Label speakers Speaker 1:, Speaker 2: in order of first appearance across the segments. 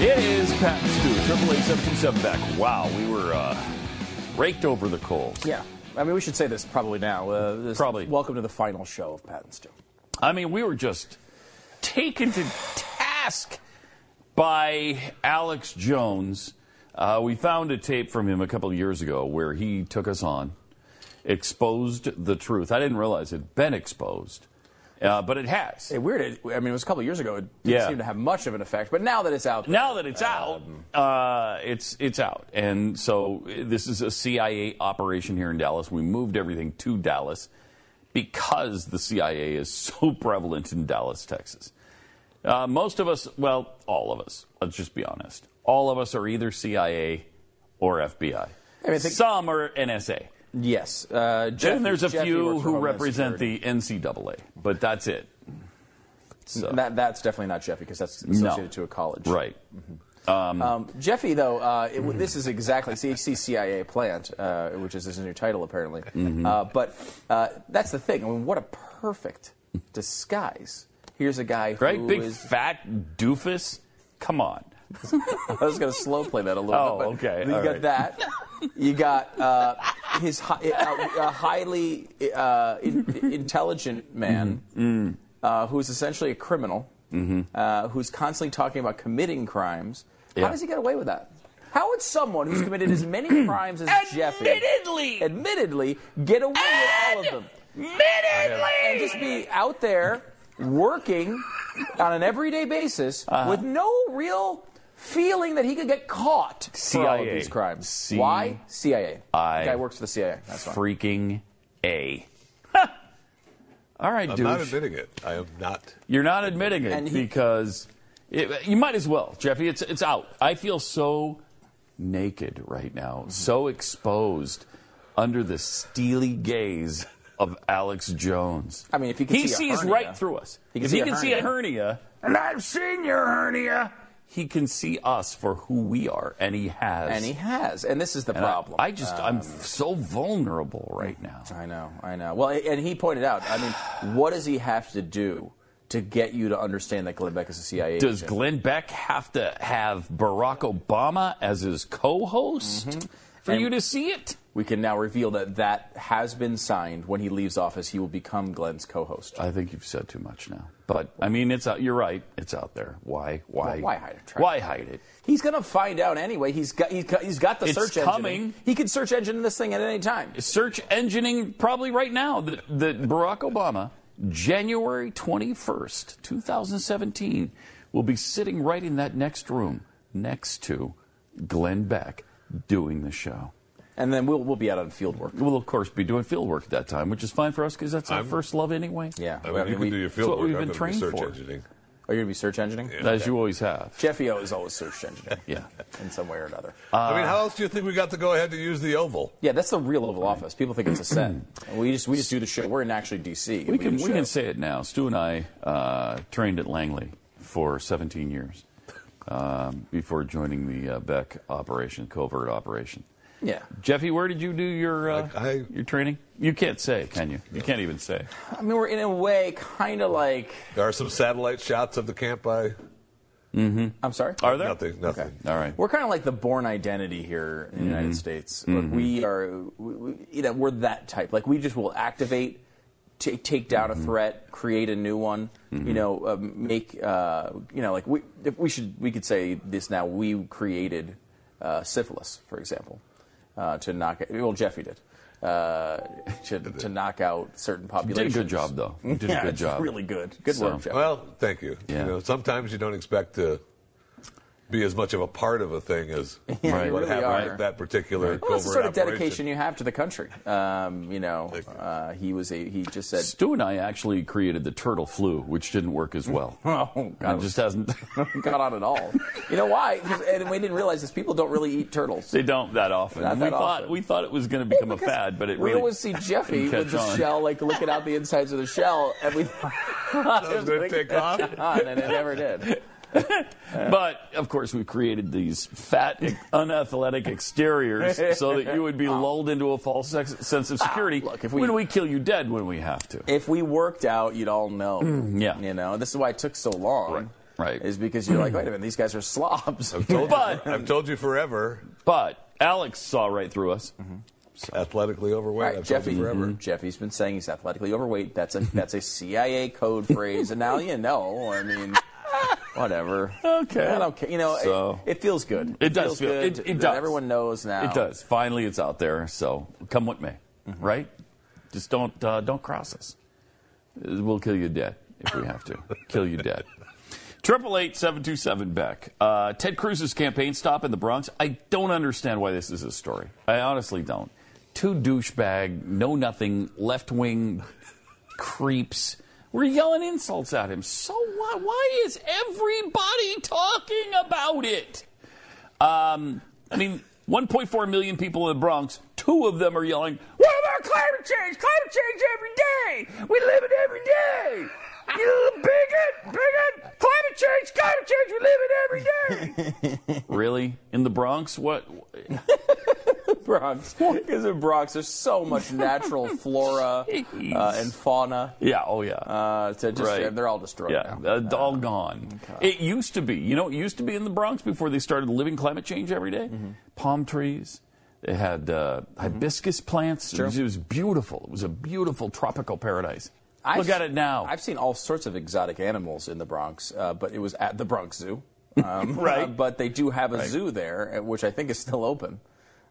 Speaker 1: It is Pat and Stu, triple eight seven two seven back. Wow, we were uh, raked over the coals.
Speaker 2: Yeah. I mean, we should say this probably now. Uh, this
Speaker 1: Probably.
Speaker 2: Welcome to the final show of Pat and Stu.
Speaker 1: I mean, we were just taken to task by Alex Jones. Uh, we found a tape from him a couple of years ago where he took us on, exposed the truth. I didn't realize it had been exposed, uh, but it has.
Speaker 2: Hey, weird. It, I mean, it was a couple of years ago. It didn't
Speaker 1: Yeah.
Speaker 2: seem to have much of an effect. But now that it's out, Um,
Speaker 1: now that it's out, uh, it's it's out, and so uh, this is a CIA operation here in Dallas. We moved everything to Dallas because the CIA is so prevalent in Dallas, Texas. Uh, most of us, well, all of us, let's just be honest, all of us are either CIA or FBI.
Speaker 2: I mean, think-
Speaker 1: Some are NSA.
Speaker 2: yes. Uh, Jeffy,
Speaker 1: and there's a
Speaker 2: Jeffy
Speaker 1: few
Speaker 2: works for
Speaker 1: who
Speaker 2: Homeland
Speaker 1: represent
Speaker 2: Security.
Speaker 1: the NCAA, but that's it. So,
Speaker 2: That, that's definitely not Jeffy because that's associated to a college.
Speaker 1: right.
Speaker 2: Um, Jeffy, though, uh, it, this is exactly CHCCIA plant, uh, which is his new title apparently.
Speaker 1: Mm-hmm.
Speaker 2: Uh, but uh, that's the thing. I mean, what a perfect disguise. Here's a guy who
Speaker 1: Right? Big
Speaker 2: is-
Speaker 1: fat doofus. Come on.
Speaker 2: I was going to slow play that a little
Speaker 1: Oh,
Speaker 2: bit. but
Speaker 1: okay,
Speaker 2: You
Speaker 1: all
Speaker 2: got
Speaker 1: right.
Speaker 2: that. You got uh, his hi- uh, a highly uh, in- intelligent
Speaker 1: Mm-hmm.
Speaker 2: man Uh, who's essentially a criminal uh, who's constantly talking about committing crimes.
Speaker 1: Yeah.
Speaker 2: How does he get away with that? How would someone who's committed as many crimes as Jeffy,
Speaker 1: Admittedly.
Speaker 2: admittedly, get away with all of them? and just be out there working on an everyday basis
Speaker 1: Uh-huh.
Speaker 2: with no real feeling that he could get caught for all of
Speaker 1: CIA.
Speaker 2: these crimes.
Speaker 1: C-
Speaker 2: Why? CIA.
Speaker 1: I-
Speaker 2: The guy works for the CIA. That's why.
Speaker 1: Freaking A. All right,
Speaker 3: I'm not
Speaker 1: dude.
Speaker 3: admitting it. I am not.
Speaker 1: You're not admitting it
Speaker 2: And he-
Speaker 1: because it, you might as well, Jeffy. It's it's out. I feel so naked right now,
Speaker 3: Mm-hmm.
Speaker 1: so exposed under the steely gaze of Alex Jones.
Speaker 2: I mean, if he could see a
Speaker 1: sees
Speaker 2: hernia-
Speaker 1: right through us.
Speaker 2: He can
Speaker 1: if
Speaker 2: see
Speaker 1: he
Speaker 2: a
Speaker 1: can see a hernia, and I've seen your hernia, he can see us for who we are, and he has.
Speaker 2: And he has. And this is the
Speaker 1: And I-
Speaker 2: problem. Um, mm-hmm.
Speaker 1: I, just I'm so vulnerable right now.
Speaker 2: I know, I know. Well, and he pointed out, I mean, what does he have to do to get you to understand that Glenn Beck is a CIA
Speaker 1: Does
Speaker 2: agent?
Speaker 1: Glenn Beck have to have Barack Obama as his co-host for
Speaker 2: Mm-hmm. And-
Speaker 1: you to see it?
Speaker 2: we can now reveal that that has been signed. When he leaves office, he will become Glenn's co-host.
Speaker 1: I think you've said too much now. But I mean, it's out. You're right. It's out there. Why? Why?
Speaker 2: Well, why hide it, Trevor?
Speaker 1: Why hide it?
Speaker 2: He's gonna find out anyway. He's got he's got, he's got the
Speaker 1: It's
Speaker 2: search
Speaker 1: coming.
Speaker 2: engine. He could search engine this thing at any time.
Speaker 1: Search engineering probably right now that, that Barack Obama, January 21st, 2017, will be sitting right in that next room next to Glenn Beck doing the show.
Speaker 2: And then we'll we'll be out on field work.
Speaker 1: We'll, of course, be doing field work at that time, which is fine for us because that's our
Speaker 3: I'm-
Speaker 1: first love anyway.
Speaker 2: Yeah.
Speaker 3: I
Speaker 2: Well,
Speaker 3: mean, you
Speaker 2: we-
Speaker 3: can do your field
Speaker 1: what
Speaker 3: work.
Speaker 1: we've
Speaker 3: I'm
Speaker 1: been
Speaker 3: gonna be
Speaker 1: trained
Speaker 3: search
Speaker 1: for.
Speaker 3: engineering.
Speaker 2: Are you gonna be search enginening? Yeah.
Speaker 1: As you always have.
Speaker 2: Jeffy O is always search engineering.
Speaker 1: Yeah.
Speaker 2: In some way or another.
Speaker 1: Uh,
Speaker 3: I mean, how else do you think we got to go ahead to use the oval?
Speaker 2: yeah, that's the real Oval Office. People think it's a set. And we just we just do the show. We're in actually D.C. and
Speaker 1: We can,
Speaker 2: do
Speaker 1: we can
Speaker 2: shows.
Speaker 1: say it now. Stu and I uh, trained at Langley for 17 years um, before joining the uh, Beck operation, covert operation.
Speaker 2: Yeah.
Speaker 1: Jeffy, where did you do your uh,
Speaker 3: I- I-
Speaker 1: your training? You can't say, can you? You can't even say.
Speaker 2: I mean, we're in a way kind of like.
Speaker 3: There are some satellite shots of the camp. I
Speaker 1: Mm-hmm.
Speaker 2: I'm sorry.
Speaker 1: Are there?
Speaker 3: nothing, nothing.
Speaker 1: Mm. All right. Mm-hmm.
Speaker 2: We're kind of like the born identity here in the United States. Like, we are, we, we- you know, we're that type. Like we just will activate ta- take down
Speaker 1: Mm-hmm.
Speaker 2: a threat, create a new one. You know, uh, make uh, you know like we if we should we could say this now. We created uh, syphilis, for example, uh, to knock it. Well, Jeffy did. Uh, to, to knock out certain
Speaker 1: Did a
Speaker 2: populations.
Speaker 1: good job, though. You Did
Speaker 2: Yeah,
Speaker 1: a good
Speaker 2: it's
Speaker 1: job.
Speaker 2: Really good. Good
Speaker 1: So-
Speaker 2: work, Jeff.
Speaker 3: Well, thank you.
Speaker 1: Yeah.
Speaker 3: You know, sometimes you don't expect to be as much of a part of a thing as
Speaker 2: Yeah,
Speaker 1: you
Speaker 3: what
Speaker 1: really
Speaker 3: happened
Speaker 2: are.
Speaker 3: at that particular
Speaker 2: Well,
Speaker 3: covert
Speaker 2: that's the sort of
Speaker 3: operation.
Speaker 2: dedication you have to the country. Um, you know,
Speaker 3: Thank you.
Speaker 2: uh, he was a he just said,
Speaker 1: Stu and I actually created the turtle flu, which didn't work as well.
Speaker 2: "Oh
Speaker 1: It
Speaker 2: God,
Speaker 1: just hasn't.
Speaker 2: got on it all." You know why? 'Cause- And we didn't realize this. People don't really eat turtles.
Speaker 1: they don't that often.
Speaker 2: Not
Speaker 1: we
Speaker 2: that
Speaker 1: thought
Speaker 2: often.
Speaker 1: we thought it was going to become a
Speaker 2: Because
Speaker 1: fad, but it
Speaker 2: we
Speaker 1: really
Speaker 2: always see Jeffy
Speaker 1: didn't
Speaker 2: with
Speaker 1: catch
Speaker 2: the
Speaker 1: on.
Speaker 2: shell, like looking out the insides of the shell, and we thought
Speaker 3: That was gonna take off.
Speaker 2: on, and it never did.
Speaker 1: But of course, we created these fat, unathletic exteriors so that you would be lulled into a false sex- sense of security.
Speaker 2: Oh. Ah, look, if we-
Speaker 1: when we kill you dead, when we have to. Mm,
Speaker 2: If we worked out, you'd all know.
Speaker 1: yeah.
Speaker 2: you know, this is why it took so long.
Speaker 1: Right, right. Mm.
Speaker 2: is because you're like, wait a minute, these guys are slobs.
Speaker 3: I've told,
Speaker 1: But-
Speaker 3: you, I've told you forever, Mm-hmm.
Speaker 1: But Alex saw right through us.
Speaker 3: athletically overweight.
Speaker 2: Right,
Speaker 3: I've
Speaker 2: Jeffy.
Speaker 3: told you forever.
Speaker 1: Mm-hmm.
Speaker 2: Jeffy's been saying he's athletically overweight. That's a that's a CIA code phrase, and now you know. I mean, whatever.
Speaker 1: Okay.
Speaker 2: I don't care. You know,
Speaker 1: So-
Speaker 2: it, it feels good.
Speaker 1: It
Speaker 2: feels
Speaker 1: does feel-
Speaker 2: good.
Speaker 1: it- it
Speaker 2: that
Speaker 1: does.
Speaker 2: Everyone knows now.
Speaker 1: It does. Finally, it's out there. So come what may, right? Just don't uh, don't cross us. Uh, We'll kill you dead if we have to. kill you dead. Triple eight seven two seven Beck. Uh, Ted Cruz's campaign stop in the Bronx. I don't understand why this is a story. I honestly don't. Two douchebag, know nothing, left wing creeps. We're yelling insults at him. So what? Why is everybody talking about it? Um, I mean, 1.4 million people in the Bronx, two of them are yelling, What about climate change? Climate change every day! We live it every day! You bigot! Bigot! Climate change! Climate change! We live it every day! really? In the Bronx? What?
Speaker 2: Bronx. Because in Bronx, there's so much natural flora uh,
Speaker 1: Jeez.
Speaker 2: and fauna.
Speaker 1: Yeah, oh yeah.
Speaker 2: Uh, to just,
Speaker 1: Right.
Speaker 2: They're all destroyed
Speaker 1: yeah,
Speaker 2: now.
Speaker 1: uh, all gone. It used to be. You know, it used to be in the Bronx before they started living climate change every day?
Speaker 2: Mm-hmm.
Speaker 1: Palm trees. They had uh, hibiscus plants. It was, it was beautiful. It was a beautiful tropical paradise.
Speaker 2: I've
Speaker 1: Look at
Speaker 2: s-
Speaker 1: it now.
Speaker 2: I've seen all sorts of exotic animals in the Bronx, uh, but it was at the Bronx Zoo. Um,
Speaker 1: Right.
Speaker 2: uh, but they do have a zoo there, uh, which I think is still open.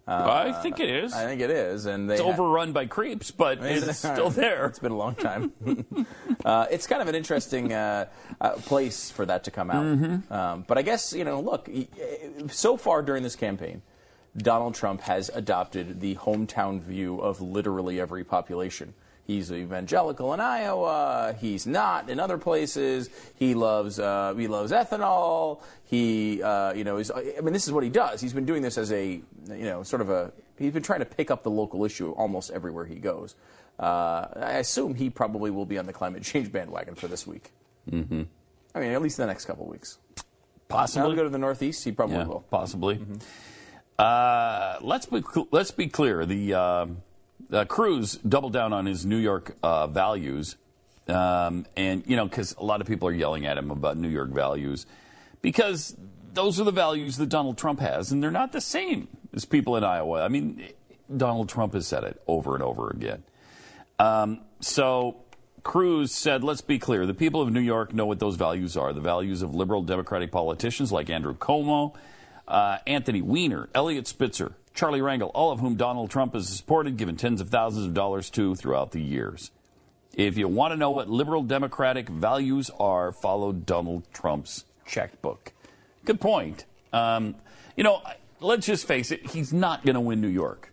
Speaker 2: Uh,
Speaker 1: I think it is.
Speaker 2: I think it is, and they
Speaker 1: it's
Speaker 2: ha-
Speaker 1: overrun by creeps, but it's still there.
Speaker 2: It's been a long time. uh, it's kind of an interesting uh, uh, place for that to come out.
Speaker 1: Mm-hmm.
Speaker 2: Um, but I guess you know, look, y- y- so far during this campaign, Donald Trump has adopted the hometown view of literally every population. He's evangelical in Iowa. He's not in other places. He loves uh, he loves ethanol. He uh, you know is I mean this is what he does. He's been doing this as a you know sort of a he's been trying to pick up the local issue almost everywhere he goes. Uh, I assume he probably will be on the climate change bandwagon for this week. Mm-hmm. I mean, at least the next couple of weeks. Now
Speaker 1: Possibly.
Speaker 2: we go to the Northeast, he probably
Speaker 1: Yeah,
Speaker 2: will. Mm-hmm.
Speaker 1: possibly. Uh, let's be cl- let's be clear. The uh, uh, Cruz doubled down on his New York uh, values, um, and you know because a lot of people are yelling at him about New York values because those are the values that Donald Trump has, and they're not the same as people in Iowa. I mean, Donald Trump has said it over and over again. Um, so Cruz said, let's be clear. The people of New York know what those values are the values of liberal Democratic politicians like Andrew Cuomo, uh, Anthony Weiner, Elliot Spitzer, Charlie Rangel, all of whom Donald Trump has supported, given tens of thousands of dollars to throughout the years. If you want to know what liberal Democratic values are, follow Donald Trump's checkbook. Good point. Um, you know, I- let's just face it, he's not going to win New York.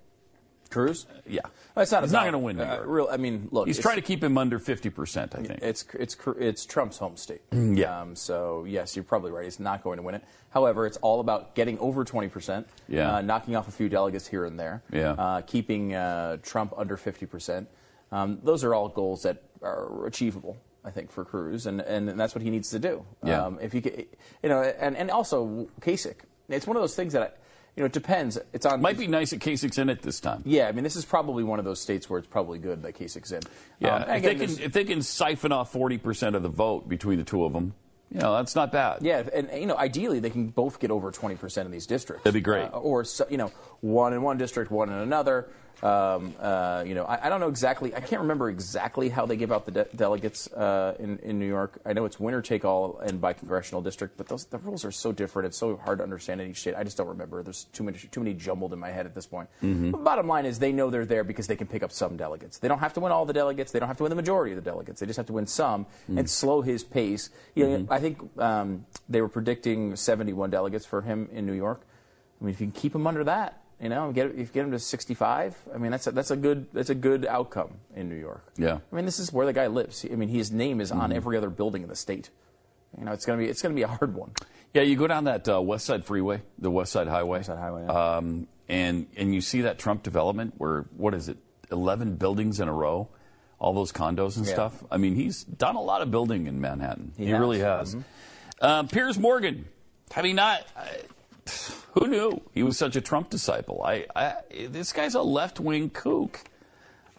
Speaker 1: Uh,
Speaker 2: Cruz?
Speaker 1: Yeah.
Speaker 2: That's not
Speaker 1: he's
Speaker 2: about,
Speaker 1: not going to win New York.
Speaker 2: Uh, real, I mean, look,
Speaker 1: He's
Speaker 2: it's-
Speaker 1: trying to keep him under 50%, I think.
Speaker 2: It's it's Cr- it's Trump's home state.
Speaker 1: Mm, yeah.
Speaker 2: Um, so yes, you're probably right. He's not going to win it. However, it's all about getting over 20 percent.
Speaker 1: Yeah.
Speaker 2: Uh, knocking off a few delegates here and there.
Speaker 1: Yeah.
Speaker 2: Uh, keeping uh, Trump under 50 percent. Um, those are all goals that are achievable. I think for Cruz, and, and that's what he needs to do.
Speaker 1: Yeah.
Speaker 2: Um, if he, ca- you know, and, and also Kasich. It's one of those things that, I, you know, it depends. It's on
Speaker 1: Might be nice that Kasich's in it this time.
Speaker 2: Yeah, I mean, this is probably one of those states where it's probably good that Kasich's in.
Speaker 1: Yeah,
Speaker 2: Um, and
Speaker 1: if,
Speaker 2: again,
Speaker 1: they can,
Speaker 2: there's-
Speaker 1: if they can siphon off 40% of the vote between the two of them, you know, that's not bad.
Speaker 2: Yeah, and you know, ideally they can both get over 20% in these districts.
Speaker 1: That'd be great.
Speaker 2: Uh, or so- you know, one in one district, one in another. Um, uh, you know, I, I don't know exactly. I can't remember exactly how they give out the de- delegates uh, in in New York. I know it's winner take all and by congressional district, but those the rules are so different. It's so hard to understand in each state. I just don't remember. There's too many too many jumbled in my head at this point. But bottom line is they know they're there because they can pick up some delegates. They don't have to win all the delegates. They don't have to win the majority of the delegates. They just have to win some
Speaker 1: Mm.
Speaker 2: and slow his pace. You
Speaker 1: Mm-hmm.
Speaker 2: know, I think um, they were predicting 71 delegates for him in New York. I mean, if you can keep him under that, you know, and get if you get him to 65, I mean, that's a, that's a good that's a good outcome in New York.
Speaker 1: Yeah. Mm-hmm.
Speaker 2: I mean, this is where the guy lives. I mean, his name is on every other building in the state. You know, it's gonna be it's gonna be a hard one.
Speaker 1: Yeah, you go down that uh, West Side Freeway, the West Side Highway.
Speaker 2: West Side Highway, yeah.
Speaker 1: Um, and and you see that Trump development where what is it, eleven buildings in a row, all those condos and
Speaker 2: Yeah.
Speaker 1: stuff. I mean, he's done a lot of building in Manhattan. He,
Speaker 2: has. Mm-hmm.
Speaker 1: really has. Uh, Piers Morgan, I mean, not. I, who knew he was such a Trump disciple? I, I this guy's a left wing kook.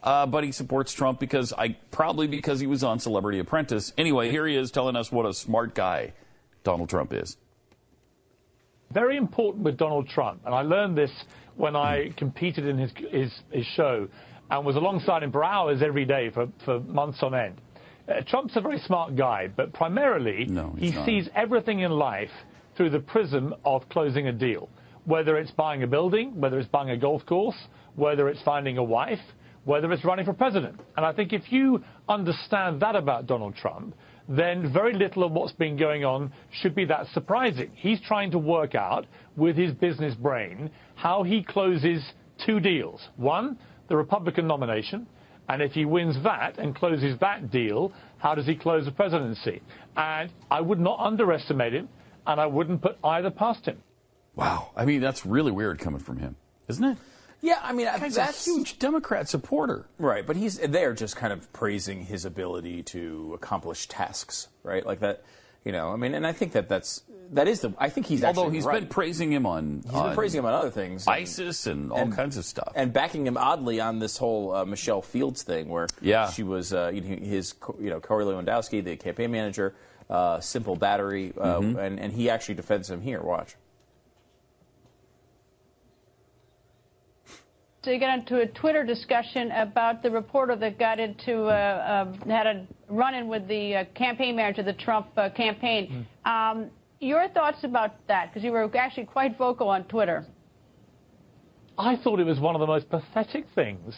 Speaker 1: Uh, but he supports Trump because I probably because he was on Celebrity Apprentice. Anyway, here he is telling us what a smart guy Donald Trump is.
Speaker 4: very important with Donald Trump, and I learned this when I competed in his, his, his show and was alongside him for hours every day for, for months on end. Uh, Trump's a very smart guy, but primarily
Speaker 1: No, he's
Speaker 4: he
Speaker 1: not.
Speaker 4: sees everything in life through the prism of closing a deal, whether it's buying a building, whether it's buying a golf course, whether it's finding a wife, whether it's running for president. And I think if you understand that about Donald Trump, then very little of what's been going on should be that surprising. He's trying to work out with his business brain how he closes two deals. One, the Republican nomination, and if he wins that and closes that deal, how does he close the presidency? And I would not underestimate him, and I wouldn't put either past him.
Speaker 1: Wow. I mean, that's really weird coming from him, isn't it?
Speaker 2: Yeah, I mean,
Speaker 1: He's
Speaker 2: that's
Speaker 1: a huge Democrat supporter.
Speaker 2: Right, but he's they're just kind of praising his ability to accomplish tasks, right? Like that, you know. I mean, and I think that that's that is the. I think he's
Speaker 1: Although
Speaker 2: actually
Speaker 1: he's
Speaker 2: right.
Speaker 1: been praising him on,
Speaker 2: he's been praising him on other things, and-
Speaker 1: ISIS and all kinds of stuff.
Speaker 2: and backing him oddly on this whole uh, Michelle Fields thing, where
Speaker 1: Yeah.
Speaker 2: she was uh, you know, his co- you know Corey Lewandowski, the campaign manager, uh, simple battery, uh,
Speaker 1: Mm-hmm.
Speaker 2: and and he actually defends him here. Watch.
Speaker 5: So you got into a Twitter discussion about the reporter that got into uh, uh, had a run-in with the uh, campaign manager, of the Trump uh, campaign. Um, your thoughts about that? Because you were actually quite vocal on Twitter.
Speaker 4: I thought it was one of the most pathetic things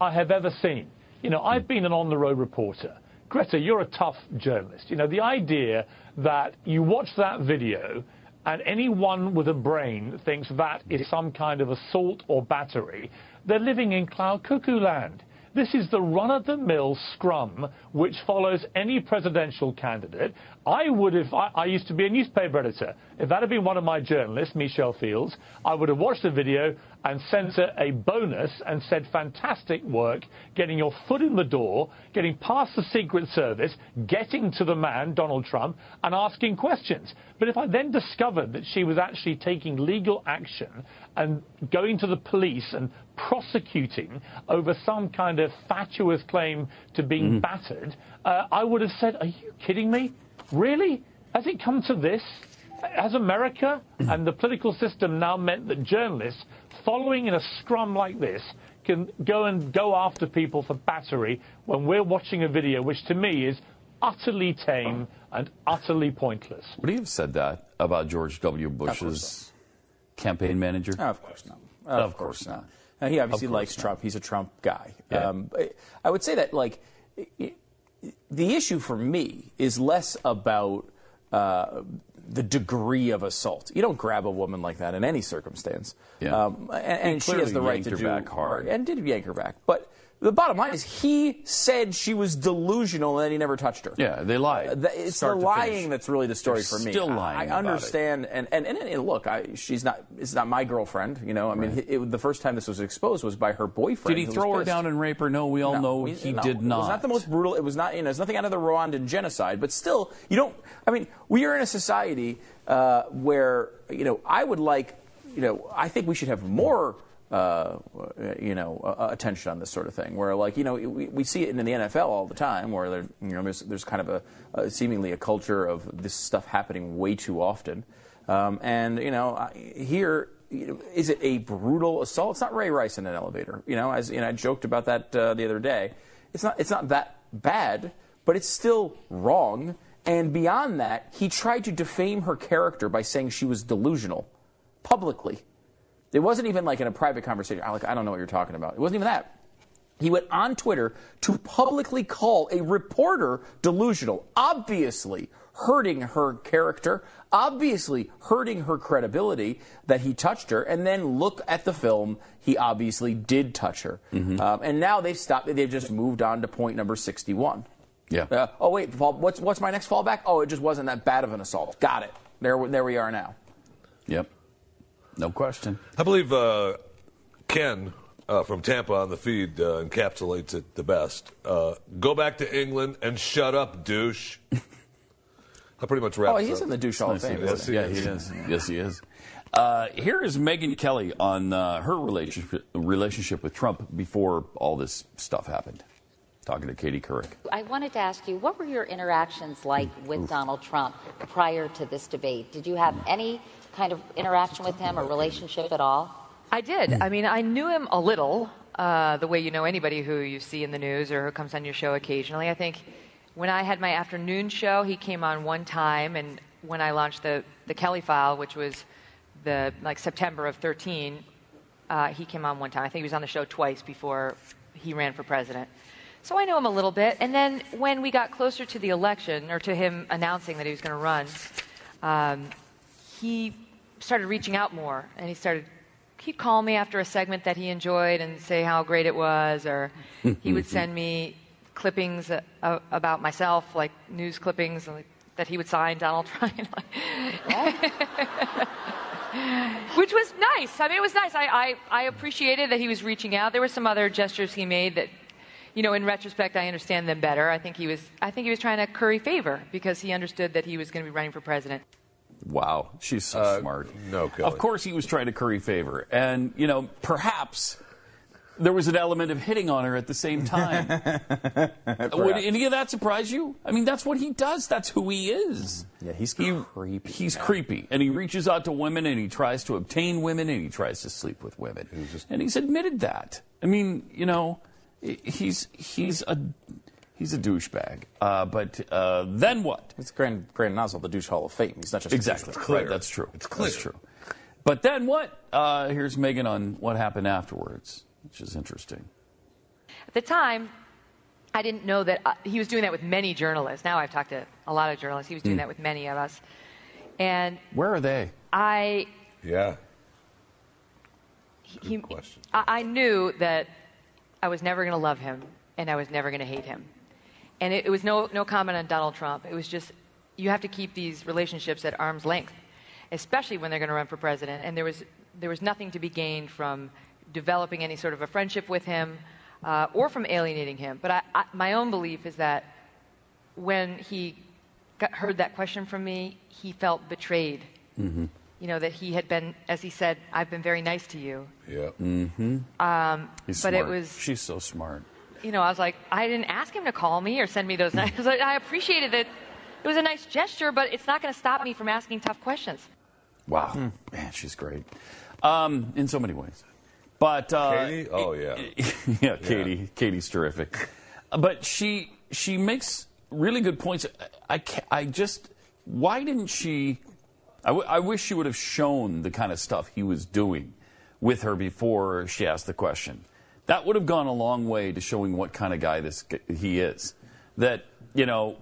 Speaker 4: I have ever seen. You know, I've been an on the road reporter. Greta, you're a tough journalist. You know, the idea that you watch that video and anyone with a brain thinks that is some kind of assault or battery, they're living in cloud cuckoo land. This is the run of the mill scrum which follows any presidential candidate. I would have, I, I used to be a newspaper editor. If that had been one of my journalists, Michelle Fields, I would have watched the video and sent her a bonus and said, fantastic work getting your foot in the door, getting past the Secret Service, getting to the man, Donald Trump, and asking questions. But if I then discovered that she was actually taking legal action and going to the police and prosecuting over some kind of fatuous claim to being battered, uh, I would have said, Are you kidding me? Really? Has it come to this? Has America and the political system now meant that journalists following in a scrum like this can go and go after people for battery when we're watching a video which to me is utterly tame and utterly pointless?
Speaker 1: Would he have said that about George W. Bush's campaign manager?
Speaker 2: No, Oh, of course not.
Speaker 1: Of course not.
Speaker 2: Uh, he obviously
Speaker 1: Of course
Speaker 2: likes Trump. He's a Trump guy.
Speaker 1: Yeah.
Speaker 2: Um, I- I would say that like i- i- the issue for me is less about uh, the degree of assault. You don't grab a woman like that in any circumstance.
Speaker 1: Yeah.
Speaker 2: and and she has
Speaker 1: clearly
Speaker 2: the right
Speaker 1: yanked
Speaker 2: to
Speaker 1: her
Speaker 2: do
Speaker 1: back hard.
Speaker 2: and did yank her back. But the bottom line is he said she was delusional and that he never touched her.
Speaker 1: Yeah, they lied.
Speaker 2: The- it's
Speaker 1: Start
Speaker 2: the
Speaker 1: to
Speaker 2: lying
Speaker 1: finish.
Speaker 2: that's really the story
Speaker 1: They're
Speaker 2: for me.
Speaker 1: still
Speaker 2: I-
Speaker 1: lying
Speaker 2: I
Speaker 1: about it.
Speaker 2: understand, and, and, and, and look, I, she's not. It's not my girlfriend. You know, I mean, it, it, the first time this was exposed was by her boyfriend.
Speaker 1: Did he
Speaker 2: who was
Speaker 1: throw her
Speaker 2: pissed.
Speaker 1: down and rape her? No, we all know
Speaker 2: we-
Speaker 1: he
Speaker 2: no,
Speaker 1: did
Speaker 2: It was not the most brutal. It was not. You know, it's nothing out of the Rwandan genocide. But still, you don't. I mean, we are in a society uh, where you know I would like. You know, I think we should have more. Uh, you know, uh, attention on this sort of thing, where like you know we, we see it in the NFL all the time, where there, you know there's, there's kind of a, a seemingly a culture of this stuff happening way too often, um, and you know I, here you know, is it a brutal assault? It's not Ray Rice in an elevator. You know, as you know, I joked about that uh, the other day. It's not. It's not that bad, but it's still wrong. And beyond that, he tried to defame her character by saying she was delusional, publicly. It wasn't even like in a private conversation. I like I don't know what you're talking about. It wasn't even that. He went on Twitter to publicly call a reporter delusional, obviously hurting her character, obviously hurting her credibility that he touched her. And then look at the film; he obviously did touch her.
Speaker 1: Mm-hmm.
Speaker 2: Um, and now they've stopped. They've just moved on to point number sixty-one.
Speaker 1: Yeah.
Speaker 2: Uh, oh wait, Paul, what's what's my next fallback? Oh, it just wasn't that bad of an assault. Got it. There there we are now.
Speaker 1: Yep. No question.
Speaker 3: I believe uh, Ken uh, from Tampa on the feed uh, encapsulates it the best. Uh, go back to England and shut up, douche. I pretty much wraps
Speaker 2: Oh, he's
Speaker 3: up.
Speaker 2: in the douche hall of fame.
Speaker 3: Yes, he
Speaker 2: isn't he?
Speaker 1: yeah,
Speaker 3: is.
Speaker 1: he is. Yes, he is. Uh, here is Megan Kelly on uh, her relationship relationship with Trump before all this stuff happened. Talking to Katie Couric.
Speaker 6: I wanted to ask you, what were your interactions like with Donald Trump prior to this debate? Did you have any kind of interaction with him or relationship at all?
Speaker 7: I did. I mean, I knew him a little, uh, the way you know anybody who you see in the news or who comes on your show occasionally. I think when I had my afternoon show, he came on one time, and when I launched the, the Kelly File, which was the like September of 13, uh, he came on one time. I think he was on the show twice before he ran for president. So I know him a little bit. And then when we got closer to the election, or to him announcing that he was going to run, um, he started reaching out more and he started he'd call me after a segment that he enjoyed and say how great it was or he would send me clippings uh, uh, about myself like news clippings and, like, that he would sign donald trump you know. which was nice i mean it was nice I, I, I appreciated that he was reaching out there were some other gestures he made that you know in retrospect i understand them better i think he was i think he was trying to curry favor because he understood that he was going to be running for president
Speaker 1: Wow, she's so
Speaker 3: Uh,
Speaker 1: smart.
Speaker 3: no, Kelly.
Speaker 1: Of course, he was trying to curry favor, and you know, perhaps there was an element of hitting on her at the same time. Would any of that surprise you? I mean, that's what he does. That's who he is.
Speaker 2: Mm-hmm. Yeah, he's creepy,
Speaker 1: He's
Speaker 2: man.
Speaker 1: creepy, and he reaches out to women, and he tries to obtain women, and he tries to sleep with women, and he's admitted that. I mean, you know, he- he's he's a he's a douchebag. Uh, but uh, then what?
Speaker 2: It's Grand Grand Nozzle, the douche hall of fame. He's not just a
Speaker 1: Exactly.
Speaker 2: douche.
Speaker 3: clear.
Speaker 1: Right, that's true.
Speaker 3: It's clear.
Speaker 1: That's true. But then what? Uh, here's Megan on what happened afterwards, which is interesting.
Speaker 7: At the time, I didn't know that uh, he was doing that with many journalists. Now I've talked to a lot of journalists. He was doing that with many of us. And
Speaker 1: Where are they?
Speaker 7: I,
Speaker 3: Yeah.
Speaker 7: he,
Speaker 3: Good question.
Speaker 7: I, I knew that I was never going to love him and I was never going to hate him. And it, it was no, no comment on Donald Trump. It was just, you have to keep these relationships at arm's length, especially when they're going to run for president. And there was, there was nothing to be gained from developing any sort of a friendship with him uh, or from alienating him. But I, I, my own belief is that when he got, heard that question from me, he felt betrayed.
Speaker 3: Mm-hmm.
Speaker 7: You know, that he had been, as he said, I've been very nice to you.
Speaker 3: Yeah.
Speaker 1: Mm-hmm. He's
Speaker 7: Um, But it
Speaker 1: smart.
Speaker 7: was-
Speaker 1: She's so smart.
Speaker 7: you know, I was like, I didn't ask him to call me or send me
Speaker 1: Hmm.
Speaker 7: those. I was like, I appreciated that. It was a nice gesture, but it's not going to stop me from asking tough questions.
Speaker 1: Wow.
Speaker 2: Hmm.
Speaker 1: Man, she's great. Um, in so many ways. But uh,
Speaker 3: Katie? Oh, yeah.
Speaker 1: yeah, Katie. Katie's terrific, but she she makes really good points. I ca I just why didn't she? I, w- I wish she would have shown the kind of stuff he was doing with her before she asked the question. That would have gone a long way to showing what kind of guy this g- he is. That you know,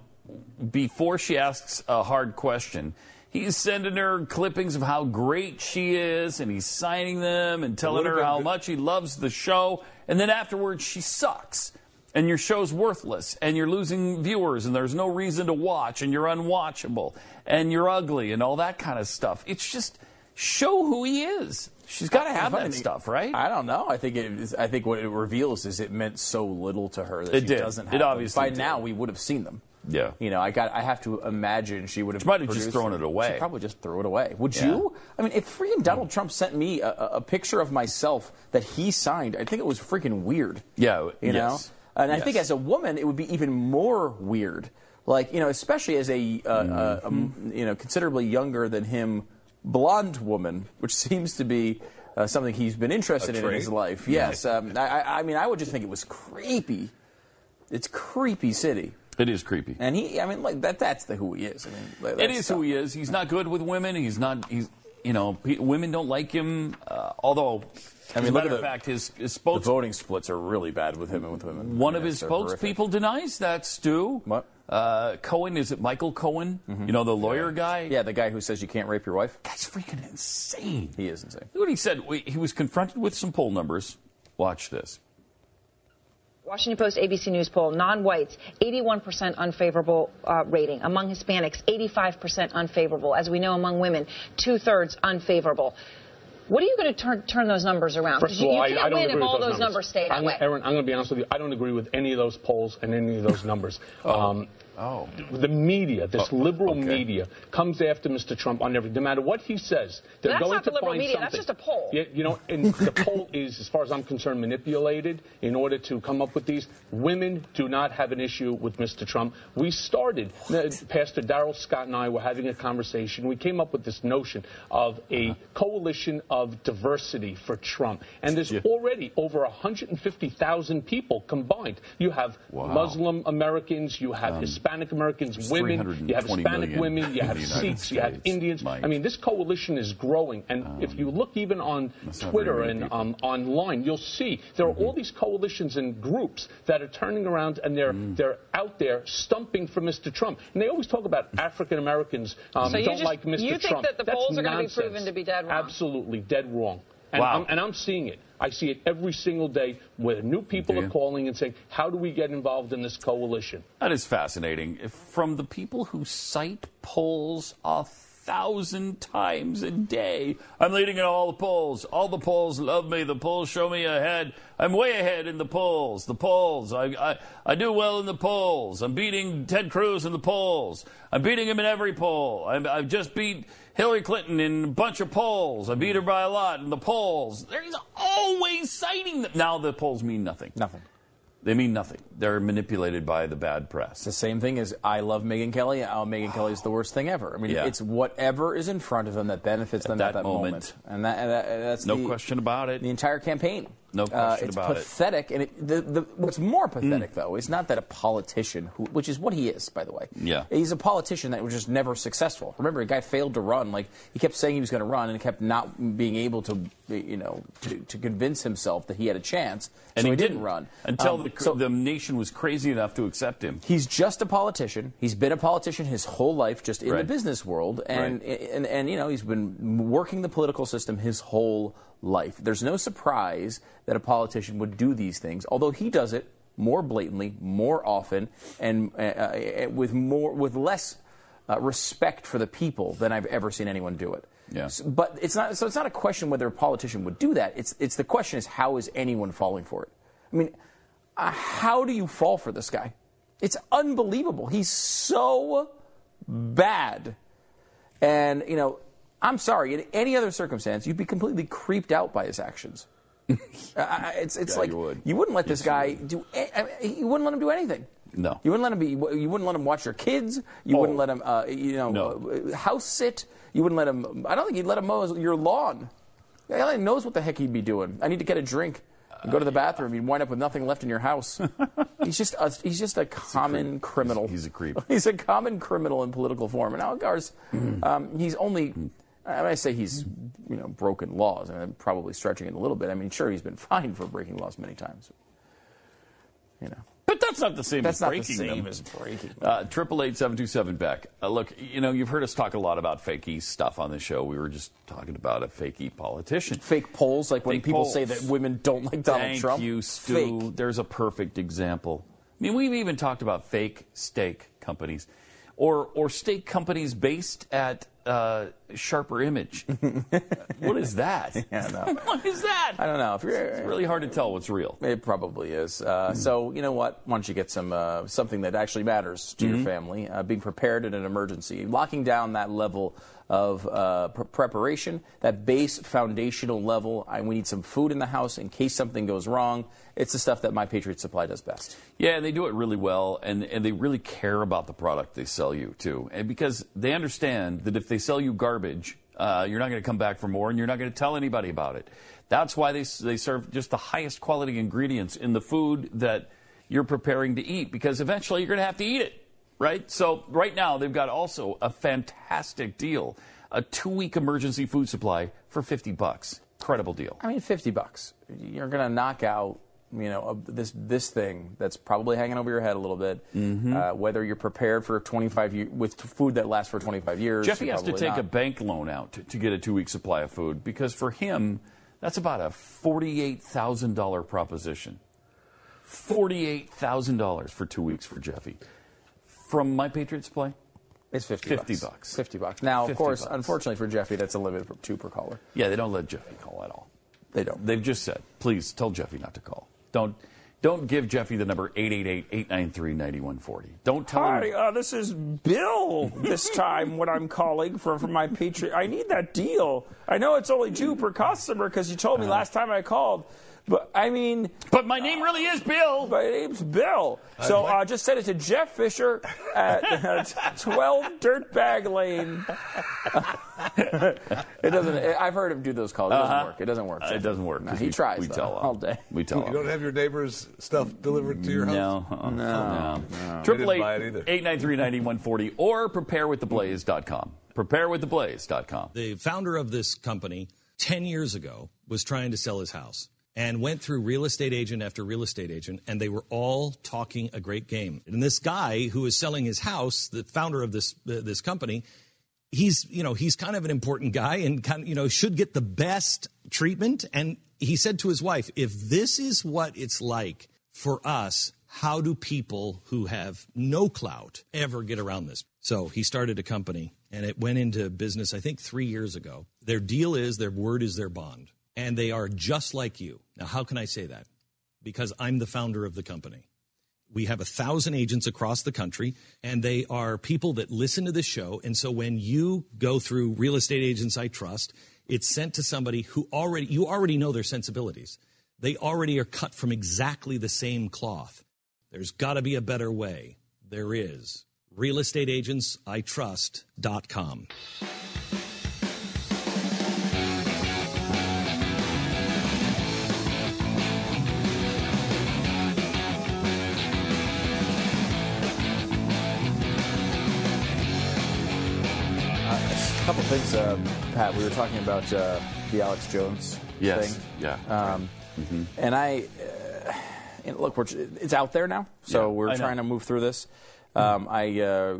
Speaker 1: before she asks a hard question. He's sending her clippings of how great she is, and he's signing them and telling
Speaker 3: would've
Speaker 1: her
Speaker 3: been
Speaker 1: how
Speaker 3: good-
Speaker 1: much she loves the show, and then afterwards she sucks, and your show's worthless, and you're losing viewers, and there's no reason to watch, and you're unwatchable, and you're ugly, and all that kind of stuff. It's just show who he is. She's got to have that stuff, right?
Speaker 2: I don't know. I think it is, I think what it reveals is it meant so little to her that
Speaker 1: It
Speaker 2: she
Speaker 1: did.
Speaker 2: doesn't
Speaker 1: It
Speaker 2: have them.
Speaker 1: obviously
Speaker 2: By
Speaker 1: did.
Speaker 2: now we would have seen them.
Speaker 1: Yeah.
Speaker 2: You know, I got I have to imagine she would have
Speaker 1: might have just
Speaker 2: produced
Speaker 1: thrown
Speaker 2: them.
Speaker 1: it away.
Speaker 2: She probably just threw it away. Would
Speaker 1: Yeah.
Speaker 2: you? I mean, if freaking Donald Trump sent me a, a- a picture of myself that he signed, I think it was freaking weird.
Speaker 1: Yeah,
Speaker 2: You
Speaker 1: yes.
Speaker 2: know? And I
Speaker 1: Yes.
Speaker 2: think as a woman, it would be even more
Speaker 1: Mm-hmm.
Speaker 2: weird. Like, you know, especially as a, uh, uh, um, you know, considerably younger than him blonde woman, which seems to be uh, something he's been interested
Speaker 3: A
Speaker 2: in in his
Speaker 3: trait?
Speaker 2: life. Yes, um, I, I I mean, I would just think it was creepy. It's creepy city,
Speaker 1: It is creepy.
Speaker 2: and he, I mean, like that—that's the who he is. I mean, like,
Speaker 1: It
Speaker 2: that's
Speaker 1: is who he is. He's not good with women. He's not. He's you know pe- women don't like him. Uh, although, I mean, as a
Speaker 2: mean, look
Speaker 1: matter
Speaker 2: at
Speaker 1: of
Speaker 2: the-
Speaker 1: fact, his, his
Speaker 2: The
Speaker 1: spokes,
Speaker 2: voting splits are really bad with him and with women.
Speaker 1: one of
Speaker 2: Yeah,
Speaker 1: his
Speaker 2: they're horrific.
Speaker 1: spokespeople denies that. Stu
Speaker 2: What?
Speaker 1: Uh, Cohen is it Michael Cohen? You know the lawyer guy.
Speaker 2: Mm-hmm. Yeah, the guy who says you can't rape your wife.
Speaker 1: that's freaking insane.
Speaker 2: He is insane.
Speaker 1: Look what he said. We- He was confronted with some poll numbers. Watch this.
Speaker 8: Washington Post ABC News poll non whites, 81% unfavorable uh, rating. Among Hispanics, 85% unfavorable. As we know, among women, two thirds unfavorable. What are you going to turn, turn those numbers around? 'Cause
Speaker 9: First of
Speaker 8: you,
Speaker 9: all,
Speaker 8: you
Speaker 9: I,
Speaker 8: can't
Speaker 9: I don't
Speaker 8: win
Speaker 9: agree
Speaker 8: if all
Speaker 9: with those,
Speaker 8: those numbers stay that
Speaker 9: I'm,
Speaker 8: way.
Speaker 9: Aaron, I'm going to be honest with you. I don't agree with any of those polls and any of those numbers. Um,
Speaker 1: Oh.
Speaker 9: The media,
Speaker 8: Oh,
Speaker 9: this liberal
Speaker 1: okay.
Speaker 9: media, comes after Mr. Trump on everything. No matter what he says, they're
Speaker 8: That's
Speaker 9: going
Speaker 8: not
Speaker 9: to
Speaker 8: the liberal
Speaker 9: find
Speaker 8: media, that's
Speaker 9: something.
Speaker 8: just a poll.
Speaker 9: Yeah, you know, and the poll is, as far as I'm concerned, manipulated in order to come up with these. Women do not have an issue with Mr. Trump. We started, uh, Pastor Daryl Scott and I were having a conversation. We came up with this notion of a coalition of diversity for Trump. And there's already over 150,000 people combined. You have
Speaker 1: Wow. Um,
Speaker 9: Muslim Americans, you have Hispanic Americans, women, you have
Speaker 1: 320
Speaker 9: Hispanic
Speaker 1: million
Speaker 9: women, you
Speaker 1: in
Speaker 9: have
Speaker 1: the United
Speaker 9: Sikhs, you have
Speaker 1: States,
Speaker 9: Indians.
Speaker 1: Mike. Um,
Speaker 9: I mean, this coalition is growing, and if you look even on
Speaker 1: not
Speaker 9: Twitter
Speaker 1: very
Speaker 9: and
Speaker 1: many people. Mm-hmm.
Speaker 9: um, online, you'll see there are all these coalitions and groups that are turning around and they're
Speaker 1: Mm.
Speaker 9: they're out there stumping for Mr. Trump. And they always talk about African Americans um,
Speaker 8: So you
Speaker 9: don't
Speaker 8: just-
Speaker 9: like Mr.
Speaker 8: you think
Speaker 9: Trump.
Speaker 8: that the
Speaker 9: That's
Speaker 8: polls are gonna be
Speaker 9: nonsense.
Speaker 8: proven to be dead wrong?
Speaker 9: Absolutely dead wrong. And,
Speaker 1: Wow.
Speaker 9: I'm, and I'm seeing it. I see it every single day where new people
Speaker 1: Do you?
Speaker 9: are calling and saying, "How do we get involved in this coalition?"
Speaker 1: That is fascinating. From the people who cite polls a thousand times a day, I'm leading in all the polls. All the polls love me. The polls show me ahead. I'm way ahead in the polls. The polls. I, I, I do well in the polls. I'm beating Ted Cruz in the polls. I'm beating him in every poll. I'm, I've just beat Hillary Clinton in a bunch of polls. I beat her by a lot in the polls. There's always citing them. Now the polls mean nothing.
Speaker 2: Nothing.
Speaker 1: They mean nothing. They're manipulated by the bad press.
Speaker 2: The same thing as I love Megan Kelly. Oh, Megan Kelly is the worst thing ever. I mean,
Speaker 1: Yeah.
Speaker 2: it's whatever is in front of them that benefits them
Speaker 1: that
Speaker 2: at that moment,
Speaker 1: moment.
Speaker 2: and that, and that- and that's
Speaker 1: No
Speaker 2: the,
Speaker 1: question about it.
Speaker 2: The entire campaign.
Speaker 1: No
Speaker 2: uh,
Speaker 1: question
Speaker 2: it's
Speaker 1: about it. Mm.
Speaker 2: pathetic, and it, the, the, what's more pathetic though is not that a politician, who, which is what he is, by the way.
Speaker 1: Yeah.
Speaker 2: he's a politician that was just never successful. Remember, a guy failed to run. Like he kept saying he was going to run, and kept not being able to, you know, to, to convince himself that he had a chance.
Speaker 1: And
Speaker 2: so
Speaker 1: he,
Speaker 2: he, didn't run
Speaker 1: until
Speaker 2: Um,
Speaker 1: the,
Speaker 2: so-
Speaker 1: the nation was crazy enough to accept him.
Speaker 2: he's just a politician. He's been a politician his whole life, just in the
Speaker 1: Right.
Speaker 2: business world, and,
Speaker 1: Right.
Speaker 2: and and you know he's been working the political system his whole life. There's no surprise that a politician would do these things, although he does it more blatantly, more often, and uh, uh, with more with less uh, respect for the people than I've ever seen anyone do it.
Speaker 1: Yeah.
Speaker 2: S- but it's not. So it's not a question whether a politician would do that. It's it's the question is how is anyone falling for it? I mean, uh, how do you fall for this guy? It's unbelievable. He's so bad, and you know, I'm sorry. In any other circumstance, you'd be completely creeped out by his actions. I- I- it's it's
Speaker 1: Yeah,
Speaker 2: like
Speaker 1: you would.
Speaker 2: wouldn't let this guy do. a- I mean, you wouldn't let him do anything.
Speaker 1: No.
Speaker 2: You wouldn't let him be. You wouldn't let him watch your kids. You
Speaker 1: Oh.
Speaker 2: wouldn't let him. Uh, you know,
Speaker 1: No.
Speaker 2: uh, house sit. You wouldn't let him. I don't think you'd let him mow his- your lawn. He only knows what the heck he'd be doing. I need to get a drink. and Go to the bathroom. You'd wind up with nothing left in your house. he's just a, he's just a common criminal.
Speaker 1: He's- he's a creep.
Speaker 2: He's a common criminal in political form. And Algar's,
Speaker 1: Mm.
Speaker 2: um, he's only. I mean, I say he's, you know, broken laws. I mean, I'm probably stretching it a little bit. I mean, sure, he's been fined for breaking laws many times. You know.
Speaker 1: But that's not the same
Speaker 2: That's
Speaker 1: as
Speaker 2: not the
Speaker 1: breaking
Speaker 2: same
Speaker 1: them.
Speaker 2: as breaking them.
Speaker 1: Uh, Triple eight seven two seven Beck. Uh, look, you know, you've heard us talk a lot about fakey stuff on the show. We were just talking about a fakey politician.
Speaker 2: fake polls, like when
Speaker 1: Fake
Speaker 2: people
Speaker 1: polls.
Speaker 2: say that women don't like Donald
Speaker 1: Thank
Speaker 2: Trump.
Speaker 1: you, Stu.
Speaker 2: Fake.
Speaker 1: There's a perfect example. I mean, we've even talked about fake steak companies, or or steak companies based at uh, sharper image. what is that? what is that?
Speaker 2: I don't know. If you're,
Speaker 1: It's really hard to tell what's real. Mm-hmm.
Speaker 2: It probably is. Uh, So you know what? Why don't you get some uh, something that actually matters to
Speaker 1: Mm-hmm.
Speaker 2: your family? Uh, being prepared in an emergency, locking down that level of uh, pre- preparation, that base foundational level. I, we need some food in the house in case something goes wrong. It's the stuff that My Patriot Supply does best.
Speaker 1: Yeah, and they do it really well, and, and they really care about the product they sell you, too. And because they understand that if they sell you garbage, Uh, you're not going to come back for more, and you're not going to tell anybody about it. That's why they, s- they serve just the highest quality ingredients in the food that you're preparing to eat, because eventually you're going to have to eat it, right? So, right now, they've got also a fantastic deal a two week emergency food supply for 50 bucks. Incredible deal.
Speaker 2: I mean, fifty bucks. You're gonna knock out, you know, a, this this thing that's probably hanging over your head a little bit.
Speaker 1: Mm-hmm.
Speaker 2: Uh, whether you're prepared for 25 years with food that lasts for 25 years.
Speaker 1: Jeffy has to
Speaker 2: probably
Speaker 1: take
Speaker 2: not.
Speaker 1: a bank loan out to, to get a two week supply of food because for him, that's about a $48,000 proposition. $48,000 for two weeks for Jeffy. From My Patriots Play?
Speaker 2: It's 50,
Speaker 1: 50
Speaker 2: bucks.
Speaker 1: bucks.
Speaker 2: 50 bucks. Now, of
Speaker 1: 50
Speaker 2: course,
Speaker 1: bucks.
Speaker 2: unfortunately for Jeffy, that's a limit of two per caller.
Speaker 1: Yeah, they don't let Jeffy call at all.
Speaker 2: They don't.
Speaker 1: They've just said, please tell Jeffy not to call. Don't. Don't give Jeffy the number 888-893-9140. Don't tell him.
Speaker 10: Hi, uh, this is Bill this time, what I'm calling for, for my Patreon. I need that deal. I know it's only two per customer because you told
Speaker 2: Uh-huh.
Speaker 10: me last time I called, but I mean,
Speaker 1: But my name really is Bill.
Speaker 10: my name's Bill. So uh, just send it to Jeff Fisher at 12 Dirtbag Lane.
Speaker 2: It doesn't. I've heard him do those calls. It
Speaker 10: Uh-huh.
Speaker 2: doesn't work. It doesn't work. Jeffy.
Speaker 1: Uh, It doesn't work.
Speaker 2: No,
Speaker 1: 'cause
Speaker 2: he
Speaker 1: we,
Speaker 2: tries
Speaker 1: We
Speaker 2: though,
Speaker 1: tell him.
Speaker 2: all day.
Speaker 1: We tell
Speaker 3: You
Speaker 1: him.
Speaker 3: don't have your neighbor's stuff delivered to your house?
Speaker 1: No. uh-uh. No.
Speaker 3: We
Speaker 1: Triple
Speaker 3: didn't
Speaker 1: eight
Speaker 3: buy it either.
Speaker 1: eight nine three ninety one forty or preparewiththeblaze.com. Preparewiththeblaze.com.
Speaker 11: the founder of this company 10 years ago was trying to sell his house and went through real estate agent after real estate agent and they were all talking a great game and this guy who is selling his house the founder of this uh, this company he's you know he's kind of an important guy and kind of, you know should get the best treatment and he said to his wife if this is what it's like for us how do people who have no clout ever get around this so he started a company and it went into business i think 3 years ago their deal is their word is their bond and they are just like you now how can i say that because i'm the founder of the company we have a thousand agents across the country, and they are people that listen to this show. And so when you go through real estate agents I trust, it's sent to somebody who already you already know their sensibilities. They already are cut from exactly the same cloth. There's got to be a better way. There is. RealestateAgentsITrust.com.
Speaker 2: A couple things, uh, Pat. We were talking about uh, the Alex Jones
Speaker 1: Yes.
Speaker 2: thing.
Speaker 1: Yeah. Mm-hmm.
Speaker 2: Um, And I, uh, and look, we're, it's out there now, so
Speaker 1: Yeah, I
Speaker 2: we're
Speaker 1: know.
Speaker 2: trying to move through this. Um, I uh,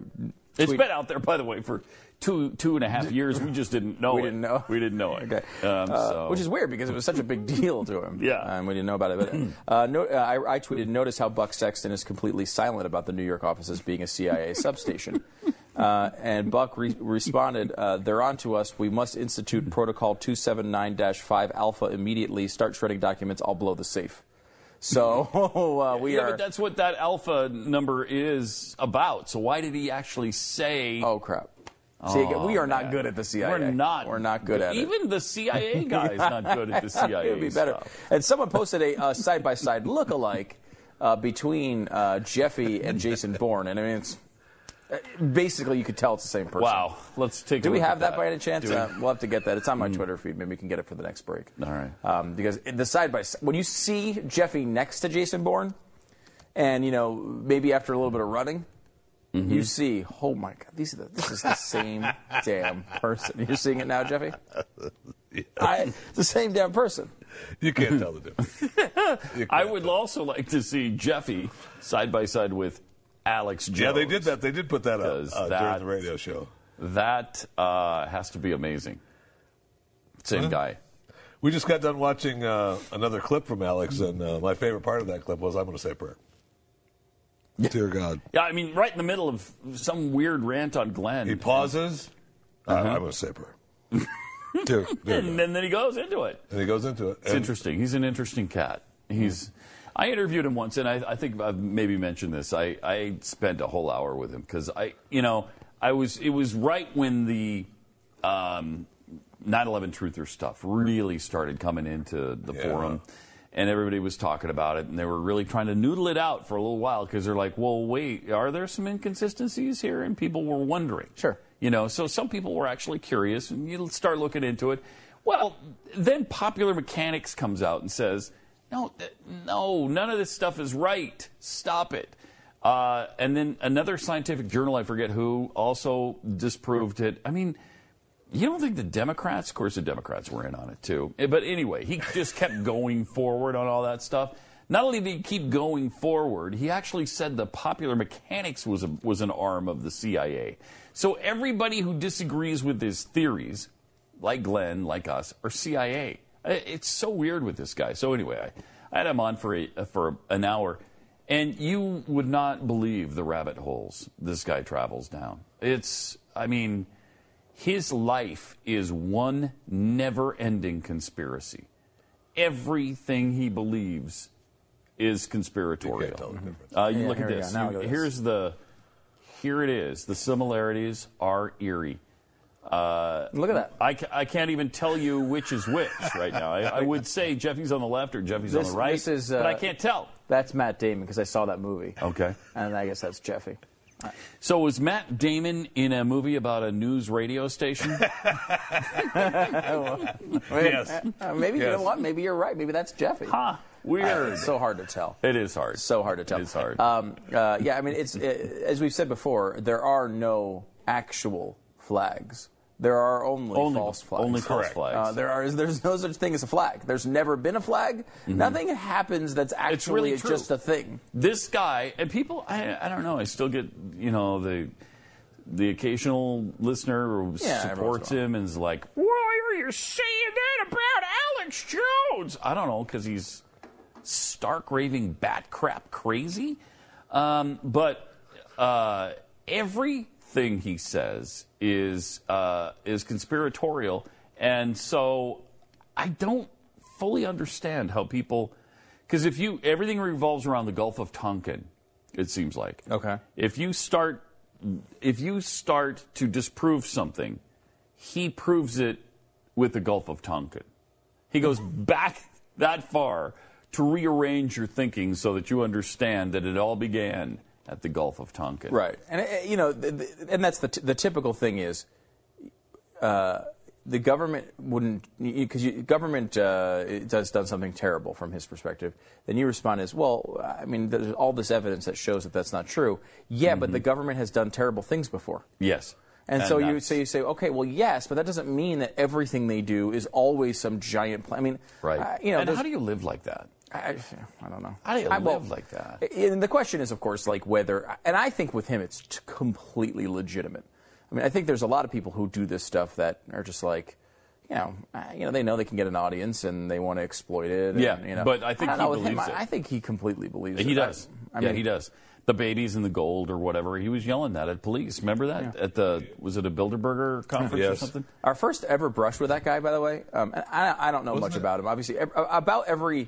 Speaker 1: it's
Speaker 2: tweet-
Speaker 1: been out there, by the way, for two two and a half years. We just didn't know
Speaker 2: We
Speaker 1: it.
Speaker 2: didn't know.
Speaker 1: We didn't know it.
Speaker 2: Okay.
Speaker 1: Um,
Speaker 2: Uh,
Speaker 1: so-
Speaker 2: Which is weird because it was such a big deal to him. Uh,
Speaker 1: Yeah.
Speaker 2: And we didn't know about it. But uh, no, uh, I, I tweeted, notice how Buck Sexton is completely silent about the New York offices being a CIA substation. Uh, and Buck re- responded, uh, they're on to us. We must institute protocol 279 5 alpha immediately. Start shredding documents. I'll blow the safe. So uh, we
Speaker 1: yeah,
Speaker 2: are.
Speaker 1: but that's what that alpha number is about. So why did he actually say?
Speaker 2: oh, crap. See, we are not good at the CIA.
Speaker 1: Oh, We're not.
Speaker 2: We're not good at it.
Speaker 1: Even the CIA guy is not good at the CIA.
Speaker 2: it would be better.
Speaker 1: stuff.
Speaker 2: And someone posted a side by side look alike uh, between uh, Jeffy and Jason Bourne. And I mean, it's uh, basically you could tell it's the same person.
Speaker 1: Wow. Let's take.
Speaker 2: Do
Speaker 1: a
Speaker 2: we
Speaker 1: look at
Speaker 2: have that, by any chance?
Speaker 1: Do we? Hmm.
Speaker 2: Uh, we'll have to get that. It's on my Twitter feed. Maybe we can get it for the next break.
Speaker 1: All right.
Speaker 2: Um, because in the side by side, when you see Jeffy next to Jason Bourne, and you know maybe after a little bit of running,
Speaker 1: Mm-hmm.
Speaker 2: you see, oh my God, these are the, this is the same damn person. You're seeing it now, Jeffy. I, it's the same damn person. Mm-hmm.
Speaker 3: You can't tell the difference. You
Speaker 1: I
Speaker 3: can't.
Speaker 1: would also like to see Jeffy side by side with Alex Jones.
Speaker 3: Yeah, they did that. They did put that up
Speaker 1: Does
Speaker 3: uh,
Speaker 1: that-
Speaker 3: during the radio show.
Speaker 1: That uh, has to be amazing. Same guy.
Speaker 3: We just got done watching uh, another clip from Alex, and uh, my favorite part of that clip was I'm going to say a prayer. Dear God.
Speaker 1: Yeah, I mean, right in the middle of some weird rant on Glenn. Mm-hmm.
Speaker 3: He pauses. I, am going to say a prayer. dear, dear
Speaker 1: and
Speaker 3: God.
Speaker 1: then, then he goes into it.
Speaker 3: And he goes into it.
Speaker 1: It's
Speaker 3: and-
Speaker 1: interesting. He's an interesting cat. He's. I interviewed him once, and I, I think I've maybe mentioned this. I, I spent a whole hour with him because I, you know, I was. It was right when the um, 9/11 truther stuff really started coming into the
Speaker 3: Yeah.
Speaker 1: forum, and everybody was talking about it, and they were really trying to noodle it out for a little while because they're like, well, wait, are there some inconsistencies here? And people were wondering.
Speaker 2: Sure.
Speaker 1: You know, so some people were actually curious, and you start looking into it. Well, then Popular Mechanics comes out and says, "No, th- no, none of this stuff is right. Stop it." Uh, and then another scientific journal, I forget who, also disproved it. I mean, you don't think the Democrats? Of course, the Democrats were in on it too. Eh, But anyway, he just kept going forward on all that stuff. Not only did he keep going forward, he actually said the Popular Mechanics was a, was an arm of the CIA. So everybody who disagrees with his theories, like Glenn, like us, are CIA. Eh, It's so weird with this guy. So anyway, I, I had him on for a, for an hour, and you would not believe the rabbit holes this guy travels down. It's, I mean. His life is one never ending conspiracy. Everything he believes is conspiratorial. Uh, you
Speaker 2: Yeah,
Speaker 1: look
Speaker 2: here
Speaker 1: at
Speaker 2: we go.
Speaker 1: this.
Speaker 2: Now
Speaker 1: You-
Speaker 2: we go to this.
Speaker 1: here's the. Here it is. The similarities are eerie. Uh,
Speaker 2: look at that.
Speaker 1: I, ca- I can't even tell you which is which right now. I, I would say Jeffy's on the left or Jeffy's on the right,
Speaker 2: This is,
Speaker 1: but I
Speaker 2: uh,
Speaker 1: can't tell.
Speaker 2: That's Matt Damon because I saw that movie.
Speaker 1: Okay.
Speaker 2: And I guess that's Jeffy.
Speaker 1: So was Matt Damon in a movie about a news radio station?
Speaker 3: Yes.
Speaker 2: Uh, maybe you
Speaker 1: Yes.
Speaker 2: know what? Maybe you're right. Maybe that's Jeffy.
Speaker 1: Huh. Weird.
Speaker 2: Uh, it's so hard to tell.
Speaker 1: it is hard.
Speaker 2: So hard to tell.
Speaker 1: It's hard.
Speaker 2: Um, uh, yeah, I mean, it's uh as we've said before, there are no actual flags. There are only,
Speaker 1: Only-
Speaker 2: false flags.
Speaker 1: only false Correct. flags.
Speaker 2: Uh, there are. There's no such thing as a flag. There's never been a flag. Nothing happens that's actually
Speaker 1: Mm-hmm. really true.
Speaker 2: just a thing.
Speaker 1: this guy and people I, I don't know i still get you know the the occasional listener who
Speaker 2: Yeah, every
Speaker 1: supports
Speaker 2: once in a
Speaker 1: him and is like why are you saying that about alex jones i don't know because he's stark raving bat crap crazy um, but uh, everything he says is uh, is conspiratorial and so i don't fully understand how people because if you everything revolves around the Gulf of Tonkin, it seems like.
Speaker 2: Okay.
Speaker 1: If you start, if you start to disprove something, he proves it with the Gulf of Tonkin. He goes back that far to rearrange your thinking so that you understand that it all began at the Gulf of Tonkin.
Speaker 2: Right, and uh, you know, th- th- and that's the t- the typical thing is, uh, the government wouldn't because you, government uh, it does done something terrible from his perspective. Then you respond as well. I mean, there's all this evidence that shows that that's not true. Yeah, but the government has done terrible things before.
Speaker 1: Yes.
Speaker 2: And, so you
Speaker 1: that's-
Speaker 2: so you say, okay, well, yes, but that doesn't mean that everything they do is always some giant plan. I mean,
Speaker 1: Right.
Speaker 2: uh, you know,
Speaker 1: and
Speaker 2: there's-
Speaker 1: how do you live like that?
Speaker 2: I, I don't know.
Speaker 1: How do you
Speaker 2: I, well,
Speaker 1: live like that?
Speaker 2: And the question is, of course, like whether, and I think with him, it's t- completely legitimate. I mean, I think there's a lot of people who do this stuff that are just like, you know, uh, you know, they know they can get an audience and they want to exploit it. and,
Speaker 1: Yeah,
Speaker 2: you know.
Speaker 1: but I think
Speaker 2: don't know,
Speaker 1: he
Speaker 2: with him,
Speaker 1: believes
Speaker 2: I-
Speaker 1: it.
Speaker 2: I think he completely believes it.
Speaker 1: He does.
Speaker 2: I, I
Speaker 1: yeah,
Speaker 2: mean,
Speaker 1: he does. The babies and the gold or whatever. He was yelling that at police. Remember that at the was it a Bilderberger conference or
Speaker 3: Yes.
Speaker 1: something?
Speaker 2: Our first ever brush with that guy, by the way, um, and I, I don't know much about him. Obviously, ev- uh, about every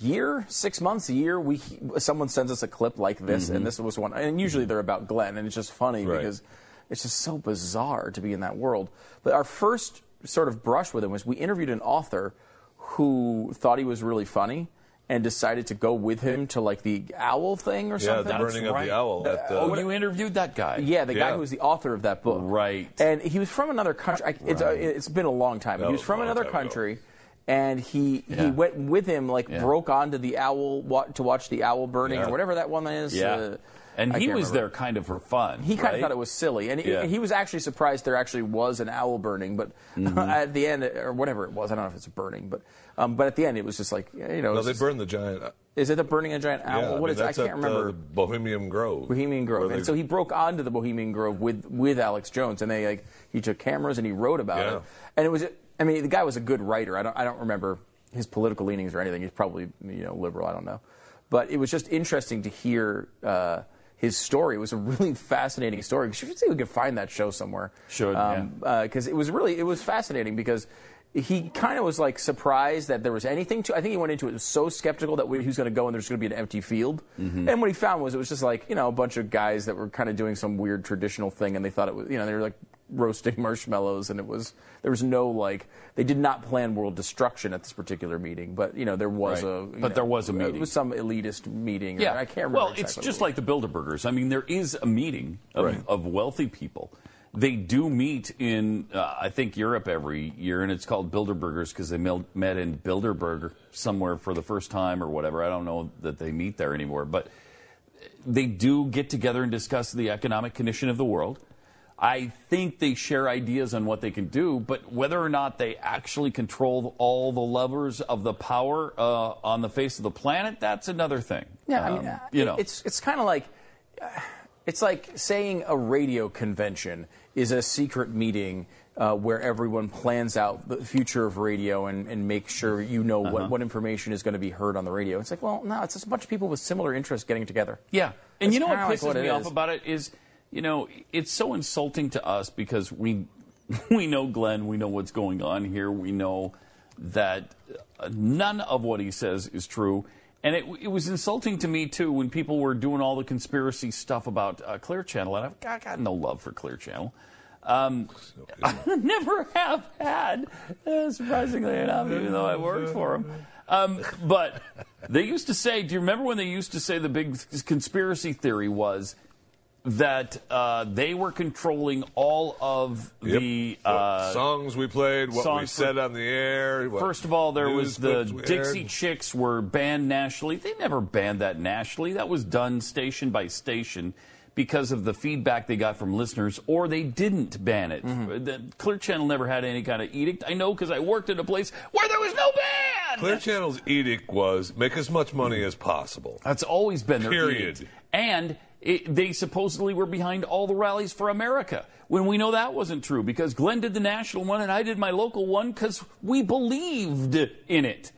Speaker 2: year, six months, a year, we someone sends us a clip like this, and this was one. And usually they're about Glenn, and it's just funny
Speaker 3: Mm-hmm. Right.
Speaker 2: because it's just so bizarre to be in that world. But our first sort of brush with him was we interviewed an author who thought he was really funny. And decided to go with him to like the owl thing or
Speaker 3: Yeah,
Speaker 2: something.
Speaker 3: the burning of the owl. At the,
Speaker 1: Oh, you interviewed that guy.
Speaker 2: Yeah, the guy
Speaker 3: Yeah.
Speaker 2: who was the author of that book.
Speaker 1: Right.
Speaker 2: And he was from another country. I, it's, uh, it's been a long time.
Speaker 3: That
Speaker 2: he
Speaker 3: was
Speaker 2: was
Speaker 3: a
Speaker 2: from
Speaker 3: long
Speaker 2: another
Speaker 3: time ago.
Speaker 2: country, and he
Speaker 1: Yeah.
Speaker 2: he went with him, like
Speaker 1: Yeah.
Speaker 2: broke onto the owl wa- to watch the owl burning
Speaker 3: Yeah.
Speaker 2: or whatever that one is.
Speaker 1: Yeah.
Speaker 2: uh,
Speaker 1: and
Speaker 2: I
Speaker 1: he
Speaker 2: can't
Speaker 1: was
Speaker 2: remember.
Speaker 1: there kind of for fun.
Speaker 2: He kind
Speaker 1: right?
Speaker 2: of thought it was silly, and he-
Speaker 1: Yeah.
Speaker 2: he, was actually surprised there actually was an owl burning. But
Speaker 1: Mm-hmm.
Speaker 2: at the end, or whatever it was, I don't know if it's burning, but um, but at the end, it was just like you know,
Speaker 3: no,
Speaker 2: it's
Speaker 3: they
Speaker 2: just-
Speaker 3: burned the giant. uh,
Speaker 2: is it the burning a giant owl?
Speaker 3: Yeah,
Speaker 2: What
Speaker 3: I mean,
Speaker 2: is it? I
Speaker 3: that's at uh,
Speaker 2: can't remember.
Speaker 3: The Bohemian Grove.
Speaker 2: Bohemian Grove,
Speaker 3: Where
Speaker 2: and
Speaker 3: they-
Speaker 2: so he broke onto the Bohemian Grove with with Alex Jones, and they like he took cameras and he wrote about
Speaker 3: Yeah.
Speaker 2: it, and it was I mean the guy was a good writer. I don't I don't remember his political leanings or anything. He's probably you know liberal. I don't know, but it was just interesting to hear. Uh, his story It was a really fascinating story. Should see if we could find that show somewhere.
Speaker 1: Should, yeah.
Speaker 2: Because it was really it was fascinating because he kind of was like surprised that there was anything to. I think he went into it so skeptical that he was going to go and there's going to be an empty field.
Speaker 1: Mm-hmm.
Speaker 2: And what he found was it was just like you know a bunch of guys that were kind of doing some weird traditional thing and they thought it was you know they were like roasting marshmallows and it was there was no like they did not plan world destruction at this particular meeting but you know there was
Speaker 1: Right.
Speaker 2: a you
Speaker 1: But there
Speaker 2: know,
Speaker 1: was a meeting.
Speaker 2: it was some elitist meeting or-
Speaker 1: Yeah,
Speaker 2: I can't remember
Speaker 1: Well,
Speaker 2: exactly
Speaker 1: it's
Speaker 2: what
Speaker 1: just
Speaker 2: it was.
Speaker 1: like the Bilderbergers. I mean, there is a meeting of,
Speaker 3: Right.
Speaker 1: of wealthy people They do meet in, uh, I think, Europe every year, and it's called Bilderbergers because they mil- met in Bilderberg somewhere for the first time or whatever. I don't know that they meet there anymore, but they do get together and discuss the economic condition of the world. I think they share ideas on what they can do, but whether or not they actually control all the levers of the power uh, on the face of the planet, that's another thing.
Speaker 2: Yeah, I mean,
Speaker 1: Um,
Speaker 2: uh,
Speaker 1: you know,
Speaker 2: it's it's kind of like uh, it's like saying a radio convention is a secret meeting uh, where everyone plans out the future of radio and, and make sure you know
Speaker 1: Uh-huh.
Speaker 2: what, what information is going to be heard on the radio. It's like, well, no, it's just a bunch of people with similar interests getting together.
Speaker 1: Yeah. And you
Speaker 2: That's
Speaker 1: know what
Speaker 2: kinda like
Speaker 1: pisses
Speaker 2: it
Speaker 1: me off
Speaker 2: is.
Speaker 1: about it is, you know, it's so insulting to us because we we know Glenn, we know what's going on here, we know that uh, none of what he says is true. And it, it was insulting to me too when people were doing all the conspiracy stuff about uh, Clear Channel, and I've got, got no love for Clear Channel. Um, I never have had, uh, surprisingly enough, even though I worked for them. Um, but they used to say, do you remember when they used to say the big conspiracy theory was that uh, they were controlling all of the
Speaker 3: What
Speaker 1: uh,
Speaker 3: songs we played, what we
Speaker 1: songs
Speaker 3: said
Speaker 1: were-
Speaker 3: on the air. what
Speaker 1: First of all, there was
Speaker 3: news clips
Speaker 1: the
Speaker 3: we
Speaker 1: Dixie
Speaker 3: aired.
Speaker 1: Chicks were banned nationally. They never banned that nationally. That was done station by station because of the feedback they got from listeners, or they didn't ban it.
Speaker 3: Mm-hmm.
Speaker 1: The Clear Channel never had any kind of edict. I know because I worked at a place where there was no ban.
Speaker 3: Clear Channel's edict was make as much money as possible.
Speaker 1: That's always been their
Speaker 3: Period.
Speaker 1: edict. And it, they supposedly were behind all the rallies for America when we know that wasn't true because Glenn did the national one and I did my local one because we believed in it.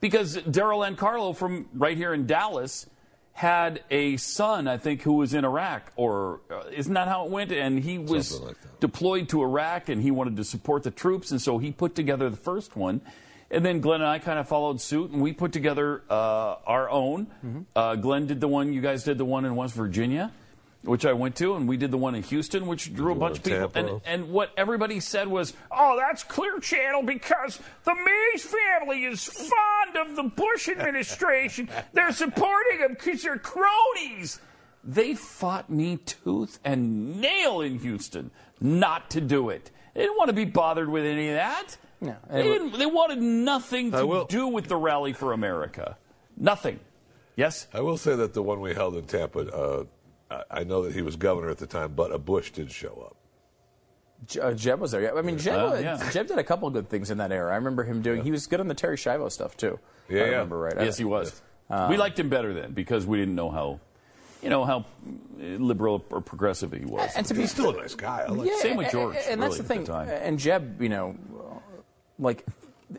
Speaker 1: Because Daryl and Carlo from right here in Dallas had a son, I think, who was in Iraq, or uh, isn't that how it went? And he was deployed to Iraq and he wanted to support the troops, and so he put together the first one. And then Glenn and I kind of followed suit, and we put together uh, our own. Uh, Glenn did the one, you guys did the one in West Virginia, which I went to, and we did the one in Houston, which drew a
Speaker 3: one
Speaker 1: bunch of
Speaker 3: in
Speaker 1: people. And,
Speaker 3: Tampa.
Speaker 1: and what everybody said was, oh, that's Clear Channel because the Mays family is fond of the Bush administration. They're supporting them because they're cronies. They fought me tooth and nail in Houston not to do it. They didn't want to be bothered with any of that. No, they, didn't, they wanted nothing to do with the Rally for America. Nothing. Yes?
Speaker 3: I will say that the one we held in Tampa, uh, I I know that he was governor at the time, but a Bush did show up.
Speaker 2: J- uh, Jeb was there. Yeah, I mean, Jeb,
Speaker 3: Uh,
Speaker 2: was-
Speaker 3: yeah.
Speaker 2: Jeb did a couple of good things in that era. I remember him doing. He was good on the Terry Schiavo stuff too. if
Speaker 1: Yeah,
Speaker 2: I
Speaker 1: yeah.
Speaker 2: remember right. Um, I-
Speaker 1: Yes, he was. we liked him better then because we didn't know how, you know, how liberal or progressive he was.
Speaker 2: And to be
Speaker 3: still a nice guy.
Speaker 1: Same with George.
Speaker 2: And, that's the
Speaker 1: really,
Speaker 2: thing.
Speaker 1: At the time.
Speaker 2: And Jeb, you know, like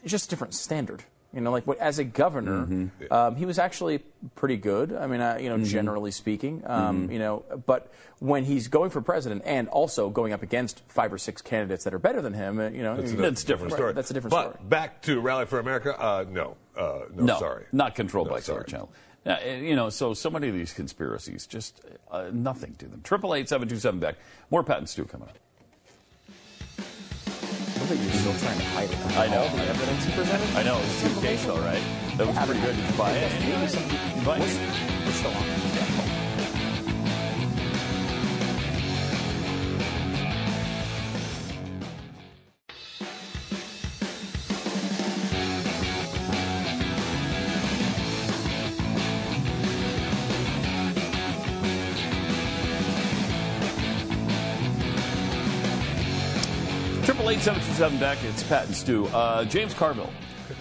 Speaker 2: it's just a different standard. You know, like what, as a governor,
Speaker 3: Mm-hmm.
Speaker 2: um, he was actually pretty good. I mean, uh, you know, generally speaking, um,
Speaker 3: Mm-hmm.
Speaker 10: Mhm.
Speaker 2: you know. But when he's going for president and also going up against five or six candidates that are better than him, uh, you know,
Speaker 3: That's,
Speaker 2: you-
Speaker 3: a different,
Speaker 2: Right,
Speaker 3: story.
Speaker 2: That's a different
Speaker 3: but
Speaker 2: story.
Speaker 3: back to Rally for America. Uh, no, uh, no, sorry.
Speaker 1: Not controlled
Speaker 3: No,
Speaker 1: by
Speaker 3: sorry.
Speaker 1: Clear Channel. Uh, and, you know, so so many of these conspiracies just uh, nothing to them. Triple eight seven two seven back. More patents do coming up.
Speaker 2: I think you're still trying to hide it.
Speaker 1: I know.
Speaker 2: All the evidence he presented.
Speaker 1: I know. It's two case though, right? That was pretty good. Did you buy it? You buy it?
Speaker 2: We're still on.
Speaker 1: Triple eight seven two seven back. It's Pat and Stu. Uh, James Carville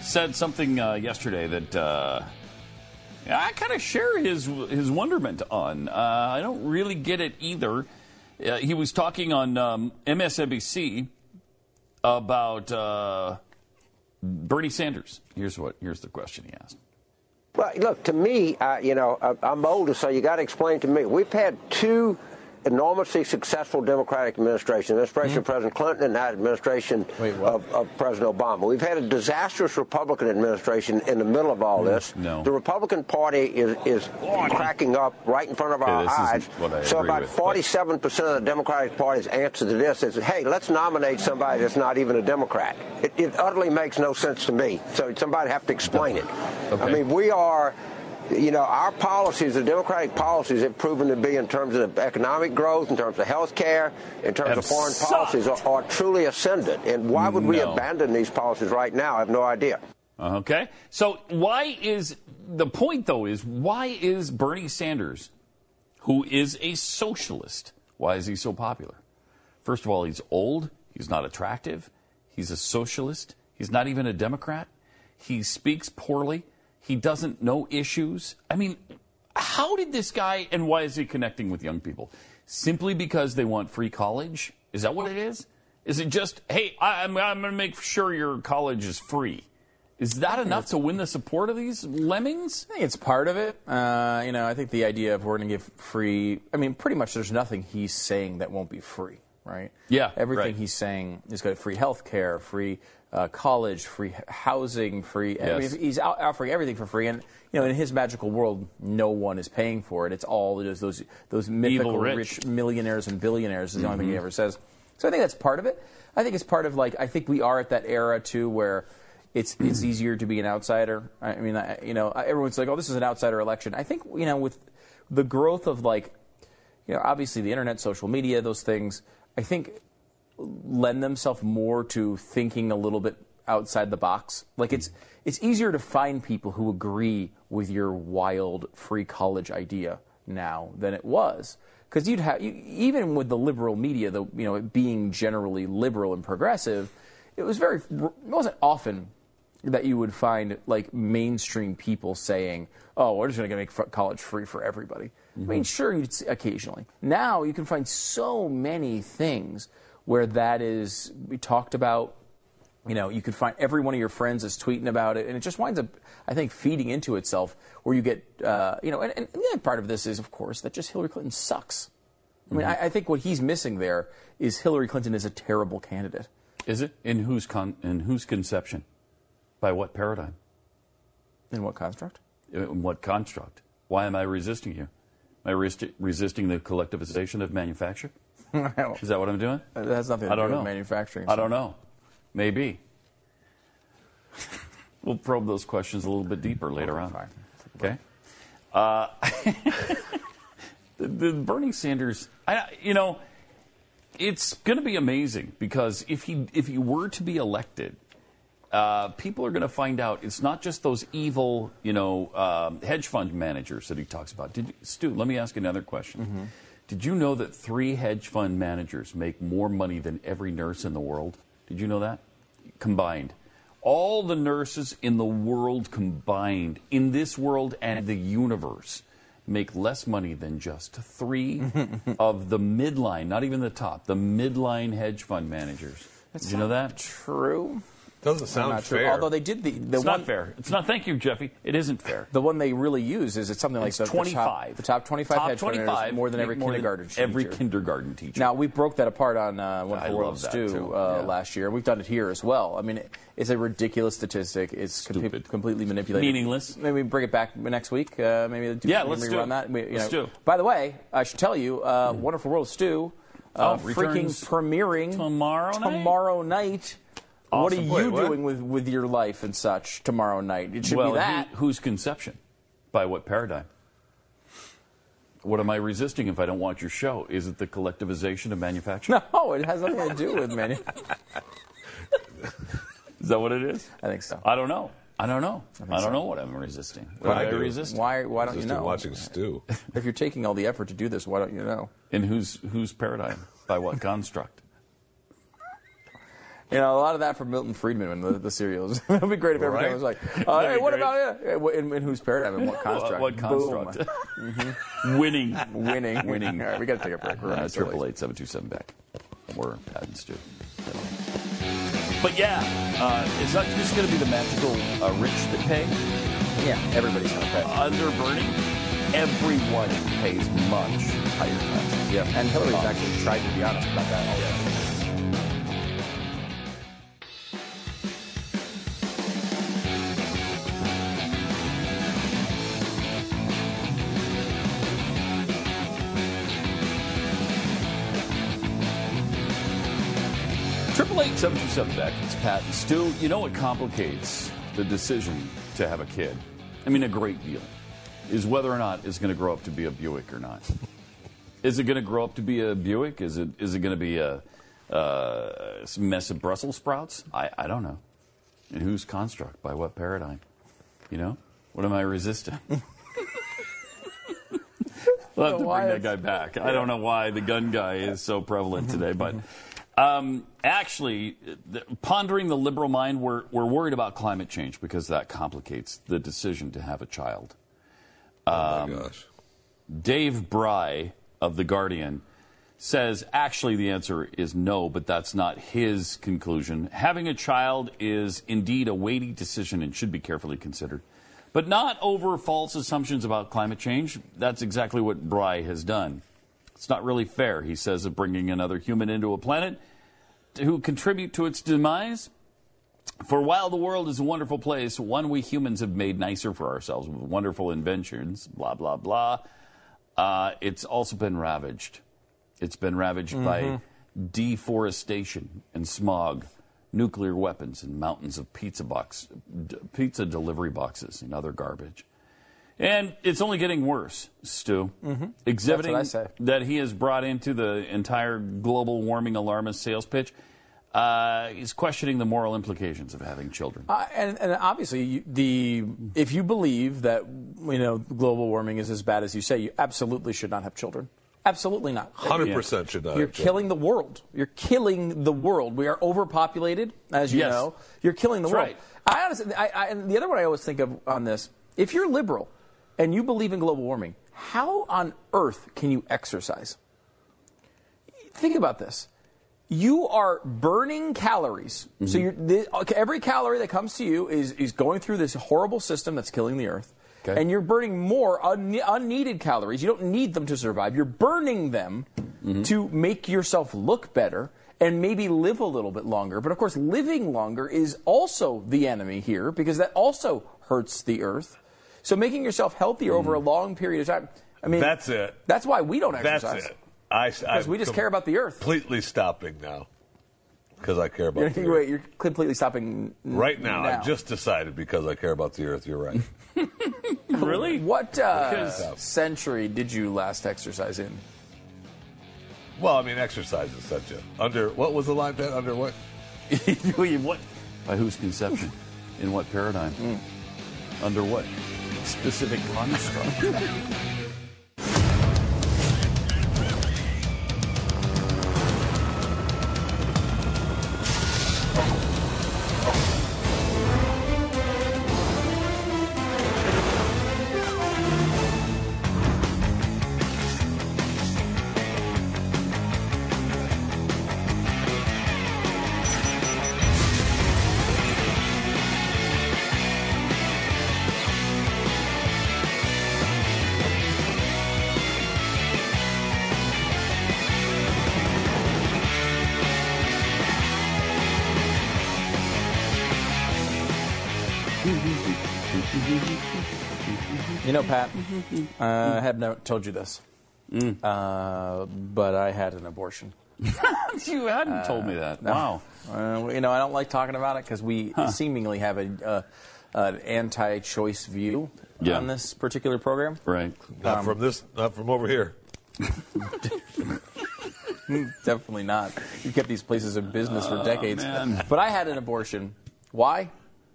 Speaker 1: said something uh, yesterday that uh, I kind of share his his wonderment on. Uh, I don't really get it either. Uh, he was talking on um, MSNBC about uh, Bernie Sanders. Here's what here's the question he asked.
Speaker 12: Well, look, to me, uh, you know, I- I'm older, so you got to explain to me. We've had two enormously successful Democratic administrations,
Speaker 1: Hmm.
Speaker 12: administration of President Clinton and that administration of, of President Obama. We've had a disastrous Republican administration in the middle of all this.
Speaker 1: Hmm. no.
Speaker 12: The Republican Party is, is cracking up right in front of
Speaker 1: Okay,
Speaker 12: our
Speaker 1: this isn't
Speaker 12: eyes.
Speaker 1: what I
Speaker 12: So
Speaker 1: agree
Speaker 12: about
Speaker 1: with, but-
Speaker 12: 47% of the Democratic Party's answer to this is, hey, let's nominate somebody that's not even a Democrat. It, it utterly makes no sense to me. So somebody have to explain it. I mean, we are you know, our policies, the Democratic policies, have proven to be in terms of economic growth, in terms of health care, in terms
Speaker 13: Have
Speaker 12: of foreign
Speaker 13: sucked.
Speaker 12: policies, are, are truly ascendant. And why would we
Speaker 1: No.
Speaker 12: abandon these policies right now? I have no idea.
Speaker 1: Okay. So why is the point though is why is Bernie Sanders, who is a socialist, why is he so popular? First of all, he's old, he's not attractive, he's a socialist, he's not even a Democrat, he speaks poorly, he doesn't know issues. I mean, how did this guy and why is he connecting with young people? Simply because they want free college? Is that what it is? Is it just, hey, I- I'm, I'm going to make sure your college is free? Is that enough to win the support of these lemmings?
Speaker 2: I think it's part of it. Uh, you know, I think the idea of we're going to give free. I mean, pretty much there's nothing he's saying that won't be free, right?
Speaker 1: Yeah,
Speaker 2: Everything
Speaker 1: right.
Speaker 2: he's saying is got free health care, free uh, college, free h- housing, free. I
Speaker 1: Yes.
Speaker 2: mean, he's out- offering everything for free, and you know, in his magical world, no one is paying for it. It's all those those those mythical
Speaker 1: rich.
Speaker 2: millionaires and billionaires is the only thing he ever says. So I think that's part of it. I think it's part of like I think we are at that era too where it's it's easier to be an outsider. I mean, I, you know, I- everyone's like, oh, this is an outsider election. I think you know with the growth of like you know obviously the internet, social media, those things. I think lend themselves more to thinking a little bit outside the box. Like it's it's easier to find people who agree with your wild free college idea now than it was. Because you'd have you, even with the liberal media, the you know it being generally liberal and progressive, it was very it wasn't often that you would find like mainstream people saying, "Oh, we're just going to make f- college free for everybody." I mean, sure, you'd see occasionally. Now you can find so many things where that is we talked about. You know, you could find every one of your friends is tweeting about it, and it just winds up, I think, feeding into itself. Where you get, uh, you know, and, and the other part of this is, of course, that just Hillary Clinton sucks. I mean, I, I think what he's missing there is Hillary Clinton is a terrible candidate.
Speaker 1: Is it in whose con- in whose conception, by what paradigm,
Speaker 2: in what construct,
Speaker 1: Uh, in what construct? Why am I resisting you? Am I resti- resisting the collectivization of manufacture? Is that what I'm doing?
Speaker 2: That has nothing to
Speaker 1: I don't
Speaker 2: do with
Speaker 1: know.
Speaker 2: manufacturing.
Speaker 1: I don't know. Maybe. we'll probe those questions a little bit deeper later on. Okay. Uh, the, the Bernie Sanders, I, you know, it's going to be amazing because if he if he were to be elected, uh, people are going to find out it's not just those evil, you know, um, hedge fund managers that he talks about. Did you, Stu? Let me ask you another question. Did you know that three hedge fund managers make more money than every nurse in the world? Did you know that? Combined. All the nurses in the world combined, in this world and the universe, make less money than just three of the midline, not even the top, the midline hedge fund managers. Did you know that?
Speaker 2: True.
Speaker 3: Doesn't
Speaker 2: sound Not true. fair. Although they did the, the
Speaker 1: it's
Speaker 2: one-
Speaker 1: not fair. It's not. Thank you, Jeffy. It isn't fair.
Speaker 2: The one they really use is it's something like
Speaker 1: It's
Speaker 2: the, the top-
Speaker 1: 25.
Speaker 2: the top 25
Speaker 1: Top
Speaker 2: hedge fund managers
Speaker 1: 25
Speaker 2: more than
Speaker 1: make
Speaker 2: every
Speaker 1: more than
Speaker 2: kindergarten teacher.
Speaker 1: every kindergarten teacher.
Speaker 2: Now we broke that apart on uh, one
Speaker 1: I
Speaker 2: for World
Speaker 1: love that,
Speaker 2: Stew
Speaker 1: too.
Speaker 2: uh, last year. We've done it here as well. I mean, it- it's a ridiculous statistic. It's com- completely manipulated,
Speaker 1: Meaningless.
Speaker 2: Maybe bring it back next week. Uh, maybe do
Speaker 1: Yeah,
Speaker 2: maybe
Speaker 1: let's do
Speaker 2: rerun
Speaker 1: it.
Speaker 2: that. We- you
Speaker 1: Let's
Speaker 2: know.
Speaker 1: do it. Hmm.
Speaker 2: By the way, I should tell you, uh, Wonderful World Stew, uh,
Speaker 1: Oh,
Speaker 2: freaking
Speaker 1: returns
Speaker 2: premiering tomorrow.
Speaker 1: night?
Speaker 2: Tomorrow night. What are
Speaker 1: Awesome.
Speaker 2: you
Speaker 1: Wait, what?
Speaker 2: doing with, with your life and such tomorrow night? It should
Speaker 1: well,
Speaker 2: be that.
Speaker 1: who- whose conception? By what paradigm? What am I resisting if I don't want your show? Is it the collectivization of manufacturing?
Speaker 2: No, it has nothing to do with many.
Speaker 1: Is that what it is?
Speaker 2: I think so.
Speaker 1: I don't know. I don't know.
Speaker 2: think
Speaker 1: I, don't
Speaker 2: so.
Speaker 1: know what I'm resisting. What am I resisting?
Speaker 2: Why, why don't you know?
Speaker 3: stew.
Speaker 2: If you're taking all the effort to do this, why don't you know?
Speaker 1: In whose whose paradigm? By what construct?
Speaker 2: You know, a lot of that from Milton Friedman and the, the serials. it would be great if every time it was like, uh,
Speaker 1: That'd
Speaker 2: hey,
Speaker 1: be
Speaker 2: what
Speaker 1: great.
Speaker 2: about uh, in, in, whose paradigm and what
Speaker 1: What-
Speaker 2: construct?
Speaker 1: what construct? Winning.
Speaker 2: Winning.
Speaker 1: Winning.
Speaker 2: All right, we got to take a break. We're
Speaker 1: Uh,
Speaker 2: running silly.
Speaker 1: Triple eight seven two seven back. We're Pat and Stu. But yeah, uh, it's not just going to be the magical uh, rich that pay.
Speaker 2: Yeah, everybody's going to pay.
Speaker 1: Under Bernie, everyone pays much higher taxes.
Speaker 2: Yeah, and Hillary's actually tried to be honest about that. All
Speaker 1: Triple eight seven two seven back. It's Pat and Stu. You know what complicates the decision to have a kid? I mean, a great deal. is whether or not it's going to grow up to be a Buick or not. Is it going to grow up to be a Buick? Is it is it going to be a uh, some mess of Brussels sprouts? I, I don't know. And whose construct by what paradigm? You know, what am I resisting? We'll have to bring that guy back. I don't know why the gun guy is so prevalent today, but um, actually, the, pondering the liberal mind, we're, we're worried about climate change because that complicates the decision to have a child.
Speaker 3: Um, oh my gosh.
Speaker 1: Dave Bry of The Guardian says actually the answer is no, but that's not his conclusion. Having a child is indeed a weighty decision and should be carefully considered but not over false assumptions about climate change. That's exactly what Bry has done. It's not really fair, he says, of bringing another human into a planet to- who contribute to its demise. For while the world is a wonderful place, one we humans have made nicer for ourselves with wonderful inventions, blah, blah, blah, uh, it's also been ravaged. It's been ravaged by
Speaker 13: Mhm.
Speaker 1: deforestation and smog, nuclear weapons, and mountains of pizza box, d- pizza delivery boxes and other garbage. And it's only getting worse, Stu.
Speaker 2: Mhm.
Speaker 1: Exhibiting
Speaker 2: That's what I say.
Speaker 1: that he has brought into the entire global warming alarmist sales pitch, uh, he's questioning the moral implications of having children.
Speaker 2: Uh, and, and obviously, you, the if you believe that you know global warming is as bad as you say, you absolutely should not have children. Absolutely not.
Speaker 3: 100% should not have
Speaker 2: You're
Speaker 3: children.
Speaker 2: killing the world. You're killing the world. We are overpopulated, as you
Speaker 3: Yes.
Speaker 2: know. You're killing the
Speaker 3: That's right.
Speaker 2: world. I honestly, I, I, and the other one I always think of on this: if you're liberal and you believe in global warming, how on earth can you exercise? think about this. You are burning calories.
Speaker 3: Mm-hmm.
Speaker 2: So you're, th- every calorie that comes to you is, is going through this horrible system that's killing the earth. And you're burning more unne- unneeded calories. You don't need them to survive. You're burning them
Speaker 3: Mm-hmm.
Speaker 2: to make yourself look better and maybe live a little bit longer. But of course, living longer is also the enemy here because that also hurts the earth. So making yourself healthier over a long period of time. I mean,
Speaker 3: Mm-hmm. That's it.
Speaker 2: That's why we don't exercise.
Speaker 3: That's it. I,
Speaker 2: Because we just care about the earth.
Speaker 3: Completely stopping now. Because I care about
Speaker 2: You're,
Speaker 3: the
Speaker 2: you're
Speaker 3: earth.
Speaker 2: right, you're completely stopping n-
Speaker 3: Right now, I just decided because I care about the earth. You're right.
Speaker 2: really. What uh,
Speaker 3: Because-
Speaker 2: century did you last exercise in?
Speaker 3: well, I mean, exercise is such a under. What was the line? Ben? Under what?
Speaker 1: what? By whose conception? In what paradigm?
Speaker 2: Mm.
Speaker 1: Under what specific construct?
Speaker 2: You know, Pat, uh, I have never told you this,
Speaker 1: Mm.
Speaker 2: uh, but I had an abortion.
Speaker 1: you hadn't
Speaker 2: Uh,
Speaker 1: told me that.
Speaker 2: No.
Speaker 1: Wow.
Speaker 2: Uh, you know, I don't like talking about it because we seemingly have a, uh, an anti-choice view
Speaker 3: Yeah.
Speaker 2: on this particular program.
Speaker 1: Right.
Speaker 3: Not
Speaker 2: Um,
Speaker 3: from this. Not from over here.
Speaker 2: Definitely not. You kept these places in business for
Speaker 1: Ah,
Speaker 3: Oh,
Speaker 2: decades.
Speaker 3: man.
Speaker 2: But I had an abortion. Why?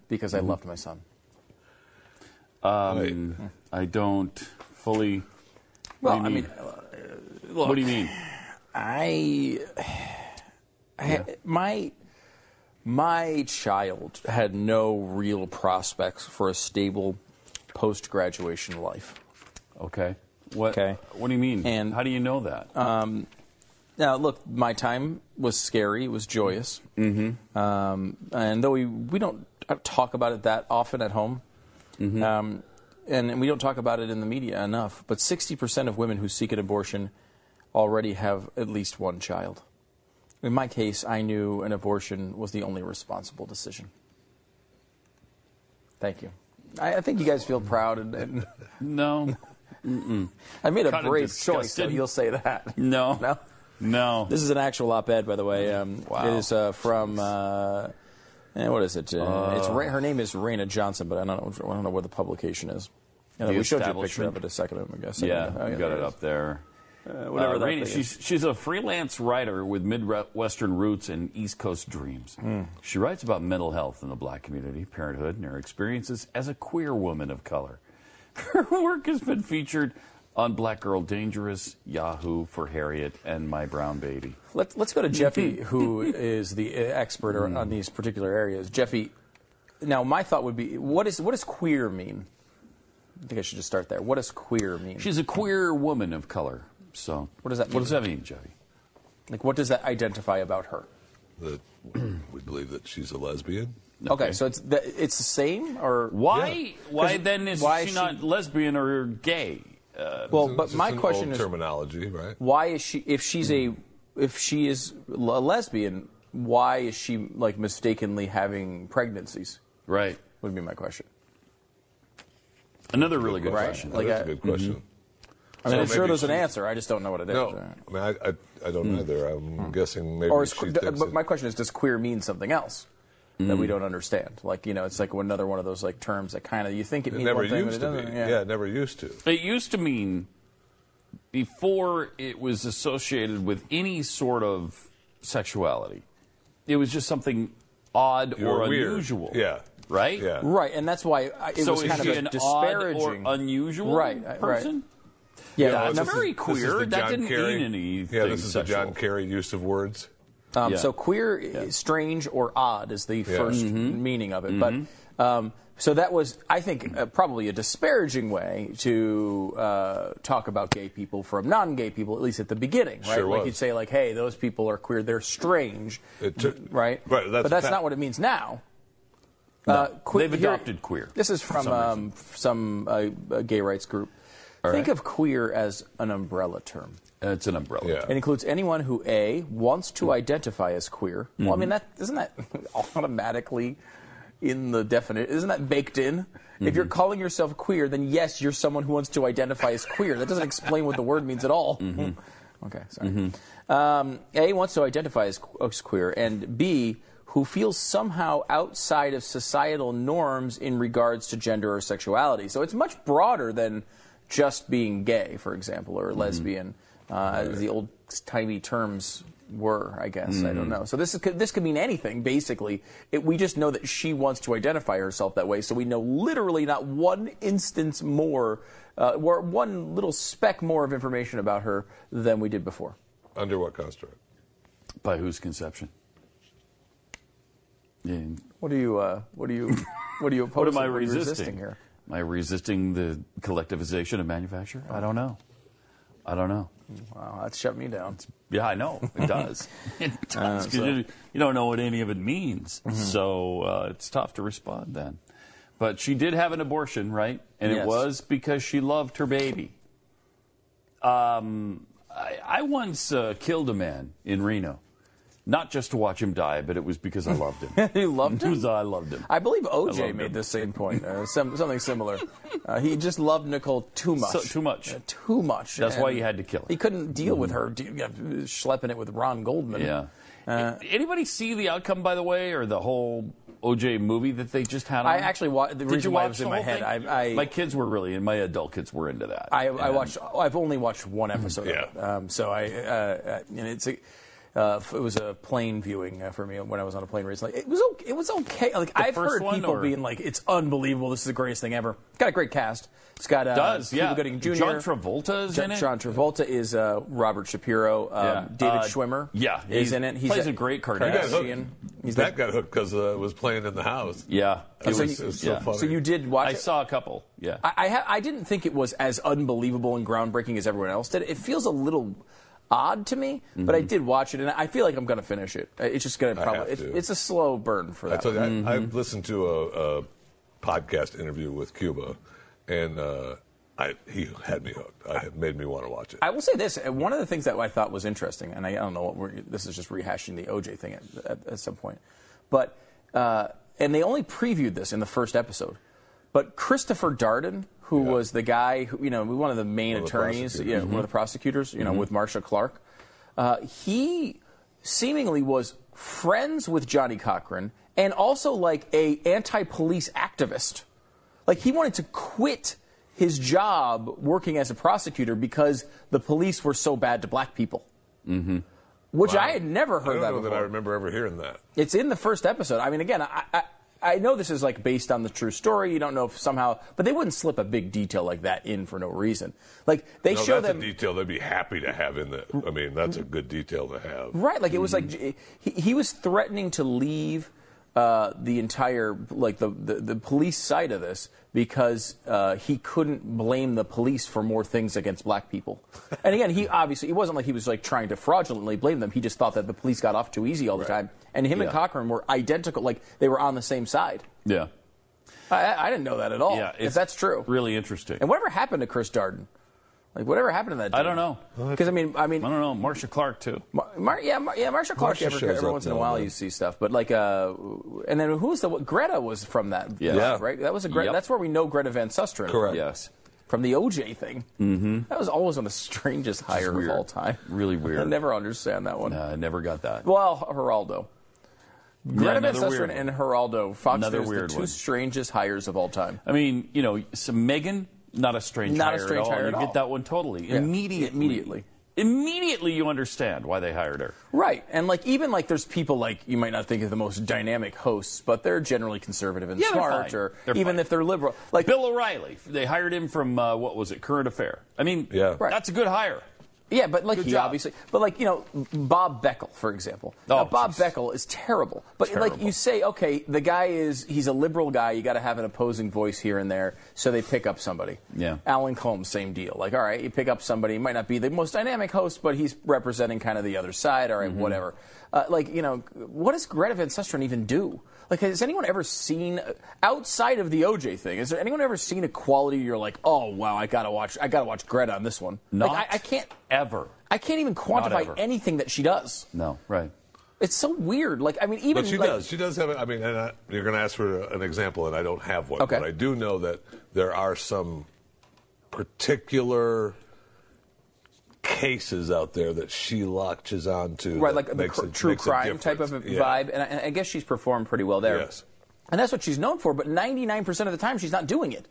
Speaker 2: Because I loved my son.
Speaker 1: Um, I don't fully.
Speaker 2: Well,
Speaker 1: what do
Speaker 2: I
Speaker 1: you
Speaker 2: mean, uh, look.
Speaker 1: what do you mean?
Speaker 2: I, I my my child had no real prospects for a stable post graduation life.
Speaker 1: Okay. What?
Speaker 2: Okay.
Speaker 1: What do you mean? And how do you know that?
Speaker 2: Um, now, look, my time was scary. It was joyous. Mm-hmm. Um, and though we we don't talk about it that often at home,
Speaker 1: Mm-hmm.
Speaker 2: um, and, and we don't talk about it in the media enough. But sixty percent of women who seek an abortion already have at least one child. In my case, I knew an abortion was the only responsible decision. Thank you. I, I think you guys feel proud and. and
Speaker 1: no. Mm-mm.
Speaker 2: I made a
Speaker 1: Kinda
Speaker 2: brave choice, so
Speaker 1: disgusted.
Speaker 2: you'll say that.
Speaker 1: No.
Speaker 2: No.
Speaker 1: No.
Speaker 2: This is an actual op-ed, by the way. Um, It is uh, from uh, eh, what is it? Uh, it's
Speaker 1: Uh.
Speaker 2: Ra- her name is Raina Johnson, but I don't know, I don't know where the publication is. And
Speaker 1: the
Speaker 2: we showed you a picture
Speaker 1: establishment.
Speaker 2: of it a second ago, I guess.
Speaker 1: Yeah,
Speaker 2: Oh,
Speaker 1: you got
Speaker 2: there
Speaker 1: it
Speaker 2: is.
Speaker 1: up there.
Speaker 2: Uh, whatever that
Speaker 1: Rainey,
Speaker 2: thing
Speaker 1: she's, she's a freelance writer with Midwestern roots and East Coast dreams.
Speaker 2: Hmm.
Speaker 1: She writes about mental health in the black community, parenthood, and her experiences as a queer woman of color. Her work has been featured on Black Girl Dangerous, Yahoo for Harriet, and My Brown Baby.
Speaker 2: Let, let's go to Jeffy, who is the uh, expert or- on these particular areas. Jeffy, now my thought would be, what is what does queer mean? I think I should just start there. What does queer mean?
Speaker 1: She's a queer woman of color. So,
Speaker 2: What does that
Speaker 1: What does
Speaker 2: mean?
Speaker 1: that mean, Jeffy?
Speaker 2: like, what does that identify about her?
Speaker 3: That we believe that she's a lesbian.
Speaker 2: Okay, so it's the, it's the same, or
Speaker 1: Why? Why
Speaker 2: 'Cause
Speaker 1: then is
Speaker 2: why
Speaker 1: she, not lesbian or gay? Uh,
Speaker 2: Well, but my question is,
Speaker 3: terminology, right?
Speaker 2: why is she if she's a if she is a lesbian? Why is she like mistakenly having pregnancies?
Speaker 1: Right
Speaker 2: would be my question.
Speaker 1: Another really good
Speaker 2: Right.
Speaker 1: question.
Speaker 2: Like
Speaker 3: That's
Speaker 2: I- Mm-hmm.
Speaker 3: a good question.
Speaker 2: I mean,
Speaker 3: So
Speaker 2: I'm sure
Speaker 3: maybe
Speaker 2: there's an
Speaker 3: she-
Speaker 2: answer. I just don't know what it is. Mm.
Speaker 3: No, I mean, I, I, I don't either. I'm
Speaker 1: Mm.
Speaker 3: guessing maybe
Speaker 2: or is,
Speaker 3: she
Speaker 2: que-
Speaker 3: thinks
Speaker 2: but
Speaker 3: it,
Speaker 2: my question is, does queer mean something else that
Speaker 1: Mm.
Speaker 2: we don't understand? Like you know, it's like another one of those like terms that kind of you think it
Speaker 3: it
Speaker 2: means
Speaker 3: never
Speaker 2: one thing, but
Speaker 3: used
Speaker 2: it
Speaker 3: to be.
Speaker 2: doesn't.
Speaker 3: Yeah. it never used to.
Speaker 1: It used to mean before it was associated with any sort of sexuality. It was just something odd
Speaker 3: You
Speaker 1: or
Speaker 3: were weird.
Speaker 1: unusual.
Speaker 3: Yeah.
Speaker 1: Right?
Speaker 3: Yeah.
Speaker 2: Right, and that's why I, it
Speaker 1: so
Speaker 2: was
Speaker 1: is
Speaker 2: kind
Speaker 1: she
Speaker 2: of a
Speaker 1: an
Speaker 2: disparaging,
Speaker 1: odd or unusual
Speaker 2: right, I- right.
Speaker 1: person?
Speaker 2: Yeah,
Speaker 3: You know,
Speaker 1: that's
Speaker 3: this is-
Speaker 1: very
Speaker 3: this is
Speaker 1: queer.
Speaker 3: the
Speaker 1: That
Speaker 3: John
Speaker 1: didn't
Speaker 3: Kerry-
Speaker 1: mean anything
Speaker 3: Yeah, this is the
Speaker 1: sexual.
Speaker 3: John Kerry use of words.
Speaker 2: Um,
Speaker 1: Yeah. Mm-hmm.
Speaker 2: So queer, strange, or odd is the first meaning of it. But um, so that was, I think, uh, probably a disparaging way to uh, talk about gay people from non-gay people, at least at the beginning, right?
Speaker 3: Sure
Speaker 2: like
Speaker 3: was.
Speaker 2: you'd say, like, "Hey, those people are queer. They're strange,"
Speaker 3: It took-
Speaker 2: right?
Speaker 3: Right, that's
Speaker 2: but that's
Speaker 3: a fact.
Speaker 2: not what it means now. Uh, que-
Speaker 1: They've
Speaker 2: here-
Speaker 1: adopted queer.
Speaker 2: This is from
Speaker 1: some reason.
Speaker 2: um, some uh, uh, gay rights group. Think of queer as an umbrella term.
Speaker 1: It's an umbrella. Hmm.
Speaker 3: Yeah.
Speaker 2: It includes anyone who A wants to identify as queer. Well, I
Speaker 1: Mm-hmm.
Speaker 2: mean that isn't that automatically in the definition? Isn't that baked in? If you're calling yourself queer, then yes, you're someone who wants to identify as queer. That doesn't explain what the word means at all. Hmm. Okay, sorry. Um, a wants to identify as, qu- as queer, and B who feels somehow outside of societal norms in regards to gender or sexuality. So it's much broader than just being gay, for example, or lesbian, uh, as the old timey terms were. I guess I
Speaker 1: Mm.
Speaker 2: don't know. So this is, could, this could mean anything. Basically, it, we just know that she wants to identify herself that way. So we know literally not one instance more, uh, or one little speck more of information about her than we did before.
Speaker 3: Under what construct?
Speaker 1: By whose conception? And
Speaker 2: What are you? Uh, what are you? What are you
Speaker 1: what
Speaker 2: opposing?
Speaker 1: am I
Speaker 2: are you
Speaker 1: resisting?
Speaker 2: here?
Speaker 1: Am I resisting the collectivization of manufacture? I don't know. I don't know.
Speaker 2: Wow, that shut me down.
Speaker 1: Yeah, I know. It does. it does. 'cause
Speaker 2: so-
Speaker 1: you, you don't know what any of it means.
Speaker 2: Mm-hmm.
Speaker 1: So uh, it's tough to respond then. But she did have an abortion, right? And
Speaker 2: Yes.
Speaker 1: it was because she loved her baby. Um, I, I once uh, killed a man in Reno, not just to watch him die, but it was because I loved him.
Speaker 2: You loved him?
Speaker 1: It was- I loved him.
Speaker 2: I believe
Speaker 1: I
Speaker 2: OJ
Speaker 1: loved
Speaker 2: made
Speaker 1: him.
Speaker 2: the same point, uh, some, something similar. Uh, he just loved Nicole too much.
Speaker 1: So- too much.
Speaker 2: Uh, too much.
Speaker 1: That's why you had to kill her. Mm.
Speaker 2: He couldn't deal with her de- uh, schlepping it with Ron Goldman.
Speaker 1: Yeah.
Speaker 2: Uh,
Speaker 1: Anybody see the outcome, by the way, or the whole OJ movie that they just had? On?
Speaker 2: I actually wa- the
Speaker 1: Did
Speaker 2: reason
Speaker 1: you
Speaker 2: why it
Speaker 1: watch
Speaker 2: was in
Speaker 1: the
Speaker 2: my
Speaker 1: whole
Speaker 2: head,
Speaker 1: thing?
Speaker 2: I- I-
Speaker 1: my kids were really, and my adult kids were into that.
Speaker 2: I, I
Speaker 1: And-
Speaker 2: watched. Oh, I've only watched one episode. Of it.
Speaker 3: Yeah.
Speaker 2: Um, so I, uh, uh, and it's a, uh, it was a plane viewing uh, for me when I was on a plane recently. It was okay. It was okay. Like I've
Speaker 1: first
Speaker 2: heard
Speaker 1: one,
Speaker 2: people
Speaker 1: or-
Speaker 2: being like, "It's unbelievable. This is the greatest thing ever." It's got a great cast. It's got uh,
Speaker 1: Does,
Speaker 2: Cuba
Speaker 1: yeah.
Speaker 2: Gooding Jr.
Speaker 1: John Travolta is
Speaker 2: Jo-
Speaker 1: in it?
Speaker 2: John Travolta is uh, Robert Shapiro. Um,
Speaker 1: Yeah.
Speaker 2: David
Speaker 1: Uh,
Speaker 2: Schwimmer.
Speaker 1: yeah,
Speaker 2: is
Speaker 1: he's-
Speaker 2: in it. He's
Speaker 1: plays a great
Speaker 3: He got hooked.
Speaker 2: Kardashian. He's
Speaker 3: that
Speaker 2: the-
Speaker 3: got hooked because uh, it was playing in the house.
Speaker 1: yeah,
Speaker 3: It was,
Speaker 2: so
Speaker 3: it
Speaker 2: you-
Speaker 3: was so
Speaker 1: yeah.
Speaker 3: funny.
Speaker 2: So you did watch
Speaker 1: I
Speaker 2: it?
Speaker 1: saw a couple. Yeah,
Speaker 2: I I, ha- I didn't think it was as unbelievable and groundbreaking as everyone else did. It feels a little odd to me, but I did watch it, and I feel like I'm going to finish it. Uh, It's just going to
Speaker 3: Mm-hmm. I
Speaker 2: probably
Speaker 3: have
Speaker 2: it's,
Speaker 3: to.
Speaker 2: it's a slow burn for
Speaker 3: I
Speaker 2: that. Mm-hmm.
Speaker 3: told you,
Speaker 2: one.
Speaker 3: I, I listened to a, a podcast interview with Cuba, and uh, I, he had me hooked. I had made me want to watch it.
Speaker 2: I will say this: uh, one of the things that I thought was interesting, and I, I don't know what we're, this is just rehashing the OJ thing at, at, at some point, but uh, and they only previewed this in the first episode, but Christopher Darden, who
Speaker 3: Yeah.
Speaker 2: was the guy, who, you know, one of the main
Speaker 3: One of the
Speaker 2: attorneys,
Speaker 3: prosecutors.
Speaker 2: yeah,
Speaker 3: Mm-hmm.
Speaker 2: one of the prosecutors, you know, with Marsha Clark, uh, he seemingly was friends with Johnny Cochran and also like a anti-police activist. Like he wanted to quit his job working as a prosecutor because the police were so bad to black people.
Speaker 3: Mm-hmm.
Speaker 2: Which I had never
Speaker 3: I
Speaker 2: heard
Speaker 3: don't
Speaker 2: that
Speaker 3: know
Speaker 2: before.
Speaker 3: that I remember ever hearing that.
Speaker 2: It's in the first episode. I mean, again, I, I I know this is like based on the true story. You don't know if somehow, but they wouldn't slip a big detail like that in for no reason. Like they
Speaker 3: no,
Speaker 2: show
Speaker 3: that's
Speaker 2: them
Speaker 3: a detail they'd be happy to have in the. I mean, that's a good detail to have. Mm-hmm.
Speaker 2: Right, like it was
Speaker 1: Mm-hmm.
Speaker 2: like j- he, he was threatening to leave uh, the entire like the, the the police side of this because uh, he couldn't blame the police for more things against black people. And again, he obviously it wasn't like he was like trying to fraudulently blame them. He just thought that the police got off too easy all the time. And him and
Speaker 1: Yeah.
Speaker 2: Cochran were identical, like they were on the same side.
Speaker 1: Yeah.
Speaker 2: I- I, I didn't know that at all.
Speaker 1: Yeah,
Speaker 2: if that's true,
Speaker 1: really interesting.
Speaker 2: And whatever happened to Chris Darden? Like whatever happened to that?
Speaker 1: I don't know.
Speaker 2: Because I mean, I mean, I
Speaker 1: don't know. Marsha Clark too.
Speaker 2: Mar- Mar- yeah, Mar- yeah, Marsha Clark.
Speaker 1: Marsha
Speaker 2: Every,
Speaker 1: shows
Speaker 2: every
Speaker 1: up
Speaker 2: once in a
Speaker 1: now
Speaker 2: while,
Speaker 1: and then.
Speaker 2: you see stuff. But like, uh, and then who was the Greta was from that?
Speaker 1: Yeah.
Speaker 2: vibe, right. That was a Greta.
Speaker 1: Yep.
Speaker 2: That's where we know Greta Van Susteren.
Speaker 1: Correct.
Speaker 2: From,
Speaker 1: Yes.
Speaker 2: From the OJ thing.
Speaker 1: Mm-hmm.
Speaker 2: That was always one of the strangest hire of all time.
Speaker 1: Really weird.
Speaker 2: I never understand that one.
Speaker 1: No, I never got that.
Speaker 2: Well, Geraldo.
Speaker 1: Yeah,
Speaker 2: Greta Van
Speaker 1: another weird
Speaker 2: Susteren and Geraldo. Fox
Speaker 1: Another
Speaker 2: News,
Speaker 1: weird
Speaker 2: the two
Speaker 1: one.
Speaker 2: strangest hires of all time.
Speaker 1: I mean, you know, so Megan, not a strange
Speaker 2: Not a
Speaker 1: hire
Speaker 2: strange
Speaker 1: at all.
Speaker 2: hire
Speaker 1: you
Speaker 2: at
Speaker 1: get
Speaker 2: all.
Speaker 1: that one totally.
Speaker 2: Yeah.
Speaker 1: Immediately. Immediately. Immediately you understand why they hired her.
Speaker 2: Right, and like even like there's people like you might not think of the most dynamic hosts, but they're generally conservative and
Speaker 1: Yeah, they're
Speaker 2: smart,
Speaker 1: fine.
Speaker 2: or
Speaker 1: They're
Speaker 2: even
Speaker 1: fine.
Speaker 2: if they're liberal. Like
Speaker 1: Bill O'Reilly, they hired him from uh, what was it, Current Affair. I mean,
Speaker 2: Right.
Speaker 1: that's a good hire.
Speaker 2: Yeah, but like
Speaker 1: Good
Speaker 2: he
Speaker 1: job. Oh,
Speaker 2: obviously, but like you know, Bob Beckel, for example. Now, Bob Beckel is terrible, but like you say, okay, the guy is he's a liberal guy. You got to have an opposing voice here and there, so they pick up somebody.
Speaker 1: Yeah.
Speaker 2: Alan Combs, same deal. Like, all right, you pick up somebody. He might not be the most dynamic host, but he's representing kind of the other side. All right,
Speaker 1: Mm-hmm.
Speaker 2: whatever. Uh, like, you know, what does Greta Van Susteren even do? Like, has anyone ever seen outside of the OJ thing? Has there anyone ever seen a quality you're like, oh wow, I gotta watch, I gotta watch Greta on this one.
Speaker 1: Not
Speaker 2: like, I, I can't
Speaker 1: ever.
Speaker 2: I can't even
Speaker 1: Not
Speaker 2: quantify
Speaker 1: ever.
Speaker 2: anything that she does.
Speaker 1: No, right.
Speaker 2: It's so weird. Like, I mean, even
Speaker 3: but she
Speaker 2: like,
Speaker 3: does. She does have. a- I mean, and I, you're going to ask for an example, and I don't have one.
Speaker 2: Okay.
Speaker 3: But I do know that there are some particular cases out there that she latches onto.
Speaker 2: right,
Speaker 3: that
Speaker 2: like the
Speaker 3: makes
Speaker 2: cr-
Speaker 3: a-
Speaker 2: true
Speaker 3: makes a
Speaker 2: crime type of
Speaker 3: difference.
Speaker 2: vibe,
Speaker 3: Yeah.
Speaker 2: and I, and I guess she's performed pretty well there.
Speaker 3: Yes.
Speaker 2: And that's what she's known for. But 99% of the time, she's not doing it.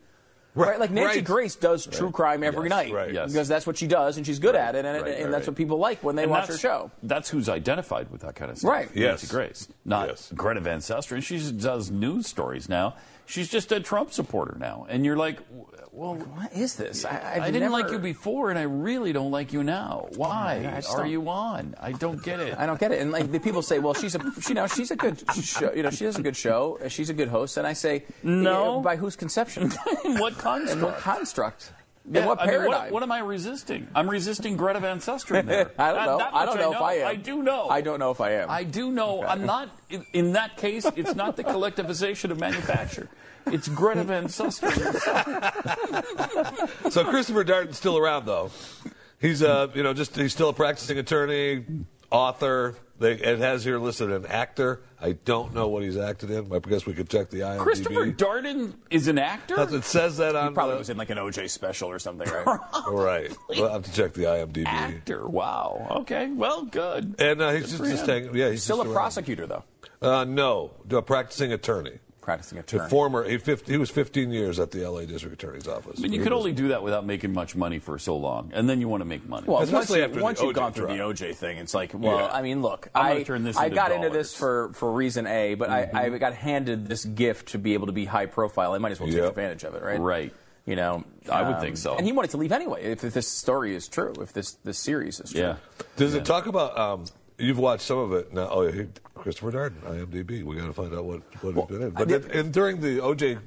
Speaker 2: Right, like Nancy
Speaker 1: right.
Speaker 2: Grace does true crime every
Speaker 1: Yes,
Speaker 2: night
Speaker 1: right. Yes.
Speaker 2: because that's what she does, and she's good at it, and,
Speaker 1: right,
Speaker 2: and
Speaker 1: right,
Speaker 2: that's
Speaker 1: right.
Speaker 2: what people like when they
Speaker 1: And
Speaker 2: watch her
Speaker 1: that's-
Speaker 2: show.
Speaker 1: That's who's identified with that kind of stuff.
Speaker 2: Right.
Speaker 1: Nancy
Speaker 2: Yes.
Speaker 1: Grace, not Greta Van Susteren. She just does news stories now. She's just a Trump supporter now, and you're like, w- well, what
Speaker 2: is this? I, I've
Speaker 1: didn't like
Speaker 2: never- Oh
Speaker 1: you before, and I really don't like you now. Why
Speaker 2: I just
Speaker 1: are
Speaker 2: don't-
Speaker 1: you on? I don't get it.
Speaker 2: I don't get it. And like the people say, well, she's a, you know, she's a good show. You know, she does a good show. and She's a good host. And I say,
Speaker 1: No.
Speaker 2: "Yeah, by whose conception?
Speaker 1: In what
Speaker 2: In what
Speaker 1: construct?
Speaker 2: construct?
Speaker 1: Yeah,
Speaker 2: in what
Speaker 1: I mean,
Speaker 2: paradigm?
Speaker 1: what, am I resisting? I'm resisting Greta Van Susteren there.
Speaker 2: I don't
Speaker 1: That-
Speaker 2: know.
Speaker 1: that
Speaker 2: I don't
Speaker 1: much
Speaker 2: know, if I am.
Speaker 1: I do know.
Speaker 2: I don't know if I am.
Speaker 1: I do know. I'm not. In, in that case, it's not the collectivization of manufacture. It's Greta Van Susteren.
Speaker 3: so Christopher Darden's still around though. He's uh, you know, just he's still a practicing attorney, author. They, it has here listed an actor. I don't know what he's acted in. I guess we could check the IMDb.
Speaker 1: Christopher Darden is an actor.
Speaker 3: That's- it says that on.
Speaker 2: probably
Speaker 3: the-
Speaker 2: was in like an OJ special or something, right?
Speaker 3: Right. We'll have to check the IMDb. Actor.
Speaker 1: Wow. Okay. Well, good.
Speaker 3: And uh, he's
Speaker 1: Good
Speaker 3: just,
Speaker 1: for
Speaker 3: just
Speaker 1: him.
Speaker 3: staying. Yeah, he's
Speaker 2: Still
Speaker 3: just
Speaker 2: a
Speaker 3: around.
Speaker 2: prosecutor, though.
Speaker 3: Uh, no, a practicing attorney.
Speaker 2: Practicing
Speaker 3: A former. He, 50, he was 15 years at the LA District Attorney's Office.
Speaker 1: I mean, you
Speaker 3: He
Speaker 1: could
Speaker 3: was-
Speaker 1: only do that without making much money for so long, and then you want to make money.
Speaker 2: Well, once, you, once you've gone through the OJ thing, it's like, well,
Speaker 1: Yeah.
Speaker 2: I mean, look,
Speaker 1: I'm
Speaker 2: I,
Speaker 1: gonna turn this
Speaker 2: I
Speaker 1: into Mm-hmm.
Speaker 2: got into this for, for reason A, but I, I got handed this gift to be able to be high profile. I might as well take
Speaker 1: Yep.
Speaker 2: advantage of it, right?
Speaker 1: Right.
Speaker 2: You know, um,
Speaker 1: I would think so.
Speaker 2: And he wanted to leave anyway. If, if this story is true, if this this series is true,
Speaker 3: Does it talk about? Um, you've watched some of it now. Oh, he- Christopher Darden, IMDb. We got to find out what what he's been in. But it, and during the OJ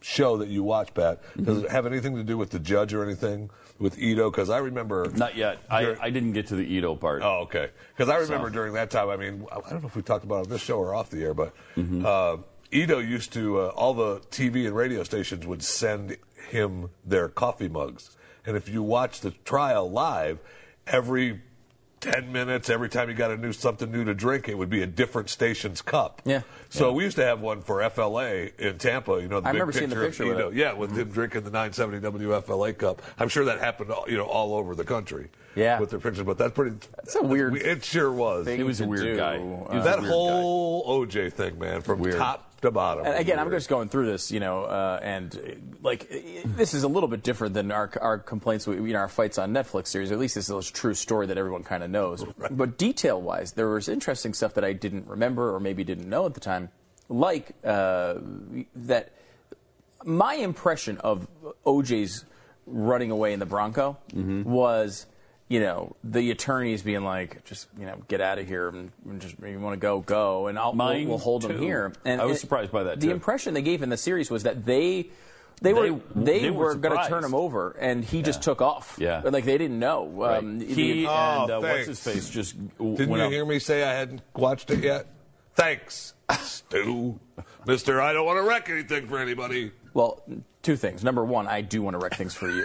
Speaker 3: show that you watch, Pat,
Speaker 1: Mm-hmm.
Speaker 3: does it have anything to do with the judge or anything with Ito? Because I remember
Speaker 1: Not yet. I, I didn't get to the Edo part.
Speaker 3: Oh, okay. Because I remember
Speaker 1: So-
Speaker 3: during that time, I mean, I I don't know if we talked about it on this show or off the air, but
Speaker 1: Mm-hmm.
Speaker 3: uh, Ito used to, uh, all the TV and radio stations would send him their coffee mugs. And if you watch the trial live, every 10 minutes, every time you got a new something new to drink, it would be a different station's cup.
Speaker 2: Yeah.
Speaker 3: So we used to have one for FLA in Tampa, you know, the
Speaker 2: I
Speaker 3: big
Speaker 2: remember seeing the
Speaker 3: of
Speaker 2: picture with
Speaker 3: Ito.
Speaker 2: it.
Speaker 3: Yeah, with him drinking the 970 WFLA cup. I'm sure that happened, all- you know, all over the country.
Speaker 2: Yeah.
Speaker 3: With their pictures, but that's pretty
Speaker 2: That's a weird
Speaker 3: it sure was.
Speaker 2: Uh, thing He was a to weird do. guy. He was
Speaker 3: that
Speaker 2: a weird
Speaker 3: whole OJ thing, man, from top to bottom.
Speaker 2: And again, I'm just going through this, you know, uh, and uh, like i- this is a little bit different than our our complaints, with, you know, our fights on Netflix series. At least this is a true story that everyone kind of knows. But detail-wise, there was interesting stuff that I didn't remember or maybe didn't know at the time, like uh, that. My impression of OJ's running away in the Bronco
Speaker 1: Mm-hmm.
Speaker 2: was. You know, the attorneys being like, just, you know, get out of here and and just, you want to go, go. And I'll, we'll,
Speaker 1: Mine
Speaker 2: we'll hold them
Speaker 1: too.
Speaker 2: here.
Speaker 1: I was surprised by that,
Speaker 2: The
Speaker 1: too.
Speaker 2: impression they gave in the series was that they they,
Speaker 1: They-
Speaker 2: were they,
Speaker 1: they were
Speaker 2: were, going to
Speaker 1: surprised.
Speaker 2: turn him over, and he just took off.
Speaker 1: Yeah.
Speaker 2: like they didn't know. Um, the-
Speaker 1: He and uh, what's
Speaker 3: thanks.
Speaker 1: his face just
Speaker 3: Didn't
Speaker 1: went
Speaker 3: you
Speaker 1: up.
Speaker 3: hear me say I hadn't watched it yet? Thanks, Stu. Mister, I don't want to wreck anything for anybody.
Speaker 2: Well, two things. Number one, I do want to wreck things for you,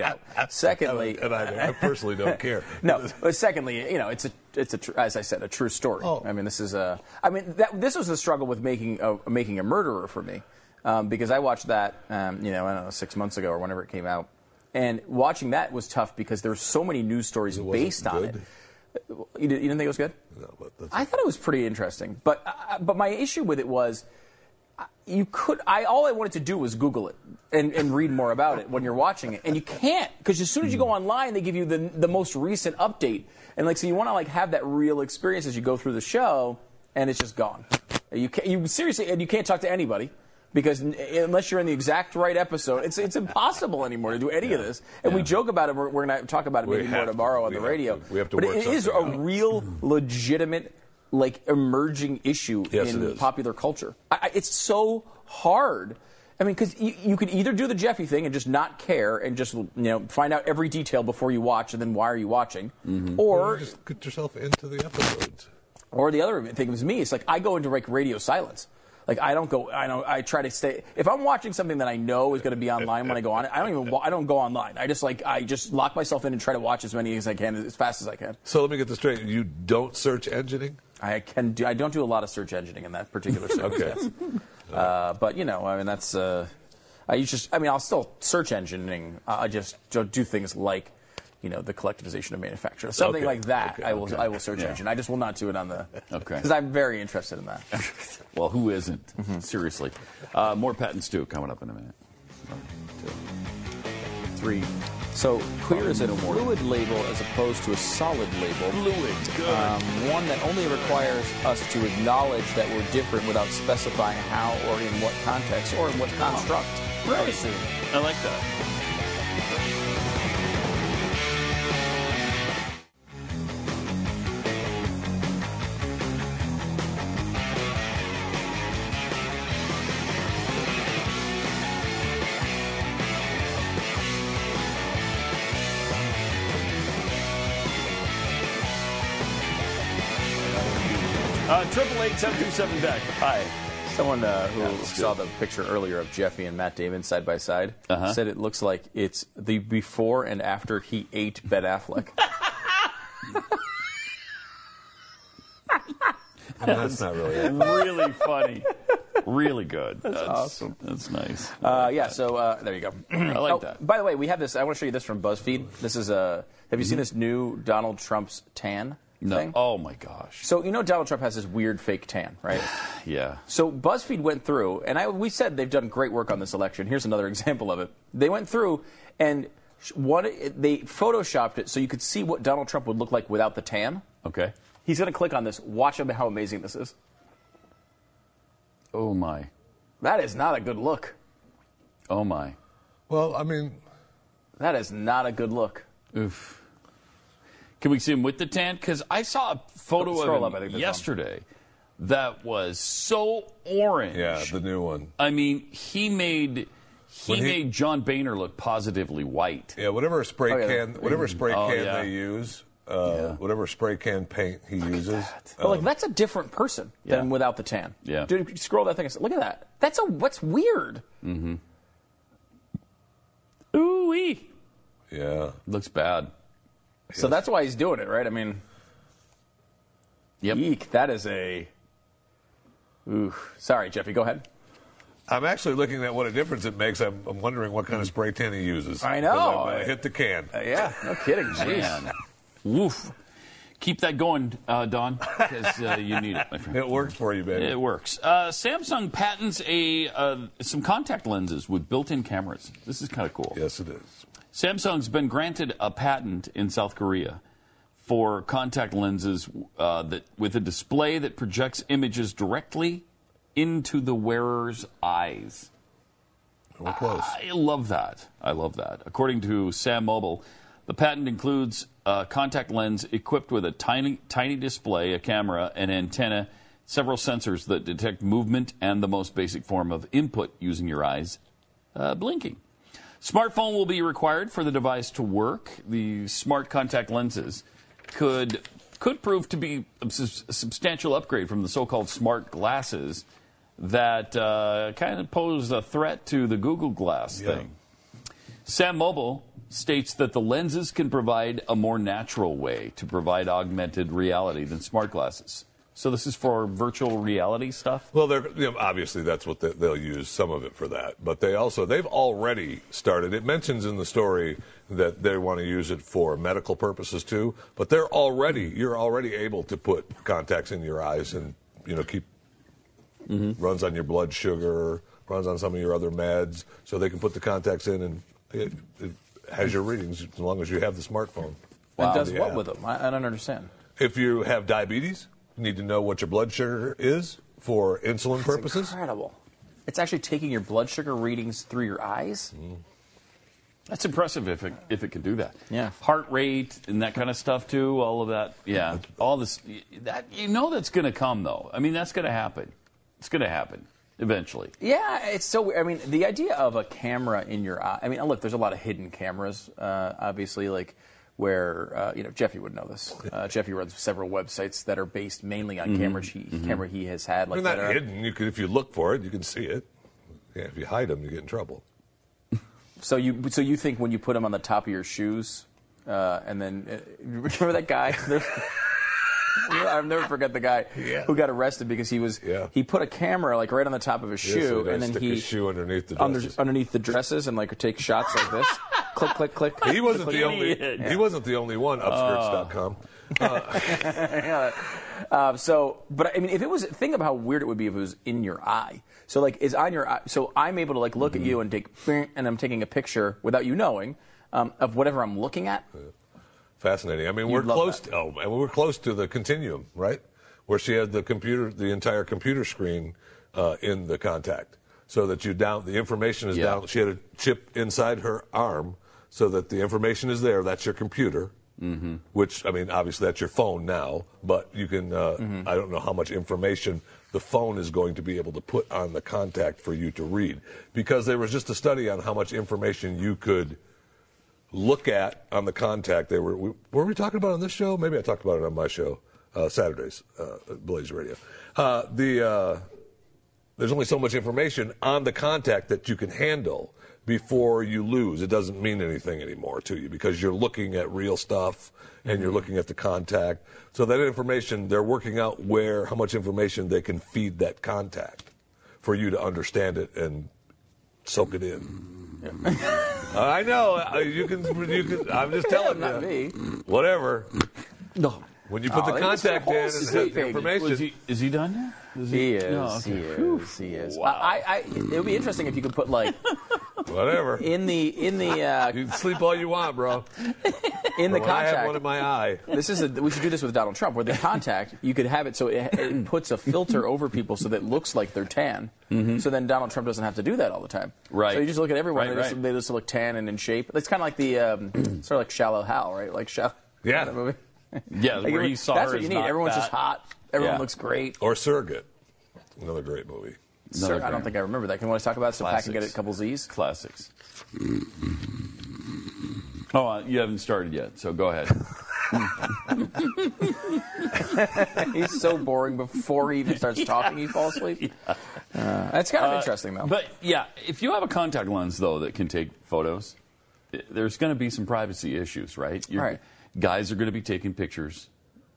Speaker 2: out. Secondly,
Speaker 3: And I, I personally don't care.
Speaker 2: no. But secondly, you know, it's a it's a tr- as I said, a true story.
Speaker 3: Oh.
Speaker 2: I mean, this is a. I mean, that, this was the struggle with making a, making a murderer for me, um, because I watched that, um, you know, I don't know, six months ago or whenever it came out, and watching that was tough because there were so many news stories
Speaker 3: wasn't
Speaker 2: based on
Speaker 3: good?
Speaker 2: it. You, did, you didn't think it was good? I thought it was pretty interesting, but uh, but my issue with it was you could i all i wanted to do was google it and, and read more about it when you're watching it and you can't because as soon as you go
Speaker 3: Hmm.
Speaker 2: online they give you the, the most recent update and like so you want to like have that real experience as you go through the show and it's just gone you can't you seriously and you can't talk to anybody because n- unless you're in the exact right episode, it's it's impossible anymore to do any of this. And we joke about it. We're, we're going to talk about it
Speaker 3: We
Speaker 2: maybe more
Speaker 3: have to.
Speaker 2: tomorrow on
Speaker 3: We
Speaker 2: the
Speaker 3: have
Speaker 2: radio.
Speaker 3: to. We have to
Speaker 2: but
Speaker 3: work
Speaker 2: it is a
Speaker 3: something out.
Speaker 2: real, legitimate, like emerging issue
Speaker 3: Yes,
Speaker 2: in
Speaker 3: it is.
Speaker 2: popular culture. I, I, it's so hard. I mean, because you, you could either do the Jeffy thing and just not care and just you know find out every detail before you watch, and then why are you watching?
Speaker 3: Or
Speaker 2: Or
Speaker 3: just get yourself into the episodes.
Speaker 2: or the other thing was me. It's like I go into like radio silence. Like I don't go. I don't. I try to stay. If I'm watching something that I know is going to be online when I go on it, I don't even. wa- I don't go online. I just like I just lock myself in and try to watch as many as I can as fast as I can.
Speaker 3: So let me get this straight. You don't search engineering?
Speaker 2: I can do. I don't do a lot of search engineering in that particular circumstance. uh, but you know, I mean, that's. Uh, I use just. I mean, I'll still search engineering. I I just do do things like, you know, the collectivization of manufacture, something
Speaker 3: Okay.
Speaker 2: like that.
Speaker 3: Okay,
Speaker 2: I will.
Speaker 3: okay.
Speaker 2: I will search
Speaker 1: Yeah.
Speaker 2: engine. I just will not do it on the.
Speaker 1: Okay.
Speaker 2: Because I'm very interested in that. Mm-hmm.
Speaker 1: Well, who isn't? Seriously. Uh, more patents too coming up in a minute.
Speaker 2: Three. So clear is a fluid label as opposed to a solid label. Fluid, good. one that only requires us to acknowledge that we're different without specifying how or in what context or in what construct. Right.
Speaker 1: I like that. Uh, Triple eight seven two seven back. Hi.
Speaker 2: Someone uh, who
Speaker 1: that's
Speaker 2: saw
Speaker 1: good.
Speaker 2: the picture earlier of Jeffy and Matt Damon side by side
Speaker 1: Uh-huh.
Speaker 2: said it looks like it's the before and after he ate Ben Affleck.
Speaker 3: I mean, that's not really it.
Speaker 1: really funny. Really good. That's, awesome. That's nice.
Speaker 2: Uh, yeah, so uh, there you go.
Speaker 1: I like
Speaker 2: Oh,
Speaker 1: that.
Speaker 2: By the way, we have this. I want to show you this from BuzzFeed. This is a. Have you seen this new Donald Trump's tan
Speaker 1: Mm-hmm. No.
Speaker 2: thing?
Speaker 1: Oh my gosh.
Speaker 2: So you know Donald Trump has this weird fake tan, right?
Speaker 1: Yeah.
Speaker 2: So BuzzFeed went through, and I, we said they've done great work on this election. Here's another example of it. They went through and sh- what they photoshopped it so you could see what Donald Trump would look like without the tan.
Speaker 1: Okay.
Speaker 2: He's going to click on this. Watch him how amazing this is.
Speaker 1: Oh my.
Speaker 2: That is not a good look.
Speaker 1: Oh my.
Speaker 3: Well, I mean,
Speaker 2: That is not a good look.
Speaker 1: Oof. Can we see him with the tan? Because I saw a photo
Speaker 2: Scroll up,
Speaker 1: of
Speaker 2: I
Speaker 1: him
Speaker 2: think that's on.
Speaker 1: yesterday that was so orange.
Speaker 3: yeah, the new one.
Speaker 1: I mean, he made he,
Speaker 3: When he-
Speaker 1: made John Boehner look positively white.
Speaker 3: Yeah, whatever spray
Speaker 2: Oh, yeah.
Speaker 3: can, whatever spray
Speaker 1: Oh,
Speaker 3: can
Speaker 1: yeah.
Speaker 3: they use, uh, whatever spray can paint he uses. Uh,
Speaker 2: But like
Speaker 3: um,
Speaker 2: that's a different person than
Speaker 1: Yeah.
Speaker 2: without the tan.
Speaker 1: Yeah.
Speaker 2: Dude, scroll that thing. and say, Look at that. That's a what's weird. mm-hmm.
Speaker 1: Ooh wee.
Speaker 3: yeah.
Speaker 1: Looks bad.
Speaker 2: So that's why he's doing it, right? I mean,
Speaker 1: Yep.
Speaker 2: eek. That is a. Ooh, sorry, Jeffy. Go ahead.
Speaker 3: I'm actually looking at what a difference it makes. I'm, I'm wondering what kind of spray tan he uses.
Speaker 2: Mm-hmm. I know.
Speaker 3: I hit the can.
Speaker 2: Uh, yeah, no kidding. Jeez.
Speaker 1: Man. Woof. Keep that going, uh, Don, because uh, you need it, my friend.
Speaker 3: It works for you, baby.
Speaker 1: It works. Uh, Samsung patents a uh, some contact lenses with built-in cameras. This is kind of cool.
Speaker 3: Yes, it is.
Speaker 1: Samsung's been granted a patent in South Korea for contact lenses uh, that with a display that projects images directly into the wearer's eyes.
Speaker 3: We're close.
Speaker 1: I love that. I love that. According to Sam Mobile, the patent includes a contact lens equipped with a tiny, tiny display, a camera, an antenna, several sensors that detect movement and the most basic form of input using your eyes, uh, blinking. Smartphone will be required for the device to work. The smart contact lenses could could prove to be a subs- a substantial upgrade from the so-called smart glasses that uh, kind of pose a threat to the Google Glass thing. Sam Mobile states that the lenses can provide a more natural way to provide augmented reality than smart glasses. So this is for virtual reality stuff.
Speaker 3: Well, they're you know, obviously that's what they, they'll use some of it for that, but they also they've already started. It mentions in the story that they want to use it for medical purposes too, but they're already you're already able to put contacts in your eyes and you know keep
Speaker 2: Mm-hmm.
Speaker 3: runs on your blood sugar, runs on some of your other meds, so they can put the contacts in and it, it has your readings as long as you have the smartphone.
Speaker 2: and does
Speaker 3: The
Speaker 2: what
Speaker 3: app.
Speaker 2: with them? I, I don't understand.
Speaker 3: If you have diabetes, you need to know what your blood sugar is for insulin purposes.
Speaker 2: Incredible. It's actually taking your blood sugar readings through your eyes.
Speaker 1: That's impressive if it if it can do that.
Speaker 2: Yeah.
Speaker 1: Heart rate and that kind of stuff too. All of that. Yeah. All this. That you know that's going to come though. I mean that's going to happen. It's going to happen eventually.
Speaker 2: Yeah, it's so. weird. I mean, the idea of a camera in your eye. I mean, look, there's a lot of hidden cameras, uh, obviously, like where uh, you know Jeffy would know this. Uh, Jeffy runs several websites that are based mainly on
Speaker 3: Mm-hmm.
Speaker 2: cameras he camera he has had. Like
Speaker 3: They're not
Speaker 2: that are-
Speaker 3: hidden. You can, if you look for it, you can see it. Yeah, if you hide them, you get in trouble.
Speaker 2: So you so you think when you put them on the top of your shoes, uh, and then uh, you remember that guy? I'll never forget the guy
Speaker 3: Yeah.
Speaker 2: who got arrested because he was
Speaker 3: Yeah.
Speaker 2: he put a camera like right on the top of his
Speaker 3: Yes,
Speaker 2: shoe,
Speaker 3: they
Speaker 2: and then
Speaker 3: stick
Speaker 2: he
Speaker 3: his shoe underneath the
Speaker 2: under-
Speaker 3: dresses.
Speaker 2: underneath the dresses and like take shots like this, click click click.
Speaker 3: He wasn't
Speaker 2: click,
Speaker 3: the only.
Speaker 2: click.
Speaker 3: He wasn't the only one. Upskirts.com. Uh,
Speaker 2: Uh, so, but I mean, if it was, think of how weird it would be if it was in your eye. So, like, it's on your eye. So, I'm able to like look
Speaker 3: Mm-hmm.
Speaker 2: at you and take, and I'm taking a picture without you knowing um, of whatever I'm looking at.
Speaker 3: fascinating. I mean, we're
Speaker 2: love
Speaker 3: close.
Speaker 2: that.
Speaker 3: To, oh, and we're close to the continuum, right? Where she had the computer, the entire computer screen uh, in the contact, so that you down the information is
Speaker 1: Yeah.
Speaker 3: down. She had a chip inside her arm, so that the information is there. That's your computer. Mm-hmm. Which I mean, obviously that's your phone now, but you can. Uh, I don't know how much information the phone is going to be able to put on the contact for you to read, because there was just a study on how much information you could look at on the contact. They were we, were we talking about on this show? Maybe I talked about it on my show uh, Saturdays, uh, at Blaze Radio. Uh, the uh, there's only so much information on the contact that you can handle before you lose. It doesn't mean anything anymore to you because you're looking at real stuff and
Speaker 2: Mm-hmm.
Speaker 3: you're looking at the contact. So that information, they're working out where how much information they can feed that contact for you to understand it and soak it in. I know uh, you can. You can. I'm just telling
Speaker 2: Mm-hmm. Not
Speaker 3: you.
Speaker 2: me.
Speaker 3: Whatever.
Speaker 2: No.
Speaker 3: When you put
Speaker 2: Oh,
Speaker 3: the
Speaker 2: they just
Speaker 3: contact in,
Speaker 2: have
Speaker 3: it
Speaker 2: horses
Speaker 3: has the
Speaker 2: sleeping.
Speaker 1: Was
Speaker 3: information.
Speaker 1: he, is he done? Is
Speaker 2: He is.
Speaker 1: No,
Speaker 2: He
Speaker 1: okay.
Speaker 2: is. He is.
Speaker 1: Wow.
Speaker 2: I, I, it would be interesting if you could put like
Speaker 3: Whatever.
Speaker 2: in the in the uh,
Speaker 3: You can sleep all you want, bro.
Speaker 2: in the
Speaker 3: When I have
Speaker 2: contact.
Speaker 3: one in my eye.
Speaker 2: this is a, we should do this with Donald Trump, where the contact you could have it so it, it puts a filter over people so that it looks like they're tan.
Speaker 3: Mm-hmm.
Speaker 2: So then Donald Trump doesn't have to do that all the time.
Speaker 1: Right.
Speaker 2: So you just look at everyone;
Speaker 1: Right,
Speaker 2: they, just,
Speaker 1: right.
Speaker 2: they just look tan and in shape. It's kind of like the um, sort of like Shallow Hal, right? Like Shallow.
Speaker 3: Yeah.
Speaker 2: That movie.
Speaker 1: Yeah,
Speaker 2: Like,
Speaker 1: where
Speaker 2: every-
Speaker 1: you saw
Speaker 2: that's
Speaker 1: her
Speaker 2: what
Speaker 1: is
Speaker 2: you need.
Speaker 1: not
Speaker 2: Everyone's just
Speaker 1: fat.
Speaker 2: hot. Everyone
Speaker 1: Yeah.
Speaker 2: looks great.
Speaker 3: Or Surrogate. Another great movie.
Speaker 2: Sir,
Speaker 1: Another
Speaker 2: I don't
Speaker 1: thing.
Speaker 2: think I remember that. Can you want to talk about it so Pat can get a
Speaker 1: Classics.
Speaker 2: couple Z's?
Speaker 1: Classics. Oh, uh, you haven't started yet, so go ahead.
Speaker 2: He's so boring before he even starts talking, he falls asleep. Uh, that's kind of interesting, though.
Speaker 1: Uh, But yeah, if you have a contact lens though that can take photos, i- there's going to be some privacy issues, right? You're-
Speaker 2: Right.
Speaker 1: Guys are going to be taking pictures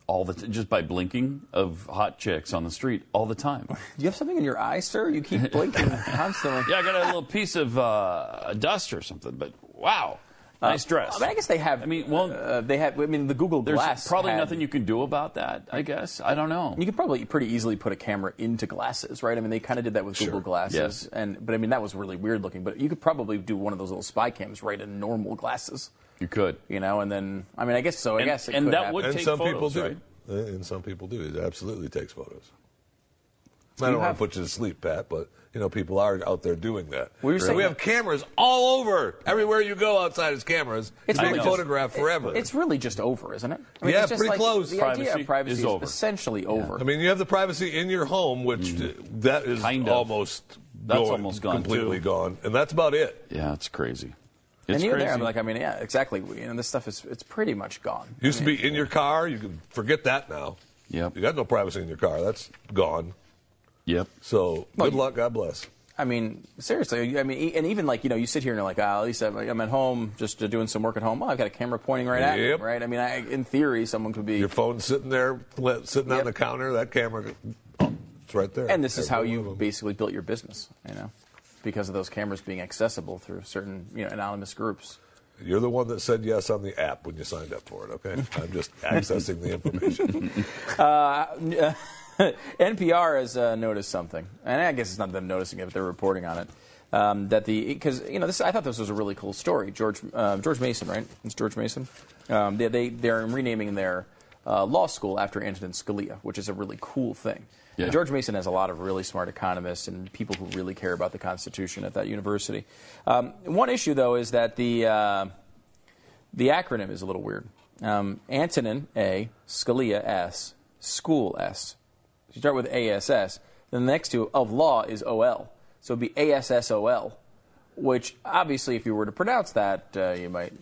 Speaker 1: all the t- just by blinking of hot chicks on the street all the time.
Speaker 2: Do you have something in your eye, sir? You keep blinking constantly.
Speaker 1: yeah, I got a little piece of uh, dust or something, but wow. Nice dress.
Speaker 2: I, mean, I guess they have. I mean, well, uh, they have. I mean, the Google
Speaker 1: There's
Speaker 2: Glass.
Speaker 1: probably
Speaker 2: had-
Speaker 1: nothing you can do about that, I guess. I don't know.
Speaker 2: You could probably pretty easily put a camera into glasses, right? I mean, they kind of did that with Google Glasses,
Speaker 1: Yes.
Speaker 2: and but I mean that was really weird looking. But you could probably do one of those little spy cams right in normal glasses,
Speaker 1: You could.
Speaker 2: you know, and then I mean I guess so. I
Speaker 1: And-
Speaker 2: guess it
Speaker 1: and
Speaker 2: could
Speaker 1: that
Speaker 2: happen.
Speaker 1: would
Speaker 3: and
Speaker 1: take
Speaker 3: some people
Speaker 1: photos,
Speaker 3: do.
Speaker 1: right?
Speaker 3: And some people do. It absolutely takes photos. I
Speaker 2: You
Speaker 3: don't want
Speaker 2: have-
Speaker 3: to put you to sleep, Pat, but you know people are out there doing that.
Speaker 2: Well, you're
Speaker 3: And
Speaker 2: saying
Speaker 3: we
Speaker 2: that-
Speaker 3: have cameras all over. Everywhere you go outside is cameras. It's being
Speaker 2: really just-
Speaker 3: photographed forever.
Speaker 2: It's really just over, isn't it? I
Speaker 3: Yeah,
Speaker 2: it's just
Speaker 3: pretty close.
Speaker 2: The idea
Speaker 1: Privacy
Speaker 2: of privacy
Speaker 1: is
Speaker 2: is,
Speaker 1: over.
Speaker 2: essentially over.
Speaker 3: I mean, you have the privacy in your home, which uh, that is
Speaker 1: Mm. Kind of.
Speaker 3: almost
Speaker 1: That's
Speaker 3: going-
Speaker 1: almost gone,
Speaker 3: completely
Speaker 1: too.
Speaker 3: gone, and that's about it.
Speaker 1: Yeah, it's crazy. It's
Speaker 2: and even
Speaker 1: crazy.
Speaker 2: there, I'm like, I mean, yeah, exactly. We- You know, this stuff is it's pretty much gone.
Speaker 3: Used to be in your car. You can forget that now.
Speaker 1: Yep.
Speaker 3: You got no privacy in your car. That's gone.
Speaker 1: yep.
Speaker 3: So
Speaker 2: Well,
Speaker 3: good
Speaker 2: you-
Speaker 3: luck. God bless.
Speaker 2: I mean, seriously. I mean, e- and even like you know, you sit here and you're like, ah, at least I'm, I'm at home, just uh, doing some work at home. Oh, I've got a camera pointing right at
Speaker 3: Yep.
Speaker 2: me, right? I mean, I, in theory, someone could be.
Speaker 3: Your phone's sitting there, let- sitting on
Speaker 2: Yep.
Speaker 3: the counter. That camera, it's right there.
Speaker 2: And this is how
Speaker 3: Every one
Speaker 2: you
Speaker 3: of them.
Speaker 2: basically built your business, you know, because of those cameras being accessible through certain you know anonymous groups.
Speaker 3: You're the one that said yes on the app when you signed up for it. Okay, I'm just accessing the information.
Speaker 2: Uh, NPR has uh, noticed something, and I guess it's not them noticing it, but they're reporting on it. Um, that the because you know this, I thought this was a really cool story. George uh, George Mason, right? It's George Mason. Um, they they they're renaming their uh, law school after Antonin Scalia, which is a really cool thing.
Speaker 1: Yeah.
Speaker 2: George Mason has a lot of really smart economists and people who really care about the Constitution at that university. Um, one issue though is that the uh, the acronym is a little weird. Um, Antonin A, Scalia S, School S. So you start with ASS. Then the next two of law is OL. So it'd be ASSOL, which obviously, if you were to pronounce that, uh, you might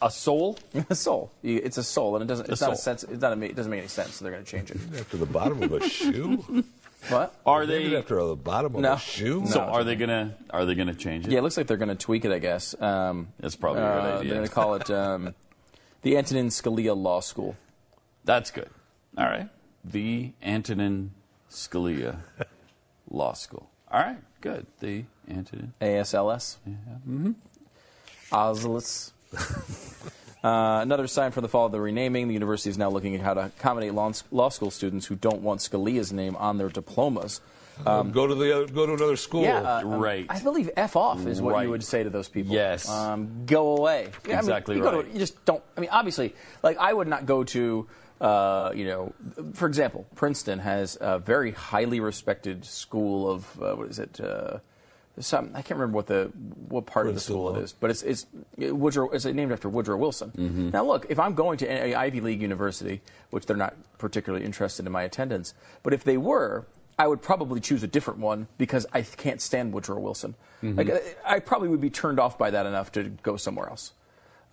Speaker 1: A soul?
Speaker 2: a soul. You- It's a soul, and it doesn't. It's
Speaker 1: A
Speaker 2: not a
Speaker 1: soul.
Speaker 2: sense. It's not. A, ma- it doesn't make any sense. So they're going to change it.
Speaker 3: After the bottom of a shoe?
Speaker 2: What?
Speaker 1: Are
Speaker 3: Named
Speaker 1: they
Speaker 3: after the bottom of
Speaker 2: No.
Speaker 3: a shoe?
Speaker 1: So are they gonna are they gonna change it?
Speaker 2: Yeah, it looks like they're going to tweak it. I guess. Um,
Speaker 1: That's probably a good
Speaker 2: uh,
Speaker 1: idea.
Speaker 2: They're going to call it um, the Antonin Scalia Law School.
Speaker 1: That's good. All right. The Antonin Scalia Law School. All right, good. The Antonin.
Speaker 2: ASLS. Yeah.
Speaker 1: Mm-hmm.
Speaker 2: Oslus. Uh, another sign for the fall of the renaming. The university is now looking at how to accommodate law, law school students who don't want Scalia's name on their diplomas. Um,
Speaker 3: go to the other, go to another school.
Speaker 2: uh, um,
Speaker 1: Right.
Speaker 2: I believe "f off" is what
Speaker 1: Right.
Speaker 2: you would say to those people.
Speaker 1: Yes.
Speaker 2: Um, go away. Yeah, I
Speaker 1: Exactly
Speaker 2: mean, you go
Speaker 1: right.
Speaker 2: To, you just don't. I mean, obviously, like I would not go to. Uh, you know, for example, Princeton has a very highly respected school of uh, what is it? Uh, some I can't remember what the what part of the
Speaker 3: Princeton
Speaker 2: school
Speaker 3: Law.
Speaker 2: it is, but it's it's it- Woodrow. It's named after Woodrow Wilson. Now, look, if I'm going to an Ivy League university, which they're not particularly interested in my attendance, but if they were, I would probably choose a different one because I can't stand Woodrow Wilson. Like, I, I probably would be turned off by that enough to go somewhere else.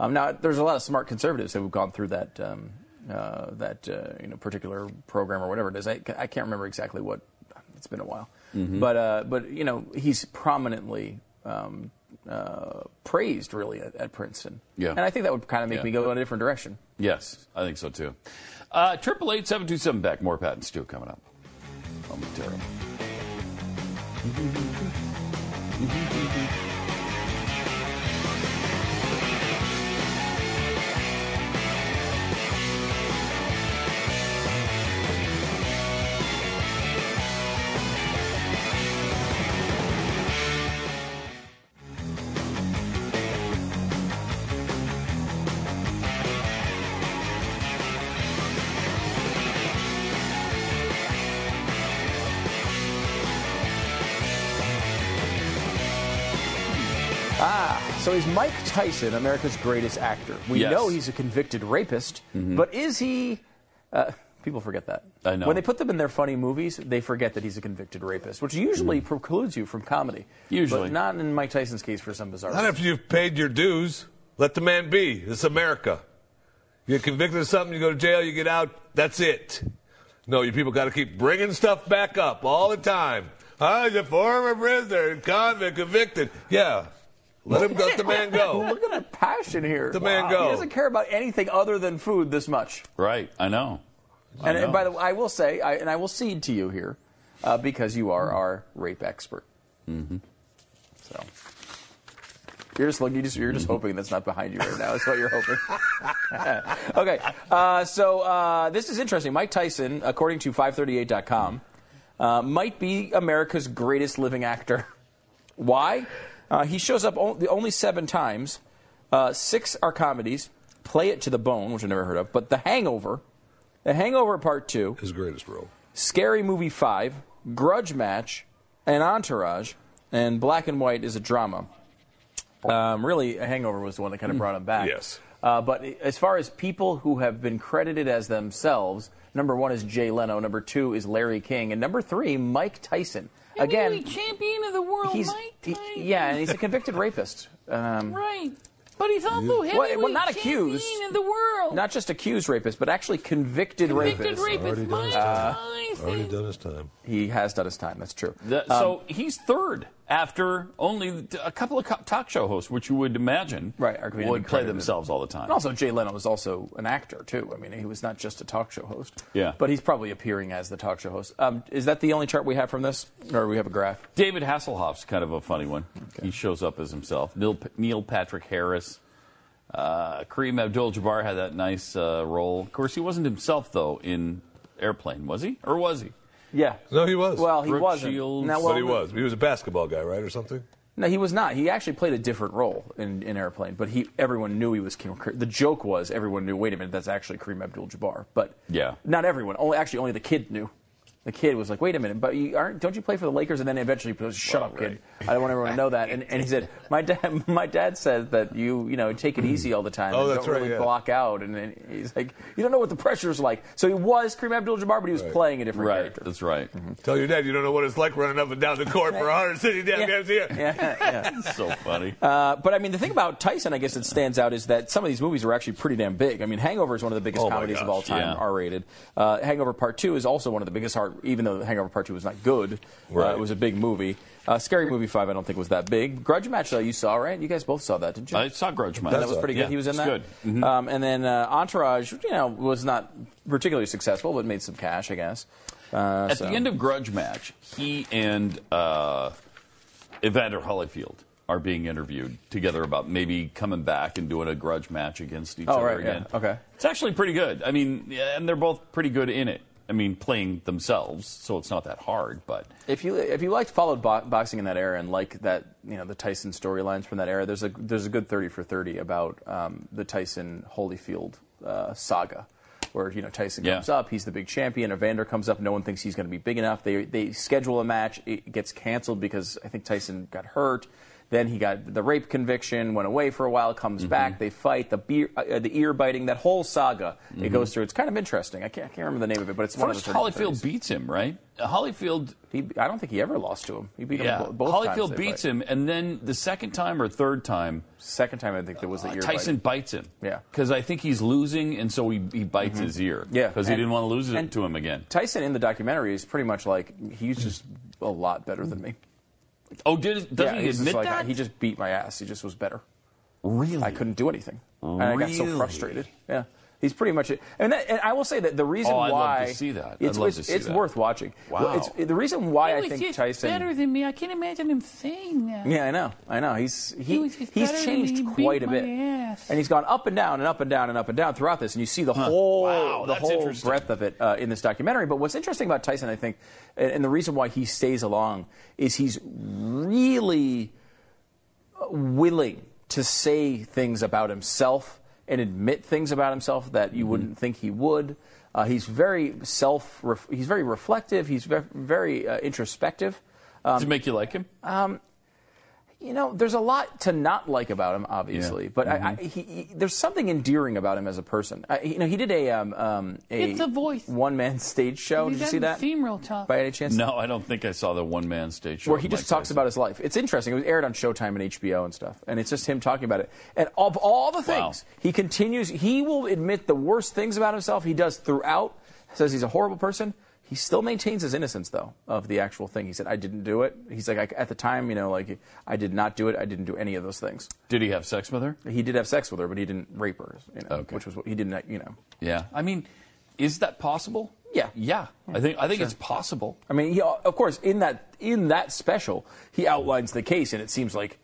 Speaker 2: Um, now, there's a lot of smart conservatives who have gone through that um, uh, that uh, you know particular program or whatever it is. I, ca- I can't remember exactly what. It's been a while,
Speaker 1: Mm-hmm.
Speaker 2: but uh, but you know he's prominently um, uh, praised really at, at Princeton.
Speaker 1: Yeah.
Speaker 2: and I think that would kind of make
Speaker 1: Yeah.
Speaker 2: me go in a different direction.
Speaker 1: Yes, I think so too. Uh triple eight seven two seven back. More Pat and Stu coming up. Momentarily.
Speaker 2: Ah, So is Mike Tyson America's greatest actor? We
Speaker 1: Yes. Mm-hmm.
Speaker 2: know he's a convicted rapist, but is he? Uh, people forget that.
Speaker 1: I know.
Speaker 2: When they put them in their funny movies, they forget that he's a convicted rapist, which usually precludes you from comedy.
Speaker 1: Mm. Usually.
Speaker 2: but not in Mike Tyson's case for some bizarre
Speaker 3: Not
Speaker 2: reason.
Speaker 3: after you've paid your dues. Let the man be. It's America. You're convicted of something, you go to jail, you get out. That's it. No, you people got to keep bringing stuff back up all the time. I was a former prisoner, convict, convicted. Yeah, let him let the man go.
Speaker 2: Look at the passion here.
Speaker 3: The man
Speaker 2: Wow.
Speaker 3: go.
Speaker 2: He doesn't care about anything other than food this much.
Speaker 1: Right, I know. I
Speaker 2: And, and
Speaker 1: know.
Speaker 2: by the way, I will say, I, and I will cede to you here, uh,
Speaker 1: Mm.
Speaker 2: because you are our rape expert. Mm-hmm. So You're just looking. You just, you're just hoping that's not behind you right now. That's what you're hoping. okay. Uh, so uh, this is interesting. Mike Tyson, according to 538.com, uh, might be America's greatest living actor. Why? Uh, he shows up on- the only seven times. Uh, six are comedies. Play It to the Bone, which I've never heard of, but The Hangover, The Hangover Part Two,
Speaker 3: his greatest role,
Speaker 2: Scary Movie Five, Grudge Match, and Entourage, and Black and White is a drama. Um, really, a hangover was the one that kind of brought him back. Yes. Uh, but i- as far as people who have been credited as themselves, number one is Jay Leno, number two is Larry King, and number three, Mike Tyson. Again,
Speaker 13: champion of the world,
Speaker 2: he's
Speaker 13: Mike
Speaker 2: he-
Speaker 13: Tyson.
Speaker 2: yeah, and he's a convicted rapist. Um,
Speaker 13: Right. But he's also
Speaker 2: Well, well,
Speaker 13: heavyweight
Speaker 2: not accused.
Speaker 13: champion of the world.
Speaker 2: Not just accused rapist, but actually convicted,
Speaker 13: Convicted
Speaker 2: rapist. Uh,
Speaker 13: rapist, Already done his Mike time. Tyson. Already
Speaker 3: done his time.
Speaker 2: He has done his time. That's true.
Speaker 1: The- so he's third after only t- a couple of co- talk show hosts, which you would imagine right,
Speaker 2: are
Speaker 1: would play themselves all the time.
Speaker 2: And also, Jay Leno was also an actor too. I mean, he was not just a talk show host.
Speaker 1: Yeah.
Speaker 2: But he's probably appearing as the talk show host. Um, is that the only chart we have from this, or we have a graph?
Speaker 1: David Hasselhoff's kind of a funny one. He shows up as himself. Neil, Neil Patrick Harris. Uh, Kareem Abdul-Jabbar had that nice uh, role. Of course, he wasn't himself though in Airplane, was he? Or was he?
Speaker 2: Yeah.
Speaker 3: No, he was.
Speaker 2: Well, Oh, he
Speaker 1: Brooke
Speaker 2: wasn't.
Speaker 1: Shields.
Speaker 2: Now, well,
Speaker 3: but he was. He was a basketball guy, right, or something?
Speaker 2: No, he was not. He actually played a different role in, in Airplane, but he everyone knew he was King. The joke was everyone knew. Wait a minute, that's actually Kareem Abdul-Jabbar. But
Speaker 1: Yeah.
Speaker 2: not everyone. Only actually only the kid knew. The kid was like, "Wait a minute, but you aren't? Don't you play for the Lakers?" And then eventually, he goes, "Shut up, kid! I don't want everyone to know that." And, and he said, "My dad, my dad said that you, you know, take it easy all the time
Speaker 3: Oh,
Speaker 2: and
Speaker 3: that's
Speaker 2: don't
Speaker 3: right,
Speaker 2: really
Speaker 3: yeah.
Speaker 2: block out." And, and he's like, "You don't know what the pressure's like." So he was Kareem Abdul-Jabbar, but he was playing a different
Speaker 1: Right.
Speaker 2: character. Mm-hmm.
Speaker 1: That's right.
Speaker 3: Tell your dad you don't know what it's like running up and down the court for 100 city damn yeah.
Speaker 2: yeah.
Speaker 1: so funny.
Speaker 2: Uh, but I mean, the thing about Tyson, I guess, that stands out is that some of these movies are actually pretty damn big. I mean, Hangover is one of the biggest
Speaker 3: Oh my
Speaker 2: comedies of
Speaker 3: gosh,
Speaker 2: all time,
Speaker 3: yeah.
Speaker 2: R-rated. Uh, Hangover Part Two is also one of the biggest, R- even though Hangover Part Two was not good. Uh,
Speaker 3: Right.
Speaker 2: it was a big movie. Uh, Scary Movie Five, I don't think was that big. Grudge Match, though, you saw, right? You guys both saw that, didn't you?
Speaker 1: I saw Grudge Match.
Speaker 2: That was pretty good.
Speaker 1: Yeah,
Speaker 2: he was in
Speaker 1: it's
Speaker 2: that.
Speaker 1: good. Mm-hmm.
Speaker 2: Um, and then uh, Entourage, you know, was not particularly successful, but made some cash, I guess. Uh,
Speaker 1: At
Speaker 2: so-
Speaker 1: the end of Grudge Match, he and uh, Evander Holyfield are being interviewed together about maybe coming back and doing a grudge match against each
Speaker 2: Oh,
Speaker 1: other
Speaker 2: right, yeah,
Speaker 1: again.
Speaker 2: okay.
Speaker 1: It's actually pretty good. I mean, yeah, and they're both pretty good in it. I mean, playing themselves, so it's not that hard, but
Speaker 2: If you if you liked followed bo- boxing in that era and like that you know the Tyson storylines from that era, there's a there's a good thirty for thirty about um, the Tyson Holyfield uh, saga, where you know Tyson
Speaker 1: Yeah.
Speaker 2: comes up, he's the big champion. Evander comes up, no one thinks he's going to be big enough. They they schedule a match, it gets canceled because I think Tyson got hurt. Then he got the rape conviction, went away for a while, comes back. They fight the beer, uh, the ear biting, that whole saga it goes through. It's kind of interesting. I can't, I can't remember the name of it, but it's one of
Speaker 1: first
Speaker 2: the 30 for 30s.
Speaker 1: Holyfield beats him, right? Holyfield
Speaker 2: He, I don't think he ever lost to him. He beat
Speaker 1: Yeah,
Speaker 2: him bo- both times.
Speaker 1: Holyfield
Speaker 2: they
Speaker 1: beats
Speaker 2: fight.
Speaker 1: him, and then the second time or third time, uh,
Speaker 2: Second time I think there was the ear
Speaker 1: Tyson bites him.
Speaker 2: Yeah. Mm-hmm.
Speaker 1: because I think he's losing, and so he, he bites his ear.
Speaker 2: Yeah.
Speaker 1: because he
Speaker 2: And-
Speaker 1: didn't want to lose it
Speaker 2: and-
Speaker 1: to him again.
Speaker 2: Tyson in the documentary is pretty much like he's just a lot better than me.
Speaker 1: Oh, did doesn't
Speaker 2: yeah,
Speaker 1: he
Speaker 2: he's just
Speaker 1: admit
Speaker 2: like,
Speaker 1: that?
Speaker 2: He just beat my ass. He just was better.
Speaker 1: Really?
Speaker 2: I couldn't do anything. And I got so
Speaker 1: Really?
Speaker 2: frustrated. Yeah. He's pretty much it. And, that, and I will say that the reason
Speaker 1: Oh,
Speaker 2: why
Speaker 1: I'd love to see that. I'd
Speaker 2: It's,
Speaker 1: love
Speaker 2: it's,
Speaker 1: to see
Speaker 2: it's
Speaker 1: that.
Speaker 2: worth watching.
Speaker 1: Wow.
Speaker 2: Well, it's, the reason why
Speaker 13: he
Speaker 2: I
Speaker 13: was
Speaker 2: think
Speaker 13: just
Speaker 2: Tyson
Speaker 13: better than me. I can't imagine him saying that.
Speaker 2: Yeah, I know. I know. He's
Speaker 13: He
Speaker 2: he,
Speaker 13: was just
Speaker 2: he's
Speaker 13: better than
Speaker 2: changed
Speaker 13: he beat
Speaker 2: quite a
Speaker 13: my
Speaker 2: bit,
Speaker 13: ass.
Speaker 2: and he's gone up and down and up and down and up and down throughout this, and you see the whole
Speaker 1: Wow,
Speaker 2: the
Speaker 1: that's
Speaker 2: whole
Speaker 1: interesting.
Speaker 2: breadth of it uh, in this documentary. But what's interesting about Tyson, I think, and, and the reason why he stays along is he's really willing to say things about himself and admit things about himself that
Speaker 1: Mm-hmm.
Speaker 2: you wouldn't think he would. Uh, he's very self. He's very reflective. He's ve- very uh, introspective. Um,
Speaker 1: Does it make you like him?
Speaker 2: You know, there's a lot to not like about him, obviously,
Speaker 1: Yeah. Mm-hmm.
Speaker 2: but I, I, he, he, there's something endearing about him as a person. I, you know, he did a um, um, a,
Speaker 13: It's a voice.
Speaker 2: one-man stage
Speaker 13: He
Speaker 2: show. Oh, Did you
Speaker 13: doesn't
Speaker 2: see that
Speaker 13: seem real tough.
Speaker 2: by any chance?
Speaker 1: no, I don't think I saw the one man stage show.
Speaker 2: Where he
Speaker 1: of
Speaker 2: just
Speaker 1: Mike
Speaker 2: talks
Speaker 1: Tyson.
Speaker 2: about his life. It's interesting. It was aired on Showtime and HBO and stuff, and it's just him talking about it. And of all the
Speaker 1: Wow.
Speaker 2: things, he continues. He will admit the worst things about himself. He does throughout. Says he's a horrible person. He still maintains his innocence, though, of the actual thing. He said, "I didn't do it." He's like, I, "At the time, you know, like I did not do it. I didn't do any of those things."
Speaker 1: Did he have sex with her?
Speaker 2: He did have sex with her, but he didn't rape her, you know,
Speaker 1: Okay.
Speaker 2: which was what he didn't, you know.
Speaker 1: Yeah, I mean, is that possible?
Speaker 2: Yeah.
Speaker 1: yeah. I think I think it's possible.
Speaker 2: uh, I mean, he, of course, in that in that special, he outlines the case, and it seems like